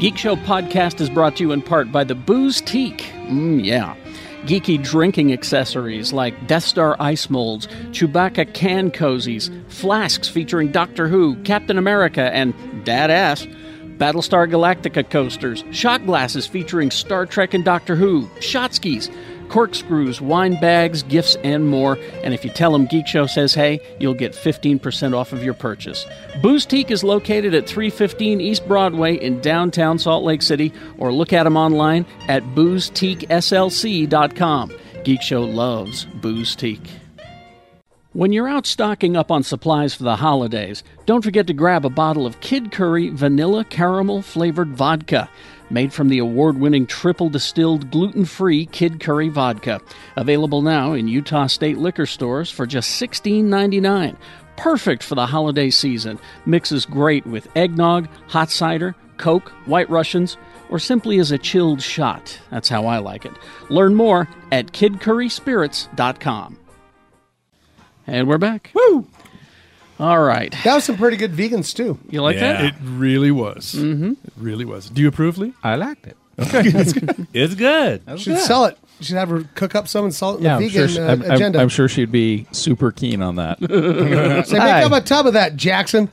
B: Geek Show podcast is brought to you in part by the Booze Teak. Mm, yeah. Geeky drinking accessories like Death Star ice molds, Chewbacca can cozies, flasks featuring Doctor Who, Captain America, and Dadass, Battlestar Galactica coasters, shot glasses featuring Star Trek and Doctor Who, shotskis, corkscrews, wine bags, gifts, and more. And if you tell them Geek Show says hey, you'll get 15% off of your purchase. Boostique is located at 315 East Broadway in downtown Salt Lake City, or look at them online at boozteakslc.com. Geek Show loves Boozteak. When you're out stocking up on supplies for the holidays, don't forget to grab a bottle of Kid Curry Vanilla Caramel Flavored Vodka, made from the award winning triple distilled gluten free Kid Curry Vodka. Available now in Utah State liquor stores for just $16.99. Perfect for the holiday season. Mixes great with eggnog, hot cider, Coke, White Russians, or simply as a chilled shot. That's how I like it. Learn more at kidcurryspirits.com. And we're back. Woo! All right.
E: That was some pretty good vegan stew.
B: You like that?
D: It really was.
B: Mm-hmm.
D: It really was. Do you approve, Lee?
C: I liked it.
D: Okay, that's good.
F: It's good.
E: Should sell it. Should have her cook up some and sell it in
C: Yeah,
E: the
C: I'm sure,
E: vegan
C: she,
E: uh,
C: I'm, I'm-
E: agenda.
C: I'm sure she'd be super keen on that.
E: Say, make up a tub of that, Jackson.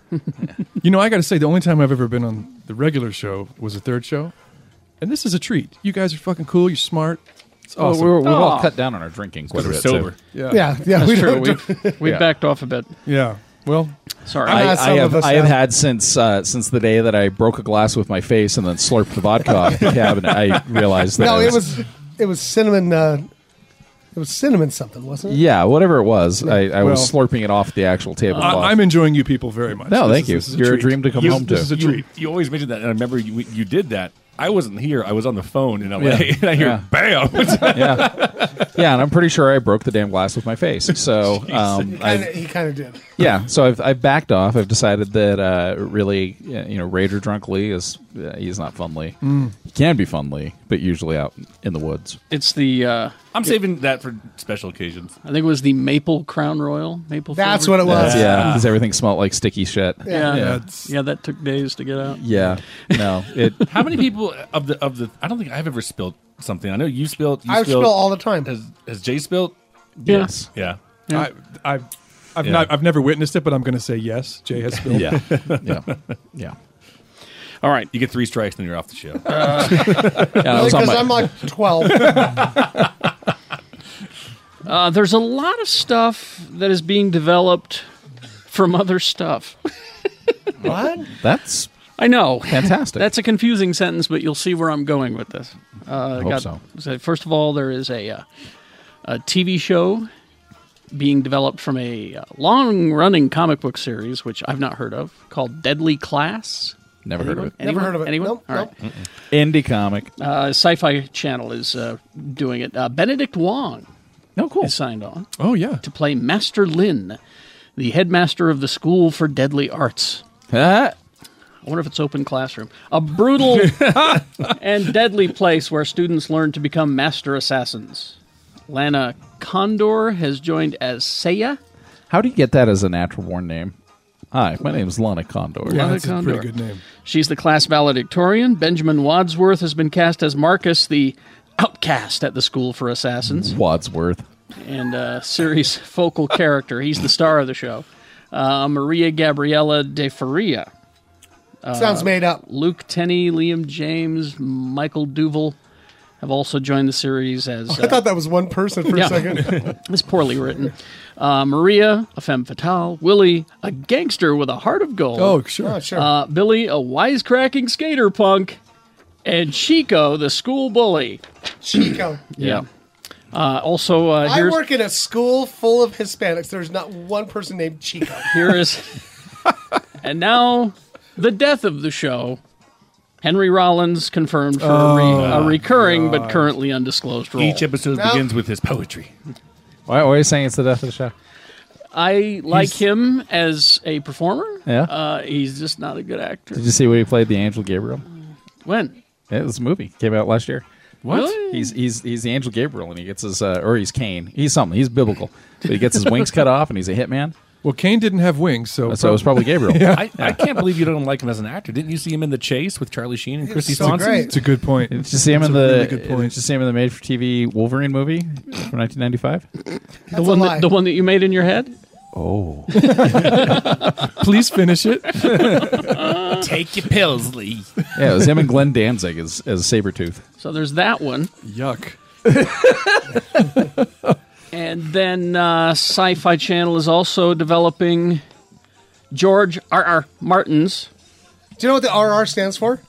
D: You know, I got to say, the only time I've ever been on the regular show was the third show, and this is a treat. You guys are fucking cool. You're smart. It's
C: Oh,
D: awesome.
C: we're- we've all Aw. cut down on our drinking
D: It's
C: quite a
D: 'cause
C: bit,
D: we're sober.
C: too.
D: Yeah,
E: Yeah, yeah, That's we true. don't
C: We've- drink. we backed
B: off a bit.
D: Yeah. Well,
B: sorry.
C: I, I have, I have
D: had.
C: had since uh, since the day that I broke a glass with my face and then slurped the vodka off the cabinet. I realized that
E: no,
C: I
E: it was it was cinnamon. Uh, it was cinnamon something, wasn't it?
C: yeah, whatever it was. I, I was
D: Well-
C: slurping it off the actual tablecloth.
D: I, am enjoying you people very much.
C: No,
D: This
C: thank
D: is-
C: you.
D: this is
C: You're a
D: treat.
C: dream to come
D: You-
C: home
D: this is
C: to.
D: a
F: You-
D: treat.
F: You, always mentioned that, and I remember you, you did that. I wasn't here. I was on the phone, and I'm
C: Yeah.
F: like, and I hear
C: Yeah.
F: bam.
C: yeah, and I'm pretty sure I broke the damn glass with my face. So um,
E: Kinda-
C: I,
E: he kind of did.
C: yeah, so I've, I've backed off. I've decided that uh, really, yeah, you know, Raider Drunk Lee is uh, he's not fun Lee.
B: Mm.
C: He can be fun Lee, but usually out in the woods.
B: It's the. Uh,
F: I'm saving that for special occasions.
B: I think it was the maple crown royal. Maple.
E: That's
B: flavored.
E: what it was.
C: Uh, yeah, because everything smelled like sticky shit.
B: Yeah.
C: yeah.
B: Yeah. that took days to get out.
C: Yeah. no. It
F: How many people of the of the? I don't think I've ever spilled something. I know you spilled. You
E: I
F: spilled,
E: spill all the time.
F: Has, has Jay spilled?
D: Yeah.
F: Yeah.
D: I, I've, I've,
F: Yeah.
D: not, I've never witnessed it, but I'm going to say yes. Jay has spilled.
C: Yeah. Yeah. Yeah.
B: All right.
F: You get three strikes, then you're off the show.
E: Because I'm like 12.
B: Uh, there's a lot of stuff that is being developed from other stuff.
E: what?
C: That's
B: I know.
C: Fantastic.
B: That's a confusing sentence, but you'll see where I'm going with this. Uh,
C: Hope so.
B: First of all, there is a, uh, a TV show being developed from a uh, long-running comic book series, which I've not heard of, called Deadly Class.
C: Never heard of it.
E: Never heard of it.
B: Anyone?
E: Nope,
B: All right.
C: Indie comic.
B: Uh, Sci-Fi Channel is uh, doing it. Uh, Benedict Wong.
C: No, cool.
B: Is signed on.
C: Oh, yeah.
B: To play Master Lin, the headmaster of the School for Deadly Arts.
C: I
B: wonder if it's open classroom. A brutal and deadly place where students learn to become master assassins. Lana Condor has joined as Seiya.
C: How do you get that as a natural born name? Hi, my name is Lana Condor.
B: Lana Condor. She's the class valedictorian. Benjamin Wadsworth has been cast as Marcus, the outcast at the School for Assassins.
C: Wadsworth.
B: and uh, series focal character. He's the star of the show. Uh, Maria Gabriella De Faria. Uh,
E: Sounds made up.
B: Luke Tenney, Liam James, Michael Duval have also joined the series as.
E: Oh, I thought that was one person for
B: Yeah.
E: a second.
B: it's poorly written. Uh, Maria, a femme fatale. Willie, a gangster with a heart of gold.
E: Oh, sure. Oh, sure.
B: Uh, Billy, a wisecracking skater punk. And Chico, the school bully.
E: Chico.
B: Yeah. Uh, also, uh,
E: I
B: here's,
E: work in a school full of Hispanics. There's not one person named Chico.
B: here is. and now, the death of the show. Henry Rollins confirmed for a, re-
F: Oh,
B: a recurring but
F: God.
B: currently undisclosed role.
F: Each episode
B: Now-
F: begins with his poetry.
C: Why are you saying it's the death of the show?
B: I like him as a performer.
C: Yeah?
B: Uh, he's just not a good actor.
C: Did you see where he played the angel Gabriel?
B: When?
C: Yeah, it was a movie. Came out last year.
B: What?
C: He's he's he's the angel Gabriel, and he gets his uh, or he's Cain. He's something. He's biblical, but he gets his wings cut off, and he's a hitman.
D: Well, Cain didn't have wings, so
C: So it was probably Gabriel.
F: I, I can't believe you don't like him as an actor. Didn't you see him in The Chase with Charlie Sheen and Christy Swanson?
D: It's a good point.
C: Did you see him
D: It's
C: in
D: a
C: the?
D: really good point.
C: Did you see him in the made-for-TV Wolverine movie from 1995?
B: The one, that, the one that you made in your head?
C: Oh,
D: Please finish it.
F: Take your pills, Lee.
C: yeah, it was him and Glenn Danzig as as Sabretooth.
B: So there's that one.
D: Yuck.
B: and then uh, Sci Fi Channel is also developing George R. R. Martin's.
E: Do you know what the RR stands for?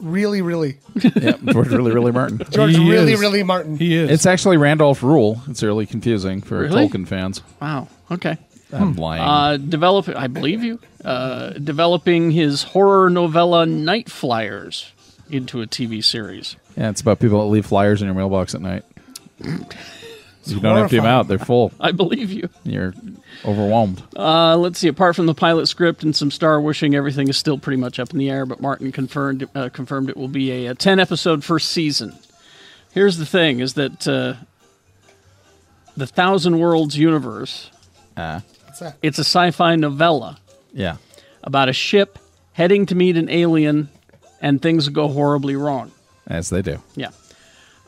E: Really, really.
C: yeah, George really really Martin.
E: George
C: He
E: really,
C: is.
E: really Martin.
D: He is.
C: It's actually Randolph Rule. It's really confusing for
B: Really?
C: Tolkien fans.
B: Wow. Okay.
C: I'm lying.
B: Uh, develop, I believe you. Uh, developing his horror novella Night Flyers into a TV series.
C: Yeah, it's about people that leave flyers in your mailbox at night. you don't empty them
B: horrifying.
C: out; they're full.
B: I believe you.
C: You're overwhelmed.
B: Uh, let's see. Apart from the pilot script and some star wishing, everything is still pretty much up in the air. But Martin confirmed uh, confirmed it will be a, a ten episode first season. Here's the thing: is that uh, the Thousand Worlds universe?
C: Uh,
E: What's that?
B: It's a sci-fi novella
C: yeah.
B: about a ship heading to meet an alien, and things go horribly wrong.
C: As they do.
B: Yeah.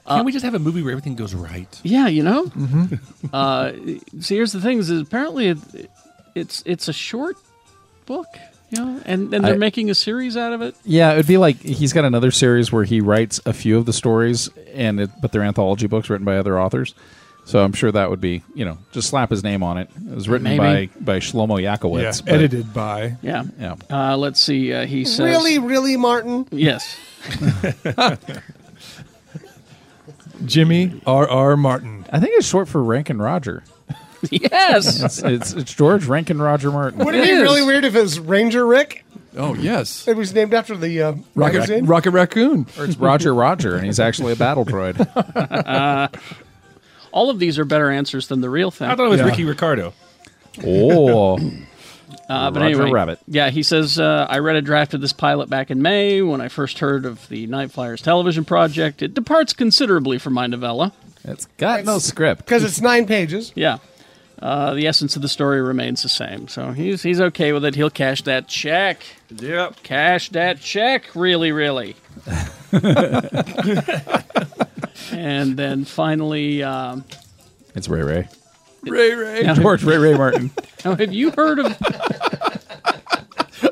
B: Uh,
F: Can't we just have a movie where everything goes right?
B: Yeah, you know.
D: Mm-hmm.
B: uh, see, here's the thing: is apparently it, it's it's a short book, you know, and and they're
C: I-
B: making a series out of it.
C: Yeah, it'd be like he's got another series where he writes a few of the stories, and it, but they're anthology books written by other authors. So I'm sure that would be you know just slap his name on it. It was written
B: Maybe.
C: by by Shlomo Yakowitz. but-
D: edited by.
B: Yeah.
C: Yeah.
B: Uh, let's see. Uh, he says.
E: Really, really Martin.
B: Yes.
D: Jimmy R.R. Martin.
C: I think it's short for Rankin Roger.
B: yes.
C: It's, it's, it's George Rankin Roger Martin.
E: Wouldn't it be really weird if it was Ranger Rick?
D: Oh yes,
E: It was named after the uh,
D: Rocket,
E: magazine.
D: Rocket Raccoon.
C: Or it's Roger Roger, and he's actually a battle droid.
B: Uh, all of these are better answers than the real thing.
F: I thought it was Ricky Ricardo.
C: Oh,
B: Uh, but
C: Roger
B: anyway,
C: Rabbit.
B: yeah, he says uh, I read a draft of this pilot back in May when I first heard of the Night Flyers television project. It departs considerably from my novella.
C: it's got no script.
E: Because it's nine pages.
B: Yeah. Uh, the essence of the story remains the same. So he's he's okay with it. He'll cash that check. Yep. Cash that check, really, really. and then finally, um,
C: It's Ray Ray.
D: Ray Ray.
B: Yeah.
C: George Ray Ray Martin.
B: now, have you heard of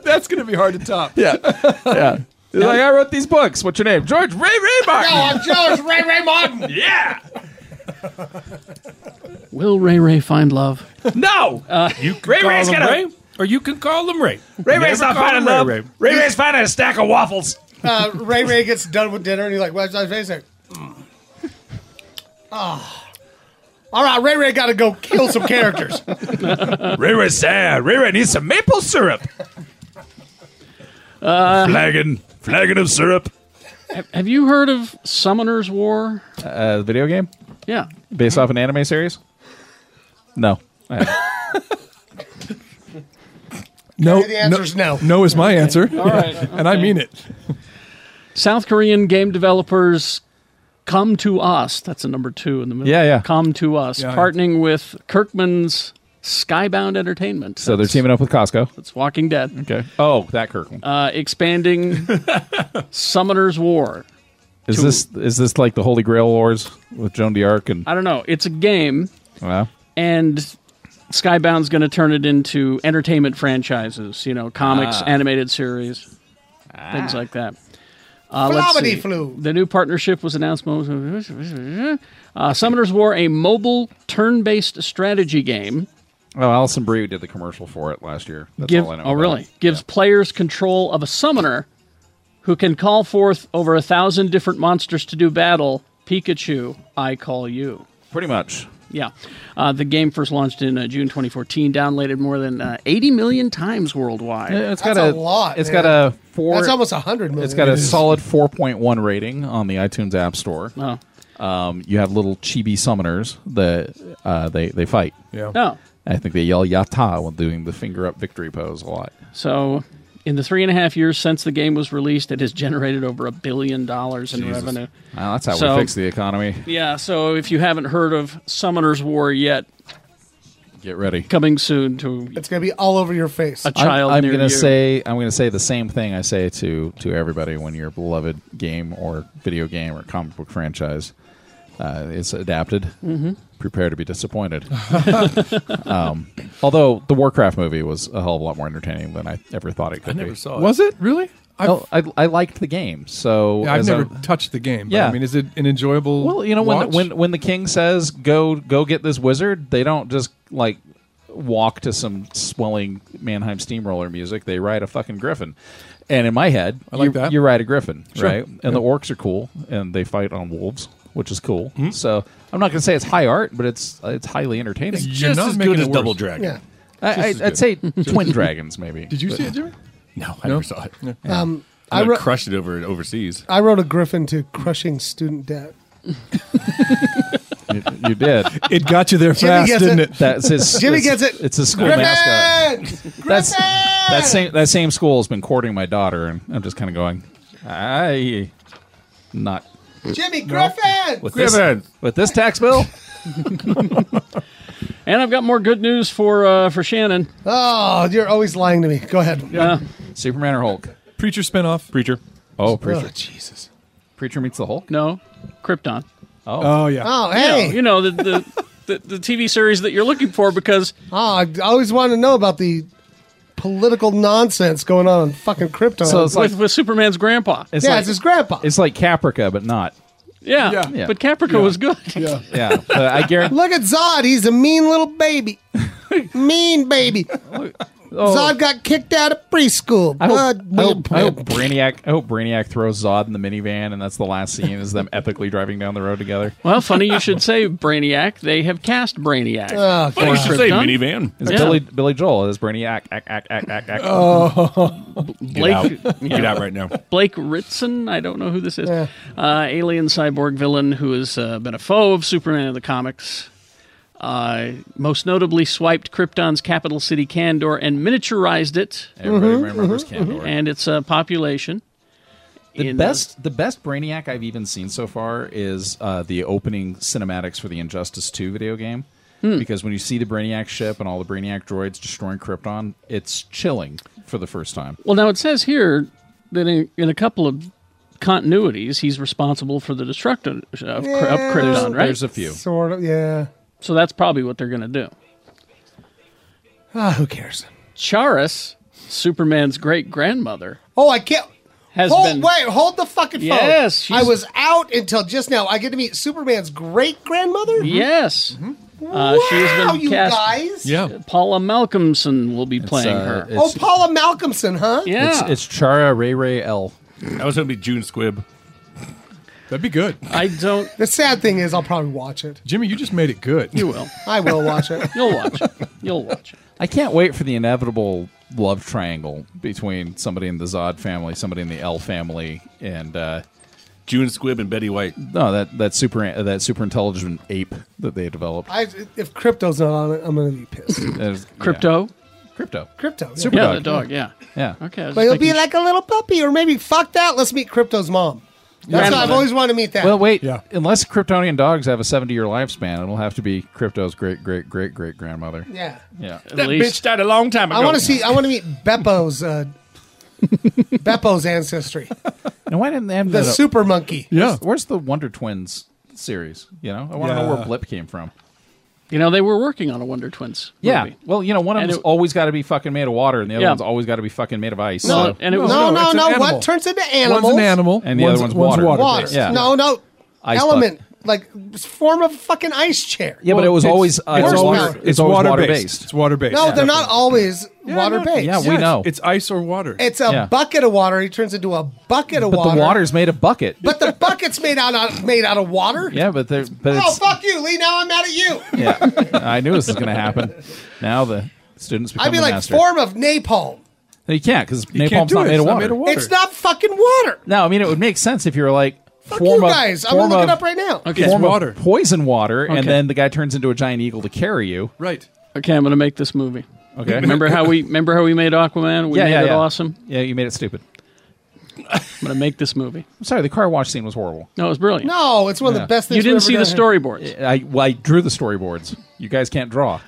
D: That's going to be hard to top.
C: Yeah. yeah. He's like, I wrote these books. What's your name? George Ray Ray Martin.
I: No, I'm George Ray Ray Martin.
F: Yeah.
B: Will Ray Ray find love?
F: No.
C: Uh,
F: you can
B: Ray
F: call
B: Ray's
F: them
B: gonna-
F: Ray, or you can call them Ray.
C: Ray
F: Never
C: Ray's not
F: call them
C: finding
F: Ray
C: love.
F: Ray.
C: Ray Ray's finding a stack of waffles.
E: Uh, Ray Ray gets done with dinner and he's like, "What's well, face like,
C: Mm.
E: Ah, all right, Ray Ray got to go kill some characters."
C: Ray Ray's sad. Ray Ray needs some maple syrup.
B: Uh,
C: flagon, flagon of syrup.
B: Have, have you heard of Summoner's War?
C: Uh, the video game
B: Yeah.
C: based off an anime series. No. I haven't.
D: No,
B: Okay, the answer's no.
D: No is my answer.
B: All right,
D: and I
B: okay.
D: mean it.
B: South Korean game developers Come to Us. That's a number two in the middle.
C: Yeah, yeah.
B: Come to Us.
C: Yeah, yeah.
B: partnering with Kirkman's Skybound Entertainment.
C: so they're teaming up with Costco.
B: It's Walking Dead.
C: Okay. Oh, that Kirkland.
B: Uh, expanding Summoner's War.
C: Is
B: to-
C: this is this like the Holy Grail Wars with Joan d'Arc and
B: I don't know. It's a game,
C: wow?
B: and Skybound's going to turn it into entertainment franchises. You know, comics,
C: Ah.
B: animated series, things like that.
E: Flabberdy
B: flu. The new partnership was announced. moments- Uh, Summoners War, a mobile turn-based strategy game.
C: Oh, Allison Brie did the commercial for it last year. That's
B: give,
C: all I know.
B: oh,
C: about
B: really?
C: it.
B: Gives players control of a summoner who can call forth over a thousand different monsters to do battle. Pikachu, I call you.
C: Pretty much.
B: Yeah. Uh, the game first launched in uh, June 2014, downloaded more than uh, 80 million times worldwide.
C: Yeah, it's
B: It's
C: got a, lot. It's got a four.
E: That's almost a hundred million.
C: It's got a solid 4.1 rating on the iTunes App Store.
B: Oh.
C: Um, you have little chibi summoners that uh, they they fight.
B: Yeah. Oh.
C: I think they yell "yata" when doing the finger up victory pose a lot.
B: So, in the three and a half years since the game was released, it has generated over a billion dollars in
C: Jesus.
B: revenue.
C: Wow, that's how
B: So-
C: we fix the economy.
B: Yeah, so if you haven't heard of Summoner's War yet,
C: Get ready.
B: coming soon to
E: It's going to be all over your face.
B: A child
C: I'm, I'm
B: near
C: gonna
B: you.
C: say I'm gonna say the same thing I say to to everybody when your beloved game or video game or comic book franchise uh, is adapted.
B: Mhm.
C: Prepare to be disappointed. um, although the Warcraft movie was a hell of a lot more entertaining than I ever thought it could be.
D: Was it really? I've-
C: No, I, I liked the game, so
D: Yeah, I've
C: as
D: never
C: a-
D: touched the game. But
C: Yeah.
D: I mean, is it an enjoyable?
C: Well, you know when,
D: watch?
C: when when the king says go go get this wizard, they don't just like walk to some swelling Mannheim steamroller music. They ride a fucking griffin. And in my head,
D: I like
C: you,
D: that.
C: you ride a griffin,
D: Sure.
C: right? And
D: Yeah.
C: the orcs are cool, and they fight on wolves, which is cool.
F: Mm-hmm.
C: So I'm not going to say it's high art, but it's it's highly entertaining.
F: It's You're just not as making good it as worse. Double Dragon.
E: Yeah.
C: I, I,
F: Just as
C: I'd
F: good.
C: say Twin Dragons, maybe.
D: Did you
C: But-
D: see it, Jimmy?
F: No, I
D: No?
F: never saw it.
E: Yeah. Um,
F: I
E: I wrote-
F: crushed it over overseas.
E: I wrote a griffin to crushing student debt.
C: You, you did.
D: It got you there
E: Jimmy
D: fast,
E: gets
D: didn't
E: it.
D: it?
C: That's his,
E: Jimmy
C: it's-
E: gets it.
C: It's his school
E: Griffin!
C: mascot. That's that
E: Griffin!
C: same that same school has been courting my daughter, and I'm just kind of going, I not
E: Jimmy Griffin.
C: with this, with this tax bill.
B: And I've got more good news for uh, for Shannon.
E: Oh, you're always lying to me. Go ahead.
B: Yeah.
C: Superman or Hulk?
D: Preacher spinoff.
F: Preacher.
C: Oh, preacher.
E: Jesus.
C: Preacher meets the Hulk.
B: No, Krypton.
C: Oh.
D: Oh, yeah.
E: Oh,
B: You know-
E: hey.
B: you know, the, the, the the TV series that you're looking for because
E: Oh, I always wanted to know about the political nonsense going on in fucking Krypton.
C: So it's like-
B: with, with Superman's grandpa.
C: It's
E: yeah,
C: like-
E: it's his grandpa.
C: It's like Caprica, but not.
B: yeah.
E: Yeah.
C: Yeah.
B: but Caprica was good.
E: Yeah.
C: Yeah, but I guarantee.
E: Look at Zod. He's a mean little baby. mean baby. Zod got kicked out of preschool.
C: Oh. I hope,
E: Blood-
C: I, hope, I hope Brainiac. I hope Brainiac throws Zod in the minivan, and that's the last scene is them epically driving down the road together.
B: Well, funny you should say Brainiac. They have cast Brainiac.
E: Oh,
B: for Krypton.
C: It's
B: Yeah.
C: Billy Billy Joel as Brainiac. Ack, ack, ack, ack, ack.
D: Oh.
B: Oh. Blake,
F: Get out.
B: yeah.
F: Get out right now.
B: Blake Ritson, I don't know who this is. Uh, alien cyborg villain who has uh, been a foe of Superman in the comics. Uh, most notably, swiped Krypton's capital city Kandor and miniaturized it.
C: Everybody Mhm, remembers mhm, Kandor. mhm.
B: and its uh, population.
C: The
B: in, uh,
C: best, the best Brainiac I've even seen so far is uh, the opening cinematics for the Injustice Two video game, because when you see the Brainiac ship and all the Brainiac droids destroying Krypton, it's chilling for the first time.
B: Well, now it says here that in, in a couple of continuities, he's responsible for the destruction of, of
E: Yeah.
B: Krypton, right?
C: There's a few.
E: Sort of, yeah.
B: So that's probably what they're going to do.
E: Ah, who cares?
B: Charis Superman's great grandmother.
E: Oh, I can't. Oh!
B: Has
E: hold,
B: been-
E: Wait, hold the fucking phone.
B: Yes, she's-
E: I was out until just now. I get to meet Superman's great grandmother?
B: Mm-hmm. Yes.
E: Mm-hmm.
B: Uh,
E: Wow, you guys.
B: Yeah. Paula Malcolmson will be playing
C: uh,
B: her.
E: Oh, Paula Malcolmson, huh?
C: It's, it's Chara Ray Ray L.
F: I was going to be June Squibb.
D: That'd be good.
B: I don't.
E: The sad thing is, I'll probably watch it.
D: Jimmy, you just made it good.
B: You will.
E: I will watch it.
B: You'll watch it. You'll watch it.
C: I can't wait for the inevitable love triangle between somebody in the Zod family, somebody in the L family, and uh,
F: June Squibb and Betty White.
C: No, that that super uh, that super intelligent ape that they developed.
E: I, if crypto's not on it, I'm going to be pissed.
C: There's-
B: Crypto?
C: Crypto.
E: Crypto. Yeah.
B: yeah, the dog. Yeah.
C: Yeah.
B: Okay. I was
E: But he'll
B: thinking-
E: be like a little puppy, or maybe fuck that. Let's meet Crypto's mom. That's
C: Yeah.
E: why I've always wanted to meet that.
C: Well, wait. Unless Kryptonian dogs have a 70 year lifespan, it'll have to be Crypto's great great great great grandmother.
E: Yeah.
C: Yeah.
F: That bitch died a long time ago.
E: I want to see. I want to meet Beppo's. Uh, Beppo's ancestry.
C: And why didn't they have
E: The
C: that- uh,
E: super monkey.
C: Where's, where's the Wonder Twins series? You know, I want to know
B: Yeah.
C: where Blip came from.
B: You know, they were working on a Wonder Twins.
C: Yeah.
B: movie.
C: Well, you know, one of
B: And
C: them's
B: it-
C: always got to be fucking made of water, and the other
B: Yeah.
C: one's always got to be fucking made of ice.
B: No,
C: so-
B: and it
E: No,
B: was-
E: no,
B: no,
E: no.
B: it's an animal.
E: What turns into animals?
C: and the other one's, water.
E: Water.
C: Yeah.
E: No, no.
C: Ice
E: Element. Like form of a fucking ice chair.
C: Yeah, but it was always uh,
D: it's
C: it's always,
D: water-
C: it's always
D: water-based.
C: water-based.
D: It's water-based.
E: No, they're not always water based.
C: Yeah, we know.
D: It's ice or water.
E: It's a
C: Yeah.
E: bucket of water. He turns into a bucket of
C: but
E: water.
C: the water's made of bucket.
E: But the bucket's made out of made out of water.
C: yeah, but there, but
E: oh
C: it's,
E: fuck you, Lee! Now I'm mad at you.
C: yeah. I knew this was going to happen. Now the students become
E: I'd be
C: the
E: like
C: master.
E: form of napalm.
C: No, you can't because
E: You can't
C: napalm's
E: do
C: not
E: it.
C: made
E: It's
C: of
E: not
C: water.
E: made of water. It's not fucking water.
C: No, I mean it would make sense if you were like
E: Fuck
C: form
E: you
C: of-
E: guys. I'm
C: form
E: gonna look
C: of-
E: it up right now.
C: Okay. Form Of poison water, and
B: Okay.
C: then the guy turns into a giant eagle to carry you.
D: Right.
B: Okay, I'm going to make this movie.
C: Okay.
B: Remember how we remember how we made Aquaman? We
C: yeah,
B: made
C: yeah,
B: it
C: yeah.
B: awesome.
C: Yeah, you made it stupid.
B: I'm going to make this movie.
C: I'm sorry, the car wash scene was horrible.
B: No, it was brilliant.
E: No, it's one of the
C: Yeah.
E: best things
B: You didn't
E: we've
B: see
E: ever
B: the
E: done here.
B: storyboards.
C: I, well, I drew the storyboards. You guys can't draw.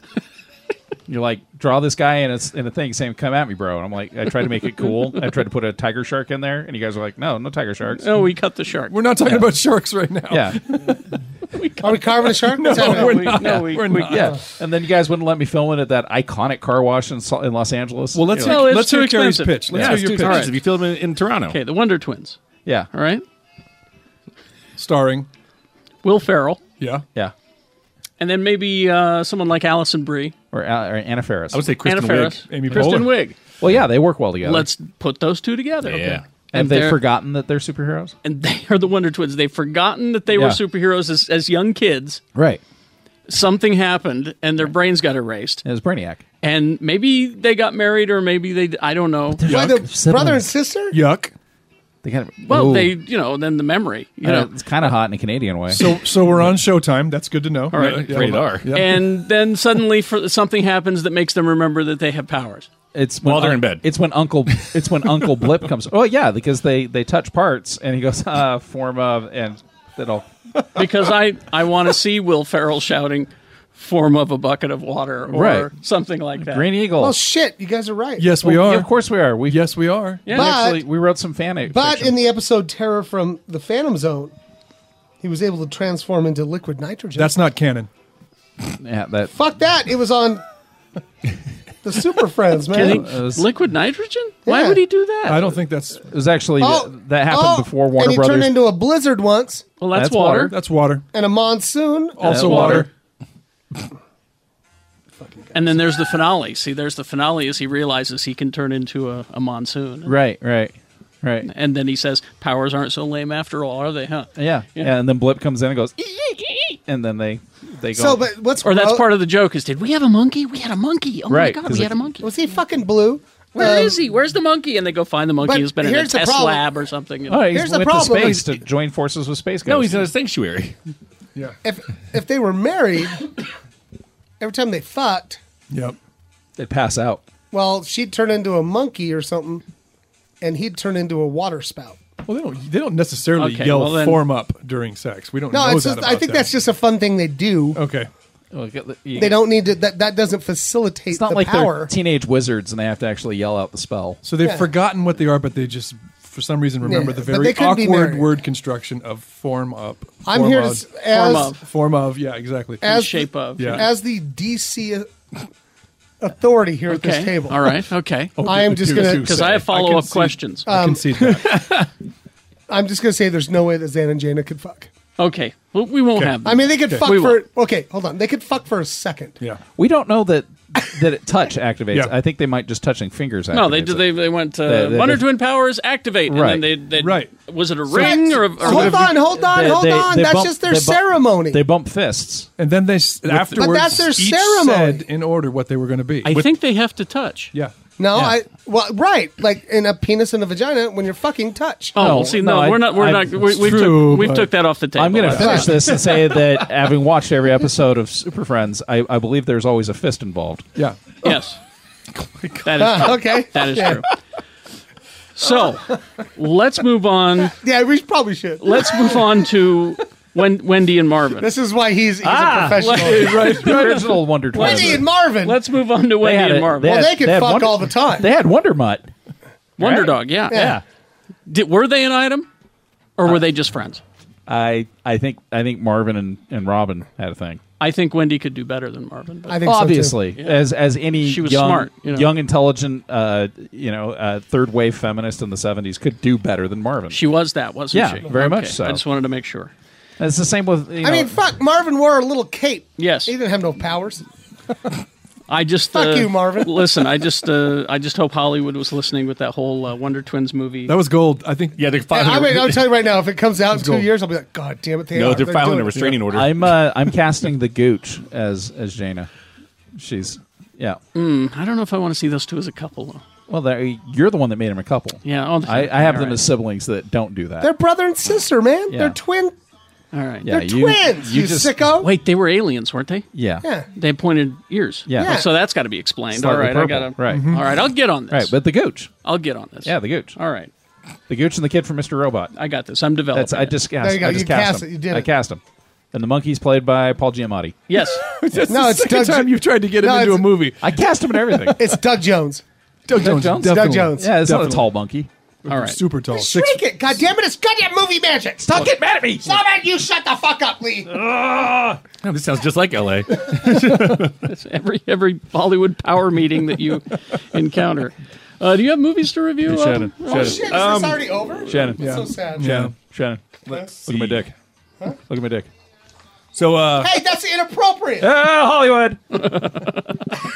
C: You're like draw this guy in a, s- in a thing saying "come at me, bro," and I'm like, I tried to make it cool. I tried to put a tiger shark in there, and you guys are like, "No, no tiger sharks."
B: No, we cut the shark.
D: We're not talking about sharks right now.
C: Yeah,
E: Are we carving a shark?
D: No,
E: What's happening?
D: we're not.
B: no, we-
D: We're
B: we-
D: not.
C: yeah. And then you guys wouldn't let me film it at that iconic car wash in, Sa- in Los Angeles.
D: Well, let's
C: You're
D: hear-
C: like,
D: let's hear Gary's pitch. Let's
C: Yeah,
D: hear
C: it's
D: your
C: too
D: pitch.
C: expensive.
F: You film it in Toronto.
B: Okay, the Wonder Twins.
C: Yeah,
B: All right.
D: Starring.
B: Will Ferrell,
D: Yeah.
C: yeah.
B: and then maybe uh, someone like Allison Brie,
C: Or, Al- or Anna Ferris.
F: I would say Kristen
B: Anna
F: Wiig,
B: Ferris,
F: Amy
B: Kristen
F: Poehler.
B: Wiig.
C: Well, yeah, they work well together.
B: Let's put those two together.
F: Yeah.
B: Okay.
F: Have
C: Have they
B: they're-
C: forgotten that they're superheroes?
B: and they are the Wonder Twins. They've forgotten that they were
C: Yeah.
B: superheroes as, as young kids.
C: Right.
B: Something happened, and their brains got erased.
C: It was Brainiac.
B: And maybe they got married, or maybe they—I don't know.
E: Why the brother and sister?
D: Yuck.
C: They kind of
B: Well,
C: Ooh.
B: they, you know, then the memory, you
F: Uh,
C: I
B: know.
C: know, it's kind of hot in a Canadian way.
D: So so we're on Showtime. That's good to know. All
B: right.
F: Radar.
D: Yeah.
B: And then suddenly for, something happens that makes them remember that they have powers.
C: it's when
F: While they're
C: un-
F: in bed.
C: It's when Uncle it's when Uncle Blip comes. Oh yeah, because they they touch parts and he goes uh, form of and that all.
B: Because I, I want to see Will Ferrell shouting, form of a bucket of water or
C: Right.
B: something like that.
C: Green Eagle.
E: Oh shit, you guys are right.
D: Yes, we
C: Well,
D: are.
C: Oh, yeah, of course we are. We
D: Yes, we are.
B: Yeah.
E: But-
C: actually we wrote some fan fiction.
E: But in the episode Terror from the Phantom Zone, he was able to transform into liquid nitrogen.
D: That's not canon.
C: yeah, that
E: Fuck that. It was on the Super Friends, man.
B: Kidding?
C: Uh, s-
B: Liquid nitrogen? Why
E: Yeah.
B: would he do that?
D: I don't think that's
C: it was actually
E: Oh,
C: that happened
E: oh,
C: before Warner
E: and he
C: Brothers.
E: turned into a blizzard once,
B: well, that's,
C: That's
B: water.
C: water.
D: that's water.
E: and a monsoon.
D: Also water.
C: water.
B: And then there's the finale. See, there's the finale as he realizes he can turn into a, a monsoon.
C: right, right, right.
B: And then he says, powers aren't so lame after all, are they, huh?
C: Yeah.
B: Yeah.
C: yeah, and then Blip comes in and goes, and then they they go.
E: So, but what's
B: Or that's
E: gro-
B: part of the joke is, did we have a monkey? We had a monkey. Oh
C: Right,
B: my God,
C: 'cause
B: we
C: it-
B: had a monkey.
E: Was he fucking blue?
B: Where is
E: Um,
B: he? Where's the monkey? And they go find the monkey
E: but
B: who's been in a
E: here's the
B: test
E: problem.
B: lab or something. you know.
C: oh, he
E: here's the
C: went
E: problem.
C: to space to join forces with Space Ghost.
F: No, he's in a sanctuary.
E: If if they were married, every time they fucked,
D: Yep.
C: They'd pass out.
E: well, she'd turn into a monkey or something, and he'd turn into a water spout.
D: Well, they don't. They don't necessarily
B: Okay,
D: yell
B: well then-
D: form up during sex. We don't
E: No,
D: know
E: it's
D: that
E: just,
D: about
E: I think
D: them.
E: that's just a fun thing they do.
D: okay.
E: They don't need to. That that doesn't facilitate
C: It's not
E: the
C: like they're
E: power.
C: teenage wizards and they have to actually yell out the spell.
D: So they've
E: Yeah.
D: forgotten what they are, but they just for some reason remember
E: Yeah,
D: the
E: but they
D: very
E: could be
D: awkward
E: married.
D: word construction of form up.
E: I'm
D: form
E: here to
D: of,
E: s- as
B: of.
D: form of. Yeah, exactly.
E: as
B: shape of.
D: Yeah.
E: as the DC authority here at this
B: Okay.
E: table.
B: All right. Okay.
D: Oh,
E: I am just going to
B: because I have follow up questions.
E: I'm just going to say there's no way that Xan and Jaina could fuck.
B: okay. Well, we won't have.
E: I mean, they could fuck
C: We
E: for okay. Hold on, they could fuck for a second.
F: Yeah.
C: We don't know that that it touch activates.
B: Yeah.
C: I think they might just touching fingers.
B: No, they
C: activates
B: did.
C: it.
B: They, they went uh,
C: They- they-
B: Wonder
C: they-
B: Twin powers activate,
C: Right.
B: and then they, they right. Was it a ring or, a, or
E: hold on, hold on,
C: They-
E: hold
C: they-
E: on.
C: they
E: That's
C: bump-
E: just their
C: they bump-
E: ceremony.
C: They bump fists,
D: and then they s afterwards.
E: that's their
D: each
E: ceremony.
D: Said in order what they were going to be.
B: I think they have to touch.
D: Yeah.
E: No, I well, right, like in a penis and a vagina when you're fucking touch.
B: Oh, see, no, we're not. We're not. We, we've took, we've took that off the table.
C: I'm going to
B: That's
C: finish
B: fine.
C: this and say that having watched every episode of Super Friends, I, I believe there's always a fist involved.
D: Yeah.
B: Yes. That is
E: Ah,
B: true.
E: okay.
B: That is
E: Yeah.
B: true. So, let's move on.
E: Yeah, we probably should.
B: Let's move on to Wen- Wendy and Marvin.
E: This is why he's, he's
B: Ah,
E: a professional.
C: right, right. Original Wonder Twins.
E: Wendy and Marvin.
B: Let's move on to Wendy
C: had
B: and
C: a-
B: Marvin.
C: they
E: Well,
C: had-
E: they could
C: had
E: fuck
C: Wonder-
E: all the time.
C: They had Wonder Mutt.
B: Wonder
C: Right?
B: Dog. Yeah.
C: Yeah.
B: Did, were they an item, or were they just friends?
C: I I think I think Marvin and, and Robin had a thing.
B: I think Wendy could do better than Marvin. But
E: I think so, too.
C: obviously
B: Yeah.
C: as as any
B: She was
C: young,
B: smart, you know.
C: young intelligent uh, you know uh, third wave feminist in the 70s could do better than marvin
B: she was that, wasn't
C: Yeah,
B: she?
C: very much
B: Okay.
C: so.
B: I just wanted to make sure.
C: it's the same with you know,
E: I mean, fuck, Marvin wore a little cape.
B: Yes.
E: he didn't have no powers.
B: I just
E: Fuck
B: uh,
E: you, Marvin.
B: listen, I just uh, I just hope Hollywood was listening with that whole uh, Wonder Twins movie.
D: That was gold. I think.
F: Yeah, they're
E: I mean, I'll tell you right now, if it comes out in two
B: gold.
E: years, I'll be like, God damn it, they
B: No,
E: are.
B: they're
E: doing
B: filing a
E: it.
B: restraining order.
C: i'm uh, i'm casting the gooch as as jana she's yeah
B: Mm, I don't know if I want to see those two as a couple. Though.
C: well they- you're the one that made him a couple
B: Yeah, oh, that's
C: I,
B: right.
C: I have
B: All
C: them
B: right.
C: as siblings that don't do that
E: They're brother and sister, man.
C: Yeah.
E: They're twin.
B: All right,
C: Yeah,
E: they're
C: you-
E: twins. You,
C: you just-
E: sicko.
B: Wait, they were aliens, weren't they?
C: Yeah.
E: Yeah.
B: They had pointed ears.
C: Yeah. Yeah.
B: So that's got to be explained.
C: Slightly
B: all right,
C: purple.
B: I got to.
C: Right. Mhm.
E: Mm-hmm.
B: All right, I'll get on this.
C: right but the gooch
B: I'll get on this.
C: yeah the gooch
B: All right,
C: the gooch and the kid from mr robot
B: I got this. I'm developing.
C: that's i
B: it.
C: just cast
E: There you go.
C: i just
E: You
C: cast,
E: cast
C: him
E: it. You did
C: i
E: it.
C: cast him and the monkey's played by paul giamatti
B: Yes.
D: That's
E: No,
D: the
E: it's
D: second
E: Doug-
D: time you've tried to get him
E: No,
D: into a
E: it's-
D: movie.
C: i cast him in everything
E: It's Doug Jones.
D: Doug Jones.
E: Doug
D: definitely.
E: Jones.
C: Yeah, it's not a
D: Definitely.
C: tall monkey.
B: All right.
D: Super tall. Six.
E: Shrink it. God damn it, it's goddamn movie magic. Stop
C: getting mad at me.
E: it, you shut the fuck up, Lee.
F: No, this sounds just like L.A.
B: That's every every Bollywood power meeting that you encounter. Uh, do you have movies to review?
G: Hey,
B: um,
G: Shannon.
B: Ron?
E: Oh, shit, is
D: Um,
E: this already over?
G: Shannon.
E: That's so sad.
G: Shannon. Shannon.
F: Let's
G: Look at my
F: see.
G: dick. Look at my dick.
F: So, uh,
E: Hey, that's inappropriate.
G: Ah, Hollywood.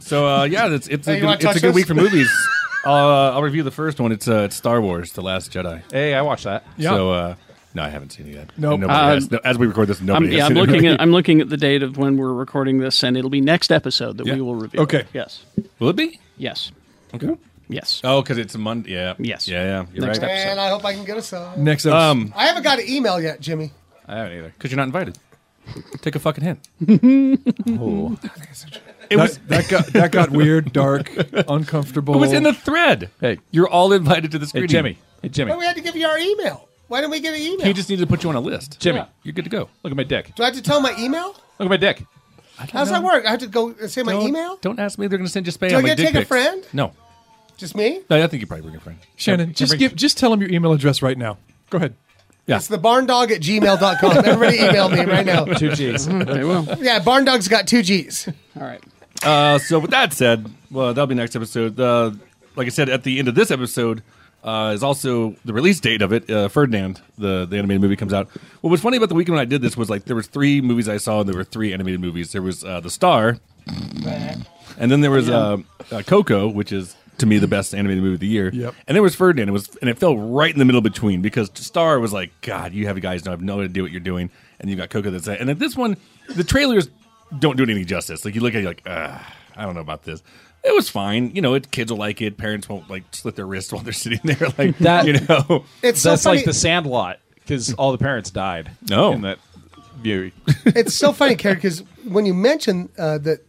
F: so uh, yeah, it's it's
E: Hey,
F: a
E: you
F: good,
E: wanna
F: it's
E: touch
F: a good
E: this?
F: week for movies. uh, I'll review the first one. It's uh, it's Star Wars: The Last Jedi.
C: Hey, I watched that.
D: Yeah.
F: So uh, no, I haven't seen it yet.
D: Nope.
F: And nobody
B: Uh,
F: has. No, as we record this,
B: I'm,
F: nobody.
B: yeah,
F: has seen
B: I'm
F: it.
B: looking at I'm looking at the date of when we're recording this, and it'll be next episode that
F: Yeah.
B: we will review.
D: Okay.
B: Yes.
F: Will it be?
B: Yes.
F: Okay.
B: Yes.
F: Oh, because it's a Monday. Yeah.
B: Yes.
F: Yeah. Yeah. You're
B: Next
F: right.
B: episode.
E: Man, I hope I can get a sub.
D: Next up.
F: Um,
E: I haven't got an email yet, Jimmy.
F: I haven't either. Because you're not invited. Take a fucking hint.
D: it was that got that got weird, dark, uncomfortable.
F: It was in the thread.
C: Hey.
F: you're all invited to the
C: Hey,
F: screening.
C: Jimmy. Hey, Jimmy.
E: But we had to give you our email. Why didn't we get an email?
F: He just e- needed to put you on a list.
C: Jimmy.
F: Yeah. you're good to go.
C: Look at my dick.
E: Do I have to tell my email?
C: Look at my dick.
E: How does that work? I have to go and say my
F: Don't-
E: email?
F: Don't ask me. They're going to send you spam.
E: Do I
F: like
E: get to
F: dick
E: take a
F: pics.
E: friend?
F: No.
E: Just me?
F: No, I think you probably bring a friend.
D: Shannon, just give, just tell him your email address right now. Go ahead.
E: It's the barndog at gmail.com. Everybody email me right now.
C: Two G's.
B: Okay, well,
E: Yeah, barndog's got two G's.
B: all right.
F: Uh, so with that said, well, that'll be next episode. Uh, like I said, at the end of this episode uh, is also the release date of it. Uh, Ferdinand, the, the animated movie, comes out. What was funny about the weekend when I did this was like there was three movies I saw, and there were three animated movies. There was uh, The Star, and then there was uh, uh, Coco, which is to me the best animated movie of the year.
D: Yep.
F: And there was Ferdinand. It was and it fell right in the middle between because Star was like, God, you have guys don't have no idea what you're doing, and you got Coco that's and then this one, the trailers don't do it any justice. Like you look at it, you're like, Ugh, I don't know about this. It was fine, you know. It kids will like it. Parents won't like slit their wrists while they're sitting there, like
C: That-
F: You know,
E: It's so
C: That's
E: funny.
C: like the Sandlot because all the parents died.
F: No.
C: in that view.
E: it's so funny, Karen, because when you mentioned uh, that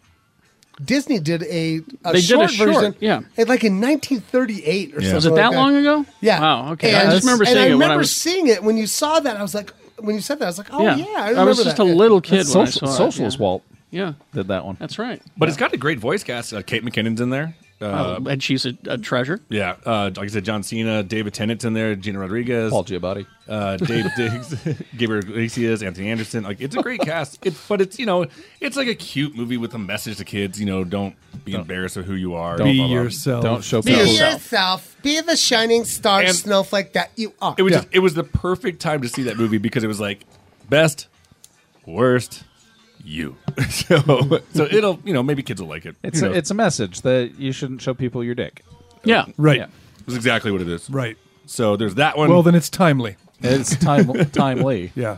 E: Disney did a, a
B: They did a
E: short
B: short,
E: version,
B: yeah.
E: it, like in 1938 or something.
B: Was it
E: like
B: that long ago?
E: Yeah.
B: Wow. Okay.
E: And,
B: I just remember
E: and
B: seeing
E: I
B: it when
E: remember
B: I was.
E: seeing it when you saw that. I was like, when you said that, I was like, oh yeah, I remember
B: was just
E: that.
B: a little kid when I
C: Social,
B: saw it,
C: socialist
B: yeah.
C: Walt
B: Yeah,
C: did that one.
B: that's right.
F: but it's got a great voice cast. Uh, Kate McKinnon's in there. Uh,
B: Oh, and she's a, a treasure.
F: Yeah, uh, like I said, John Cena, David Tennant's in there, Gina Rodriguez,
C: Paul Giamatti,
F: uh, Dave Diggs, Gabriel Iglesias, Anthony Anderson. Like it's a great cast. It's but it's you know it's like a cute movie with a message to kids. You know, don't be embarrassed of who you are.
D: Don't- Be yourself.
F: Don't show
E: Be yourself. Be the shining star
F: And-
E: snowflake that you
D: Oh,
E: are.
F: It was just, it was the perfect time to see that movie because it was like best, worst, you. so so it'll you know maybe kids will like it.
C: It's
F: You
C: a,
F: know.
C: it's a message that you shouldn't show people your dick.
B: Yeah.
D: Right.
F: That's exactly what it is.
D: Right.
F: So there's that one.
D: Well, then it's timely.
C: It's time- timely.
D: Yeah.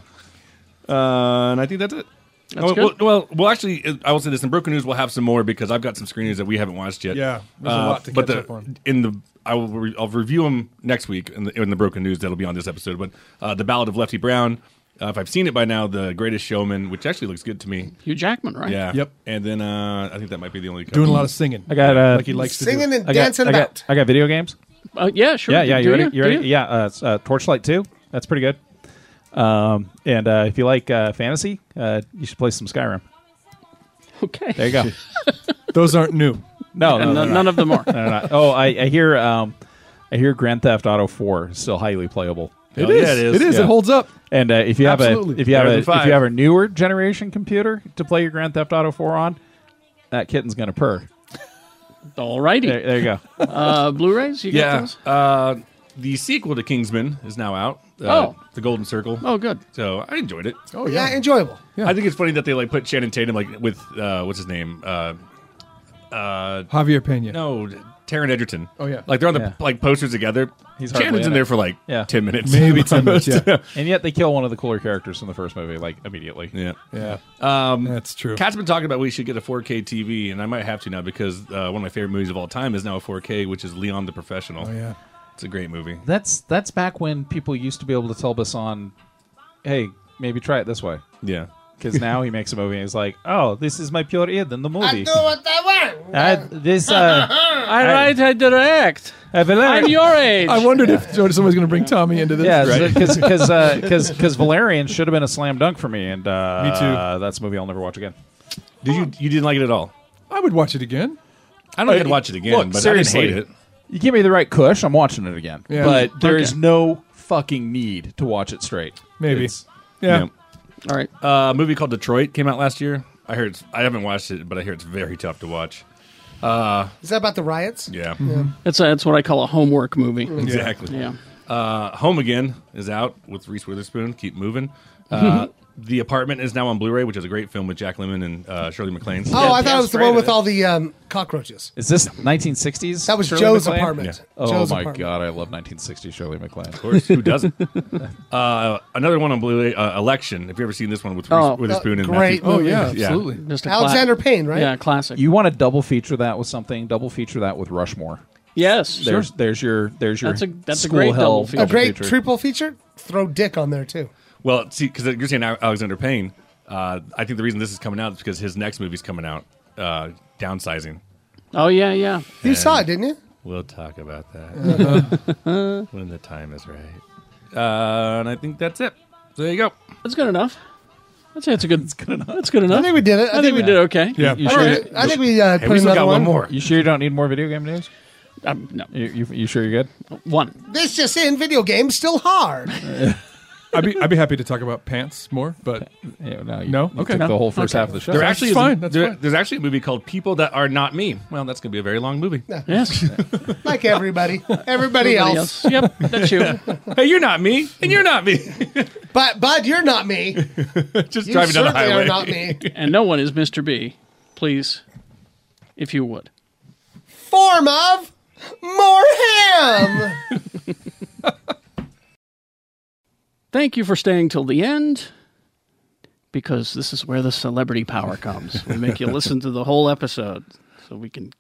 F: Uh, and I think that's it.
D: That's
F: well,
D: good.
F: well, well, well, actually, uh, I will say this in broken news. We'll have some more because I've got some screeners that we haven't watched yet. Uh,
D: Yeah, there's a lot to
F: but
D: catch
F: the,
D: up on.
F: In the, I will, re- I'll review them next week in the, in the broken news that'll be on this episode. But uh, the Ballad of Lefty Brown. Uh, if I've seen it by now, The Greatest Showman, which actually looks good to me.
B: Hugh Jackman, right?
F: Yeah.
B: Yep.
F: And then uh, I think that might be the only
D: Doing a lot of singing.
C: I got uh,
F: Like he likes to Singing do. and
C: I got-
F: dancing
C: I got,
F: about.
C: I got video games.
B: Uh, yeah, sure.
C: Yeah, yeah. You
B: Do
C: ready?
B: you?
C: You
B: Do
C: ready?
B: you?
C: Yeah. Uh, it's, uh, Torchlight two. That's pretty good. Um, and uh, if you like uh, fantasy, uh, you should play some Skyrim.
B: Okay.
C: There you go.
D: Those aren't new.
C: No, no,
B: And none-
C: they're not.
B: none of them are.
C: No, they're not. Oh, I, I hear. Um, I hear Grand Theft Auto Four is still highly playable.
D: It Hell is. yeah, it is. It is. It holds up.
C: And uh, if you have
D: Absolutely.
C: a if you have
D: Better
C: a,
D: than
C: if you
D: five.
C: have a newer generation computer to play your Grand Theft Auto Four on, that kitten's gonna purr.
B: All righty.
C: There, there you go.
B: Uh, Blu-rays? You got
F: yeah.
B: those?
F: Uh, the sequel to Kingsman is now out. Uh,
B: Oh.
F: The Golden Circle.
B: Oh, good.
F: So I enjoyed it.
E: Oh, yeah. enjoyable.
F: I think it's funny that they like put Shannon Tatum like with uh, what's his name, uh, uh,
D: Javier Pena.
F: No, Taron Egerton.
D: Oh, yeah.
F: like they're on the
D: Yeah.
F: like posters together.
C: He's hardly
F: Shannon's in
C: it.
F: there for like
C: Yeah.
F: ten minutes,
C: and yet they kill one of the cooler characters from the first movie like immediately.
F: Yeah,
D: yeah.
F: Um,
D: That's true.
F: Kat's been talking about we should get a 4K TV, and I might have to now because uh, one of my favorite movies of all time is now a 4K, which is Leon the Professional.
D: Oh, yeah.
F: it's a great movie.
C: That's that's back when people used to be able to tell Basson, "Hey, maybe try it this way."
F: Yeah,
C: because now he makes a movie and he's like, "Oh, this is my pure ear than the
I: I
C: movie."
I: do what I want.
C: I, this uh,
B: I write, I direct. I'm your age.
D: I wondered if someone's going to bring Tommy into this.
C: Yeah, uh, because because because Valerian should have been a slam dunk for me, and uh,
D: Me too.
C: That's a movie I'll never watch again.
F: Did you you didn't like it at all?
D: I would watch it again.
F: I don't think I'd watch it again,
C: Look,
F: but
C: seriously,
F: I didn't hate it.
C: You give me the right cush, I'm watching it again.
F: Yeah.
C: But there is
F: Okay.
C: no fucking need to watch it straight.
D: Maybe.
C: It's-
B: All right.
F: Uh, a movie called Detroit came out last year. I heard. It's, I haven't watched it, but I hear it's very tough to watch. Uh,
E: Is that about the riots?
F: yeah.
D: Mm-hmm.
B: Mm-hmm. That's a, that's what I call a homework movie.
F: Exactly.
B: Yeah.
F: Uh, Home Again is out with Reese Witherspoon. Keep moving. Uh,
C: Mm-hmm.
F: the Apartment is now on Blu-ray, which is a great film with Jack Lemmon and uh, Shirley MacLaine.
E: Oh, I thought it was the one with all the um, cockroaches.
C: Is this 1960s?
E: That was
C: Shirley
E: Joe's
C: MacLaine?
E: apartment.
C: Yeah. Oh
E: Joe's
C: my
E: apartment.
C: god, I love 1960s Shirley MacLaine. Of
F: course, who doesn't? uh, another one on Blu-ray, uh, Election. If you ever seen this one with Reese
C: Oh,
F: Witherspoon and
E: great
F: Matthew-
E: movie. Oh, yeah, absolutely. Alexander Payne, right? Yeah,
B: classic.
C: You want to double feature that with something? Double feature that with Rushmore.
B: Yes.
C: there's
B: Sure.
C: there's your there's your
B: That's a- that's a
C: school
B: great
C: hell
B: double feature.
E: A great
F: feature.
E: triple feature. Throw Dick on there too.
F: Well, see, because you're saying Alexander Payne. Uh, I think the reason this is coming out is because his next movie's coming out, uh, Downsizing.
B: Oh yeah, yeah.
E: You saw it, didn't you?
F: We'll talk about that when the time is right. Uh, and I think that's it. So there you go.
B: That's good enough. I'd say it's a good. It's good enough. That's good enough.
E: I think we did it. I
B: I, think
E: think
B: we
E: we-
B: did okay.
C: Yeah. You
B: All
C: sure
B: right.
C: did?
E: I think we uh, put another one.
C: You sure you don't need more video game news?
B: Um, no.
C: You, you, you sure you're
B: good? One.
E: This just in: video games still hard.
D: I'd be, I'd be happy to talk about pants more, but
C: no,
D: no,
C: you
D: okay,
C: took the whole first half of the show.
F: There actually is
D: That's
F: a-
D: fine. That's
F: there-
D: fine.
F: There's actually a movie called People That Are Not Me. Well, that's going to be a very long movie.
B: Yes.
E: like everybody, everybody
F: Everybody
E: else.
F: else. Yep, that's you. hey, you're not me, and you're not me.
E: but bud, you're not me.
F: Just
E: you
F: driving down the
E: certainly
F: highway.
E: Are not me.
B: and no one is Mr. B. Please, if you would.
E: Form of more ham.
B: Thank you for staying till the end because this is where the celebrity power comes. We make you listen to the whole episode so we can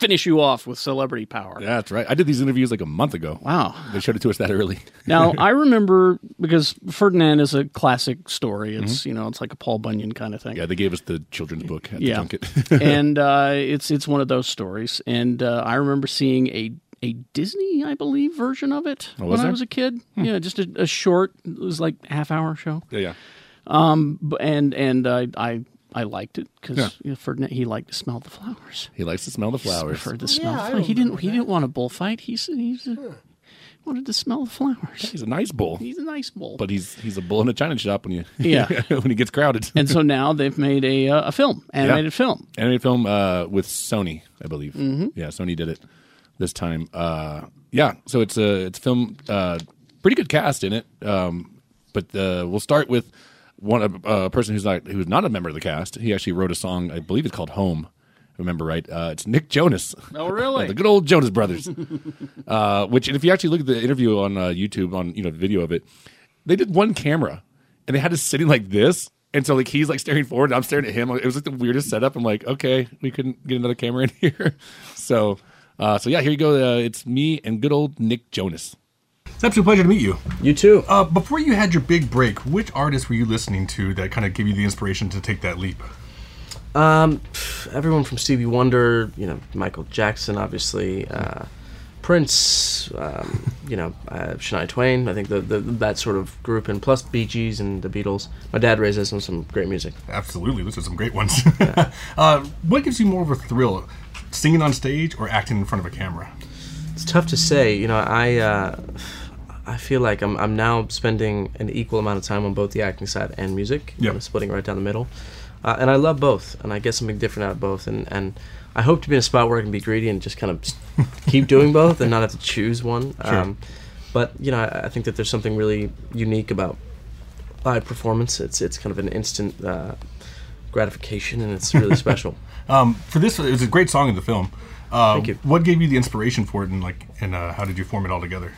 B: finish you off with celebrity power.
F: Yeah, that's right. I did these interviews like a month ago.
B: Wow.
F: They showed it to us that early.
B: Now, I remember because Ferdinand is a classic story. It's, you know, it's like a Paul Bunyan kind of thing.
F: Yeah, they gave us the children's book at
B: yeah.
F: Mm-hmm. the Junket.
B: and uh, it's it's one of those stories. And uh, I remember seeing a a Disney, I believe, version of it
F: Oh, was
B: when I
F: there?
B: was a kid. Yeah, just a, a short. It was like half hour show.
F: yeah, yeah.
B: Um, b- and and I I I liked it
O: Yeah.
B: because Ferdinand he liked to smell the flowers.
F: He likes to smell the
B: He
F: flowers.
B: preferred the smell. of flowers. he didn't. He didn't want a bullfight. He's he's uh, wanted to smell the flowers.
F: He's a nice bull.
B: He's a nice bull.
F: But he's he's a bull in a china shop when you
B: Yeah.
F: when he gets crowded.
B: and so now they've made a uh, a film, animated
F: Yeah.
B: film.
F: Animated film uh, with Sony, I believe.
B: Mhm.
F: Yeah, Sony did it this time. Uh, yeah, so it's a it's a film. Uh, pretty good cast in it. Um, but uh, we'll start with one a a person who's not who's not a member of the cast. He actually wrote a song. I believe it's called Home. if I Remember right? Uh, it's Nick Jonas.
B: Oh, really?
F: the good old Jonas Brothers. uh, which, and if you actually look at the interview on uh, YouTube, on you know the video of it, they did one camera, and they had us sitting like this, and so like he's like staring forward, and I'm staring at him. It was like the weirdest setup. I'm like, okay, we couldn't get another camera in here, so uh, so yeah, here you go. Uh, it's me and good old Nick Jonas.
A: It's an absolute pleasure to meet you. You too. Uh, before you had your big break, which artists were you listening to that kind of gave you the inspiration to take that leap?
P: Um, pff, everyone from Stevie Wonder, you know, Michael Jackson, obviously, uh, Prince, um, you know, uh, Shania Twain. I think the, the that sort of group, and plus Bee Gees and the Beatles. My dad raised us on some great music.
A: Absolutely, those are some great ones. uh, what gives you more of a thrill, singing on stage or acting in front of a camera?
P: It's tough to say. You know, I uh, I feel like I'm I'm now spending an equal amount of time on both the acting side and music.
A: Yeah.
P: I'm splitting right down the middle, uh, and I love both, and I get something different out of both, and and. I hope to be in a spot where I can be greedy and just kind of keep doing both and not have to choose one. Um,
A: Sure.
P: but you know, I, I think that there's something really unique about live performance. It's it's kind of an instant uh, gratification, and it's really special.
A: Um, for this, it was a great song in the film. Uh,
P: Thank you.
A: What gave you the inspiration for it, and like, and uh, how did you form it all together?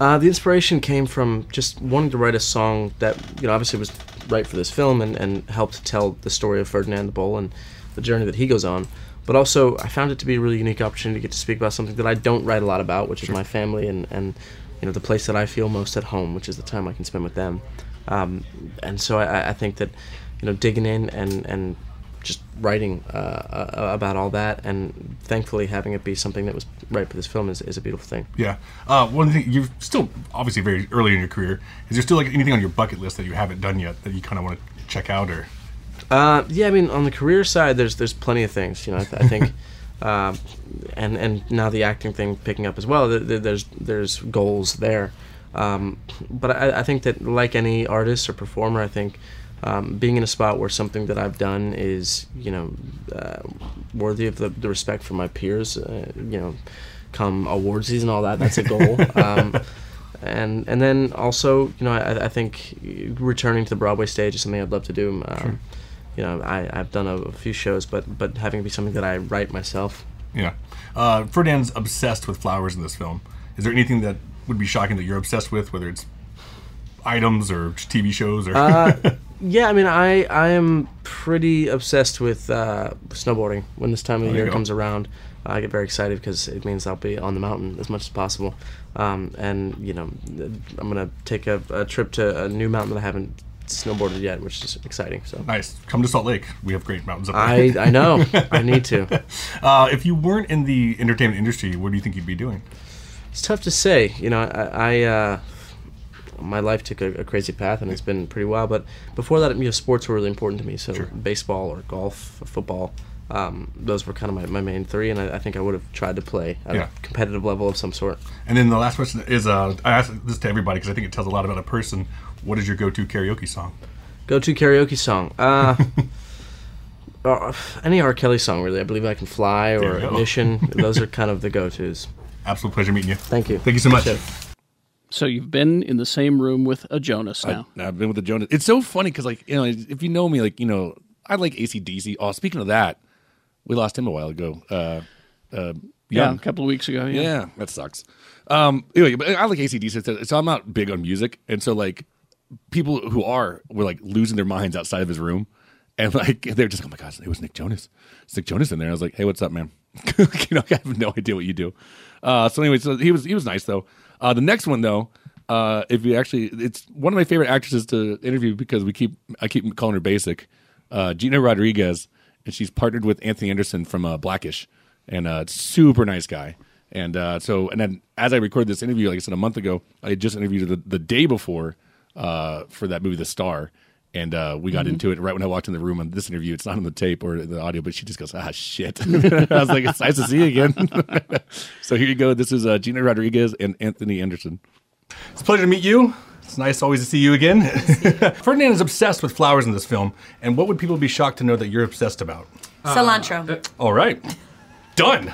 P: Uh, the inspiration came from just wanting to write a song that you know obviously was right for this film and, and helped tell the story of Ferdinand the Bull and the journey that he goes on. But also, I found it to be a really unique opportunity to get to speak about something that I don't write a lot about, which is my family and, and you know the place that I feel most at home, which is the time I can spend with them. Um, and so I, I- I think that you know digging in and and just writing uh, uh, about all that, and thankfully having it be something that was right for this film is, is a beautiful thing.
A: Yeah. Uh, one thing you're still obviously very early in your career. Is there still like anything on your bucket list that you haven't done yet that you kind of want to check out, or
P: Uh, yeah, I mean, on the career side, there's there's plenty of things. You know, I, th- I think, um, and and now the acting thing picking up as well. Th- th- there's there's goals there, um, but I, I think that like any artist or performer, I think um, being in a spot where something that I've done is you know uh, worthy of the, the respect from my peers. Uh, you know, come award season, all that. That's a goal. um, and and then also you know I, I think returning to the Broadway stage is something I'd love to do. Um, You know I I've done a, a few shows, but but having it be something that I write myself.
A: yeah? Uh, Ferdinand's obsessed with flowers in this film. Is there anything that would be shocking that you're obsessed with, whether it's items or TV shows or?
P: Uh, yeah, I mean I I am pretty obsessed with uh, snowboarding. When this time of
A: Oh, There you
P: year
A: go.
P: comes around, I get very excited because it means I'll be on the mountain as much as possible. Um, and you know I'm gonna take a, a trip to a new mountain that I haven't snowboarded yet, which is exciting. So
A: nice. Come to Salt Lake. We have great mountains up
P: I
A: there.
P: I know I need to.
A: uh, if you weren't in the entertainment industry, what do you think you'd be doing?
P: It's tough to say. You know, I, I uh, my life took a, a crazy path, and it's been pretty wild. But before that, you know, sports were really important to me. So baseball or golf, or football, um, those were kind of my, my main three, and I, I think I would have tried to play at
A: Yeah.
P: a competitive level of some sort.
A: And then the last question is uh, I ask this to everybody because I think it tells a lot about a person. What is your go-to karaoke song?
P: Go-to karaoke song. Uh, uh, any R. Kelly song, really. I believe I can fly
A: There
P: or
A: we go.
P: ignition. those are kind of the go-tos.
A: Absolute pleasure meeting you.
P: Thank you.
A: Thank you so much.
P: Appreciate it.
B: So you've been in the same room with a Jonas now.
F: I, have been with the Jonas. It's so funny because, like, you know, if you know me, like, you know, I like AC/DC. Oh, speaking of that, we lost him a while ago. Uh, uh,
B: Yeah,
F: Young.
B: a couple of weeks ago. Yeah.
F: that sucks. Um, anyway, but I like AC/DC, so- so I'm not big on music, and so like people who are were like losing their minds outside of his room, and like they're just, oh my gosh, it was Nick Jonas. It's Nick Jonas in there. I was like, hey, what's up, man? you know, I have no idea what you do. Uh, so anyway, so he was he was nice though. Uh, the next one though. Uh, if you actually, it's one of my favorite actresses to interview because we keep, I keep calling her basic, uh, Gina Rodriguez, and she's partnered with Anthony Anderson from uh, Blackish, and uh, super nice guy. And uh, so, and then as I recorded this interview, like I said a month ago, I had just interviewed her the, the day before uh, for that movie, The Star, And uh, we got
Q: Mhm.
F: into it right when I walked in the room on this interview. It's not on the tape or the audio, but she just goes, ah, shit. I was like, it's nice to see you again. so here you go. This is uh, Gina Rodriguez and Anthony Anderson.
D: It's a pleasure to meet you. It's nice always to see you again. Ferdinand is obsessed with flowers in this film, and what would people be shocked to know that you're obsessed about?
R: Uh, cilantro.
D: All right, done.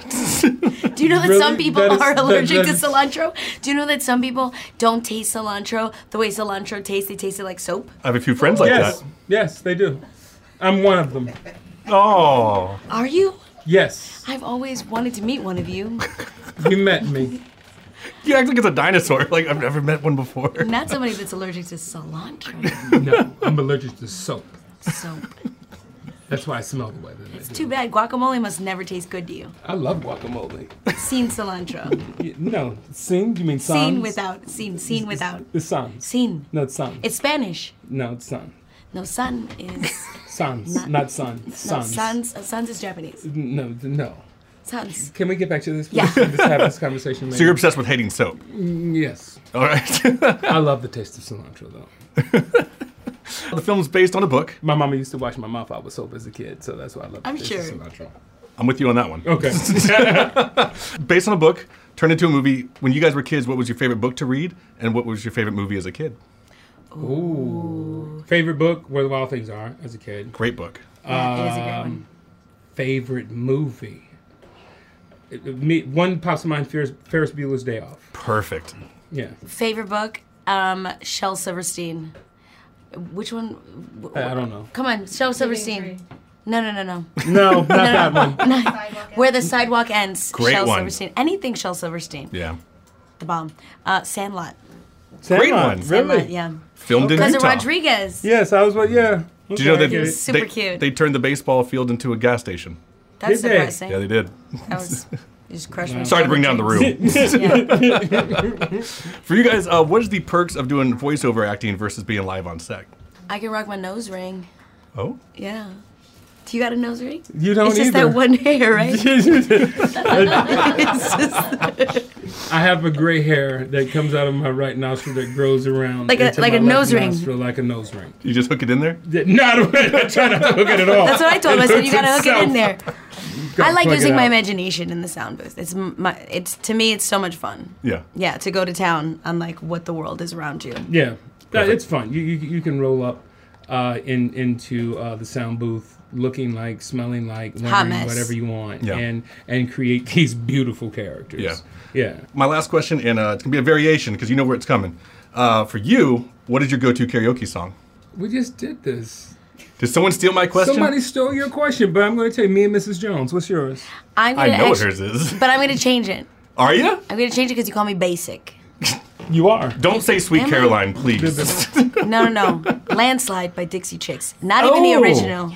R: Do you know that
D: really?
R: some people
D: That is-
R: are
D: that-
R: allergic
D: that
R: to
D: is-
R: cilantro? Do you know that some people don't taste cilantro the way cilantro tastes? They taste it like soap.
D: I have a few friends like
G: yes.
D: that.
G: Yes, they do. I'm one of them.
D: Oh.
R: Are you?
G: Yes.
R: I've always wanted to meet one of you.
G: You met me.
D: You act like it's a dinosaur. Like I've never met one before.
R: Not somebody that's allergic to cilantro
G: no, I'm allergic to soap.
R: soap.
G: That's why I smell the way that I
R: It's
G: do.
R: too bad. Guacamole must never taste good to you.
G: I love guacamole.
R: Seen cilantro.
G: Y- no, sing? You mean sans?
R: Seen without. Seen. Seen without.
G: It's sans.
R: Seen.
G: No, it's sans.
R: It's Spanish.
G: no, it's sans.
R: No, sun is.
G: Sans,
R: Not-
G: not, sans.
R: No,
G: Sans.
R: sans. uh, Sans is Japanese.
G: No, no.
R: Sans.
G: Can we get back to this?
R: Yeah.
G: Let's just have this conversation.
D: So
G: later.
D: you're obsessed with hating soap.
G: Mm, Yes.
D: All right.
G: I love the taste of cilantro, though.
D: the film's based on a book.
G: My mama used to wash my mouth out with soap as a kid, so that's why I love.
R: I'm
G: the
R: sure.
G: taste Of cilantro.
D: I'm with you on that one.
G: Okay.
D: Based on a book, turned into a movie. When you guys were kids, what was your favorite book to read, and what was your favorite movie as a kid?
G: Ooh. Favorite book, Where the Wild Things Are, as a kid. Um,
D: Great book.
R: Yeah, it is a great one.
G: Favorite movie. It- it- me, one pops to mind: Ferris, Ferris Bueller's Day Off.
D: Perfect.
G: Yeah.
R: Favorite book? Um, Shel Silverstein. Which one?
G: I don't know.
R: Come on, Shel Silverstein. No, no, no, no.
G: No, not that one.
R: Where the sidewalk ends.
G: Great
R: Shel
G: one.
R: Silverstein. Anything Shel Silverstein.
D: Yeah.
R: The bomb. Uh, Sandlot.
D: Great one. Really?
R: Sandlot, yeah.
D: Filmed in
R: Because of
D: Utah.
R: Rodriguez.
G: Yes, I was like, yeah.
D: Did you know that
R: He was super
D: they,
R: cute.
D: they turned the baseball field into a gas station?
R: That's Did they? depressing.
D: Yeah, they did.
R: That was just crushed my
D: Sorry to bring down the room.
R: Yeah.
D: For you guys, uh, what is the perks of doing voiceover acting versus being live on set?
R: I can rock my nose ring.
D: Oh,
R: Yeah. Do you got a nose ring?
G: You don't
R: It's just
G: either.
R: that one hair, right? It's just-
G: I have a gray hair that comes out of my right nostril that grows around
R: Like a-
G: into
R: like
G: my
R: a
G: left
R: nose ring.
G: nostril, like a nose ring.
D: you just hook it in there.
G: No, I don't, I'm not trying not to hook it at all.
R: That's what I told him. I said you gotta hook it in there.
G: Go
R: I like
G: plug it
R: using my
G: out.
R: imagination in the sound booth. It's m- my. It's to me, it's so much fun.
D: Yeah.
R: Yeah, to go to town on like what the world is around you.
G: Yeah, No, it's fun. You, you you can roll up uh, in into uh, the sound booth, looking like, smelling like,
R: Hot
G: wearing
R: mess.
G: whatever you want,
D: Yeah.
G: and and create these beautiful characters.
D: Yeah.
G: yeah.
D: My last question, and uh, it's gonna be a variation because you know where it's coming. Uh, for you, what is your go-to karaoke song?
G: We just did this.
D: Did someone steal my question?
G: Somebody stole your question, but I'm going to tell you, me and Mrs. Jones. What's yours?
R: I'm
D: I
R: gonna
D: know what
R: actu-
D: hers is.
R: But I'm gonna change it.
D: Are ya?
R: I'm gonna change it because you call me basic.
G: You are.
D: Don't say "Sweet
R: Am I?
D: Caroline," please.
R: No, no, no. Landslide by Dixie Chicks. Not even the
G: Oh.
R: original.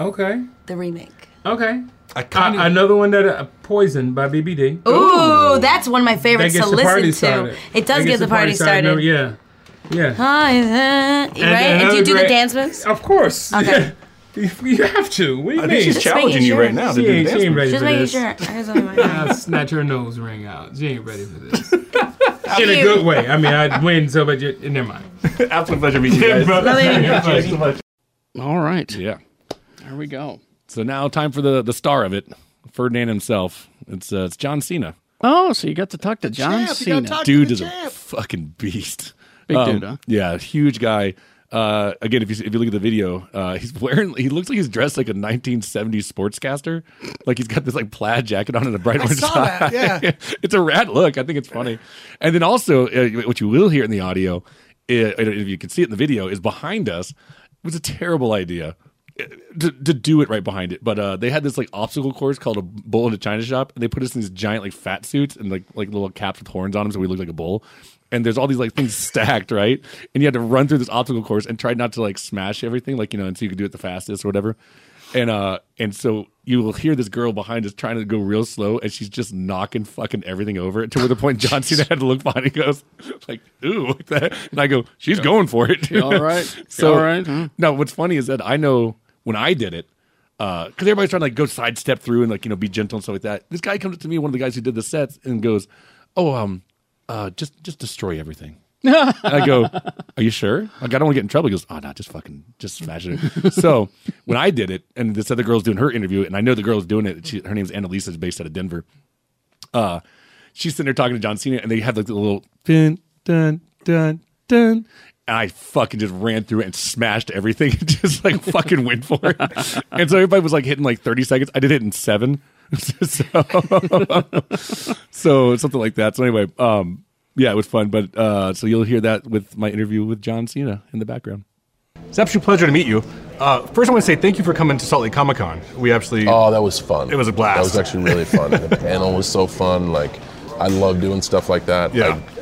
G: Okay.
R: The remake.
G: Okay. Uh, another one that uh, poison by BBD.
R: Ooh, that's one of my favorites
G: That
R: to
G: gets the party
R: listen to.
G: started.
R: It does
G: That
R: get
G: gets
R: the party
G: No,
R: started.
G: yeah, yeah.
R: Hi, uh, right? And, do
G: another
R: you do the
G: great-
R: dance moves?
G: Of course.
R: Okay.
G: You have to. What do you
D: I
G: mean?
D: think she's Just challenging making you sure. right now to
G: She
D: do the
G: ain't- she
D: dance
G: ain't
D: moves.
G: ready
R: Just
G: for
R: making
G: this.
R: sure. I was on my
G: I'll snatch her nose ring out. She ain't ready for this. In a
R: Cute.
G: good way. I mean, I'd win so, but you never mind.
D: Absolute pleasure meeting you guys.
B: All right.
F: Yeah.
B: There we go.
F: So now time for the, the star of it, Ferdinand himself. It's uh, it's John Cena.
B: Oh, so you got to talk to John Cena.
F: Dude is a fucking beast. Um,
B: Big dude, huh?
F: Yeah, huge guy. Uh, again, if you if you look at the video, uh, he's wearing. He looks like he's dressed like a 1970s sportscaster. Like he's got this like plaid jacket on and a bright orange
S: saw that,
F: tie.
S: yeah.
F: it's a rad look. I think it's funny. And then also, uh, what you will hear in the audio, uh, if you can see it in the video, is behind us. It was a terrible idea uh, to, to do it right behind it, but uh, they had this like obstacle course called a bull in a china shop, and they put us in these giant like fat suits and like like little caps with horns on them, so we looked like a bull. And there's all these like things stacked, right? And you had to run through this obstacle course and try not to like smash everything, like you know, and so you could do it the fastest or whatever and uh and so you will hear this girl behind us trying to go real slow and she's just knocking fucking everything over to the point John Cena had to look behind and goes like ooh like that. and I go she's
B: Yeah.
F: going for it
B: You all right? You
F: so
B: all right, huh?
F: no what's funny is that I know when I did it because everybody's trying to like go sidestep through and like you know be gentle and stuff like that this guy comes up to me one of the guys who did the sets and goes oh um uh just just destroy everything and I go, Are you sure? Like, I don't want to get in trouble. He goes, Oh, no, just fucking, just smash it. so when I did it, and this other girl's doing her interview, and I know the girl's doing it, she, her name's Annalisa, is based out of Denver. Uh, she's sitting there talking to John Cena, and they have like the little pin, dun, dun, dun. And I fucking just ran through it and smashed everything and just like fucking went for it. And so everybody was like hitting like 30 seconds. I did it in seven. so, so something like that. So anyway, um, yeah, it was fun. But uh, so you'll hear that with my interview with John Cena in the background.
C: It's an absolute pleasure to meet you. Uh, first, I want to say thank you for coming to Salt Lake Comic Con. We absolutely.
Q: Oh, that was fun.
C: It was a blast.
Q: That was actually really fun. the panel was so fun. Like, I love doing stuff like that.
C: Yeah.
Q: I,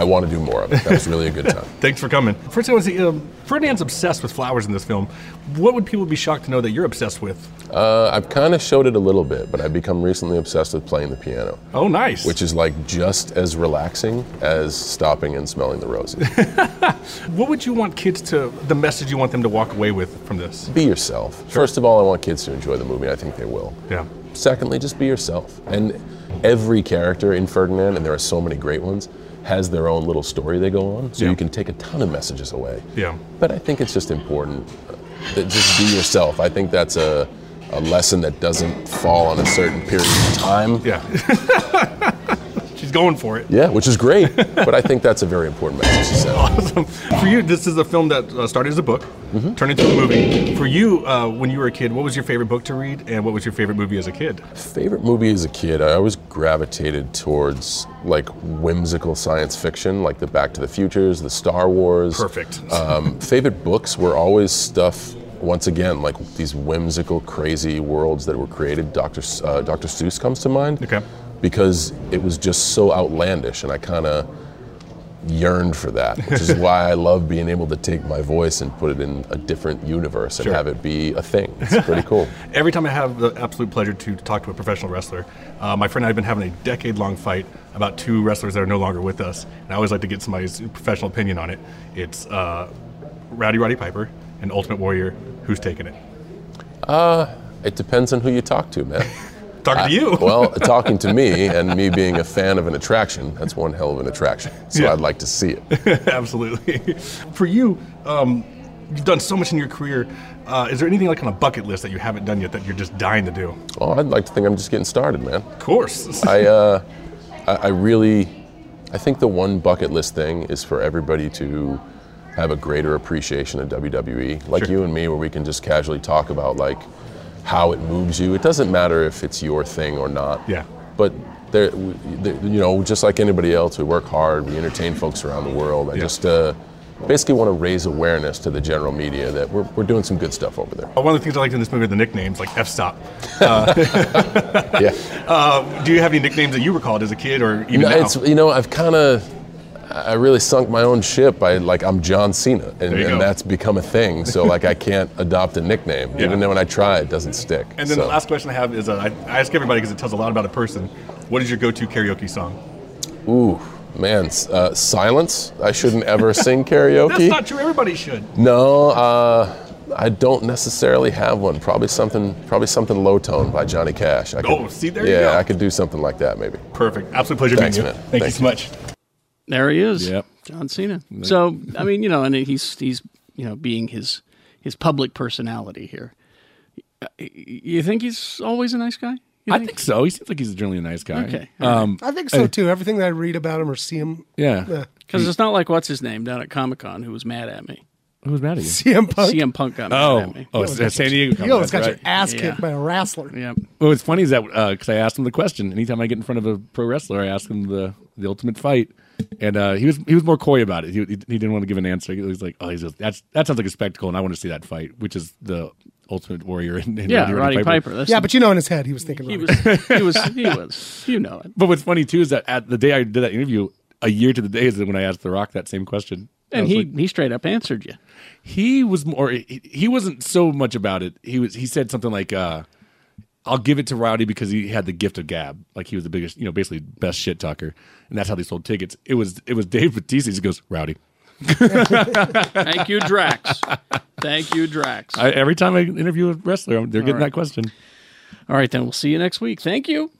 Q: I want to do more of it. That was really a good time.
C: Thanks for coming. First, I want to say um, Ferdinand's obsessed with flowers in this film. What would people be shocked to know that you're obsessed with?
Q: Uh, I've kind of showed it a little bit, but I've become recently obsessed with playing the piano.
C: Oh, nice.
Q: Which is like just as relaxing as stopping and smelling the roses.
C: What would you want kids to, the message you want them to walk away with from this?
Q: be yourself. First of all, I want kids to enjoy the movie. I think they will.
C: Yeah.
Q: Secondly, just be yourself. And every character in Ferdinand, and there are so many great ones, has their own little story they go on. So
C: Yeah.
Q: you can take a ton of messages away.
C: Yeah.
Q: But I think it's just important that just be yourself. I think that's a, a lesson that doesn't fall on a certain period of time.
C: Yeah. She's going for it.
Q: Yeah, which is great. but I think that's a very important message to send.
C: Awesome. For you, this is a film that uh, started as a book, turned into a movie. For you, uh, when you were a kid, what was your favorite book to read, and what was your favorite movie as a kid?
Q: Favorite movie as a kid, I always gravitated towards like whimsical science fiction, like the Back to the Futures, the Star Wars.
C: Perfect.
Q: Um, favorite books were always stuff. Once again, like these whimsical, crazy worlds that were created. Doctor S- uh, Doctor Seuss comes to mind.
C: Okay.
Q: Because it was just so outlandish, and I kind of yearned for that, which is why I love being able to take my voice and put it in a different universe and
C: Sure.
Q: have it be a thing. It's pretty cool.
C: Every time I have the absolute pleasure to talk to a professional wrestler, uh, my friend and I have been having a decade long fight about two wrestlers that are no longer with us. And I always like to get somebody's professional opinion on it. It's uh, Rowdy Roddy Piper and Ultimate Warrior. Who's taking it?
Q: Uh, it depends on who you talk to, man.
C: Talking to
Q: I-
C: you.
Q: well, talking to me and me being a fan of an attraction, that's one hell of an attraction. So
C: Yeah.
Q: I'd like to see it.
C: Absolutely. For you, um, you've done so much in your career. Uh, is there anything like on a bucket list that you haven't done yet that you're just dying to do?
Q: Oh, I'd like to think I'm just getting started, man. Of
C: course.
Q: I, uh, I, I really, I think the one bucket list thing is for everybody to have a greater appreciation of WWE, like you and me, where we can just casually talk about like how it moves you. It doesn't matter if it's your thing or not.
C: Yeah.
Q: But there, w- there- you know, just like anybody else, we work hard. We entertain folks around the world. I just uh, basically want to raise awareness to the general media that we're, we're doing some good stuff over there.
C: Uh, One of the things I liked in this movie are the nicknames, like F Stop. Uh,
Q: Yeah.
C: uh, do you have any nicknames that you were called as a kid or even
Q: no,
C: now?
Q: It's, you know, I've kind of, I really sunk my own ship. I like, I'm John Cena, and,
C: There you go.
Q: and that's become a thing. So like, I can't adopt a nickname,
C: Yeah.
Q: even though when I try, it doesn't stick.
C: And then
Q: so.
C: the last question I have is uh, I, I ask everybody because it tells a lot about a person. What is your go-to karaoke song?
Q: ooh, man, s- uh, silence. I shouldn't ever sing karaoke.
C: That's not true. Everybody should.
Q: No, uh, I don't necessarily have one. Probably something, probably something low tone by Johnny Cash. I
C: Oh, see, there you
Q: yeah,
C: go.
Q: I could do something like that maybe.
C: Perfect. Absolute pleasure
Q: Thanks,
C: meeting you.
Q: man.
C: Thank you
Q: Thank
C: so much.
B: There he is.
F: Yep.
B: John Cena. So I mean, you know, and he's he's you know being his his public personality here. Uh, y- You think he's always a nice guy? You
F: I think so. He seems like he's generally a nice guy. Um,
B: Okay.
E: I think so
F: and-
E: too. Everything that I read about him or see him. uh,
B: Because it's not like what's his name down at Comic Con who was mad at me.
F: Who was mad at you?
E: CM Punk.
B: CM Punk got
F: Oh.
B: mad at me.
F: Oh, it's at San Diego Comic
E: Yo,
F: Con,
E: it's got your
F: right.
E: ass
B: Yeah.
E: kicked by a wrestler.
B: Yeah.
F: Well, what's funny is that because I asked him the question. Anytime I get in front of a pro wrestler, I ask him the the ultimate fight, and uh, he was he was more coy about it. He, he didn't want to give an answer. He was like, "Oh, he's just, that's that sounds like a spectacle, and I want to see that fight, which is the Ultimate Warrior and, and Roddy,
E: yeah, but you know, in his head, he was thinking. He
B: was. He was. He was. You know it.
F: But what's funny too is that at the day I did that interview, a year to the day is when I asked The Rock that same question, I
B: And
F: was
B: he,
F: like-
B: he straight up answered you.
F: he was more he, he wasn't so much about it he was he said something like uh i'll give it to rowdy because he had the gift of gab like he was the biggest you know basically best shit talker and that's how they sold tickets it was it was dave batista he goes rowdy
B: Thank you, Drax. Thank you, Drax.
F: I, every time i interview a wrestler I'm- they're
B: All
F: getting
B: right.
F: that question
B: All right, then we'll see you next week. Thank you.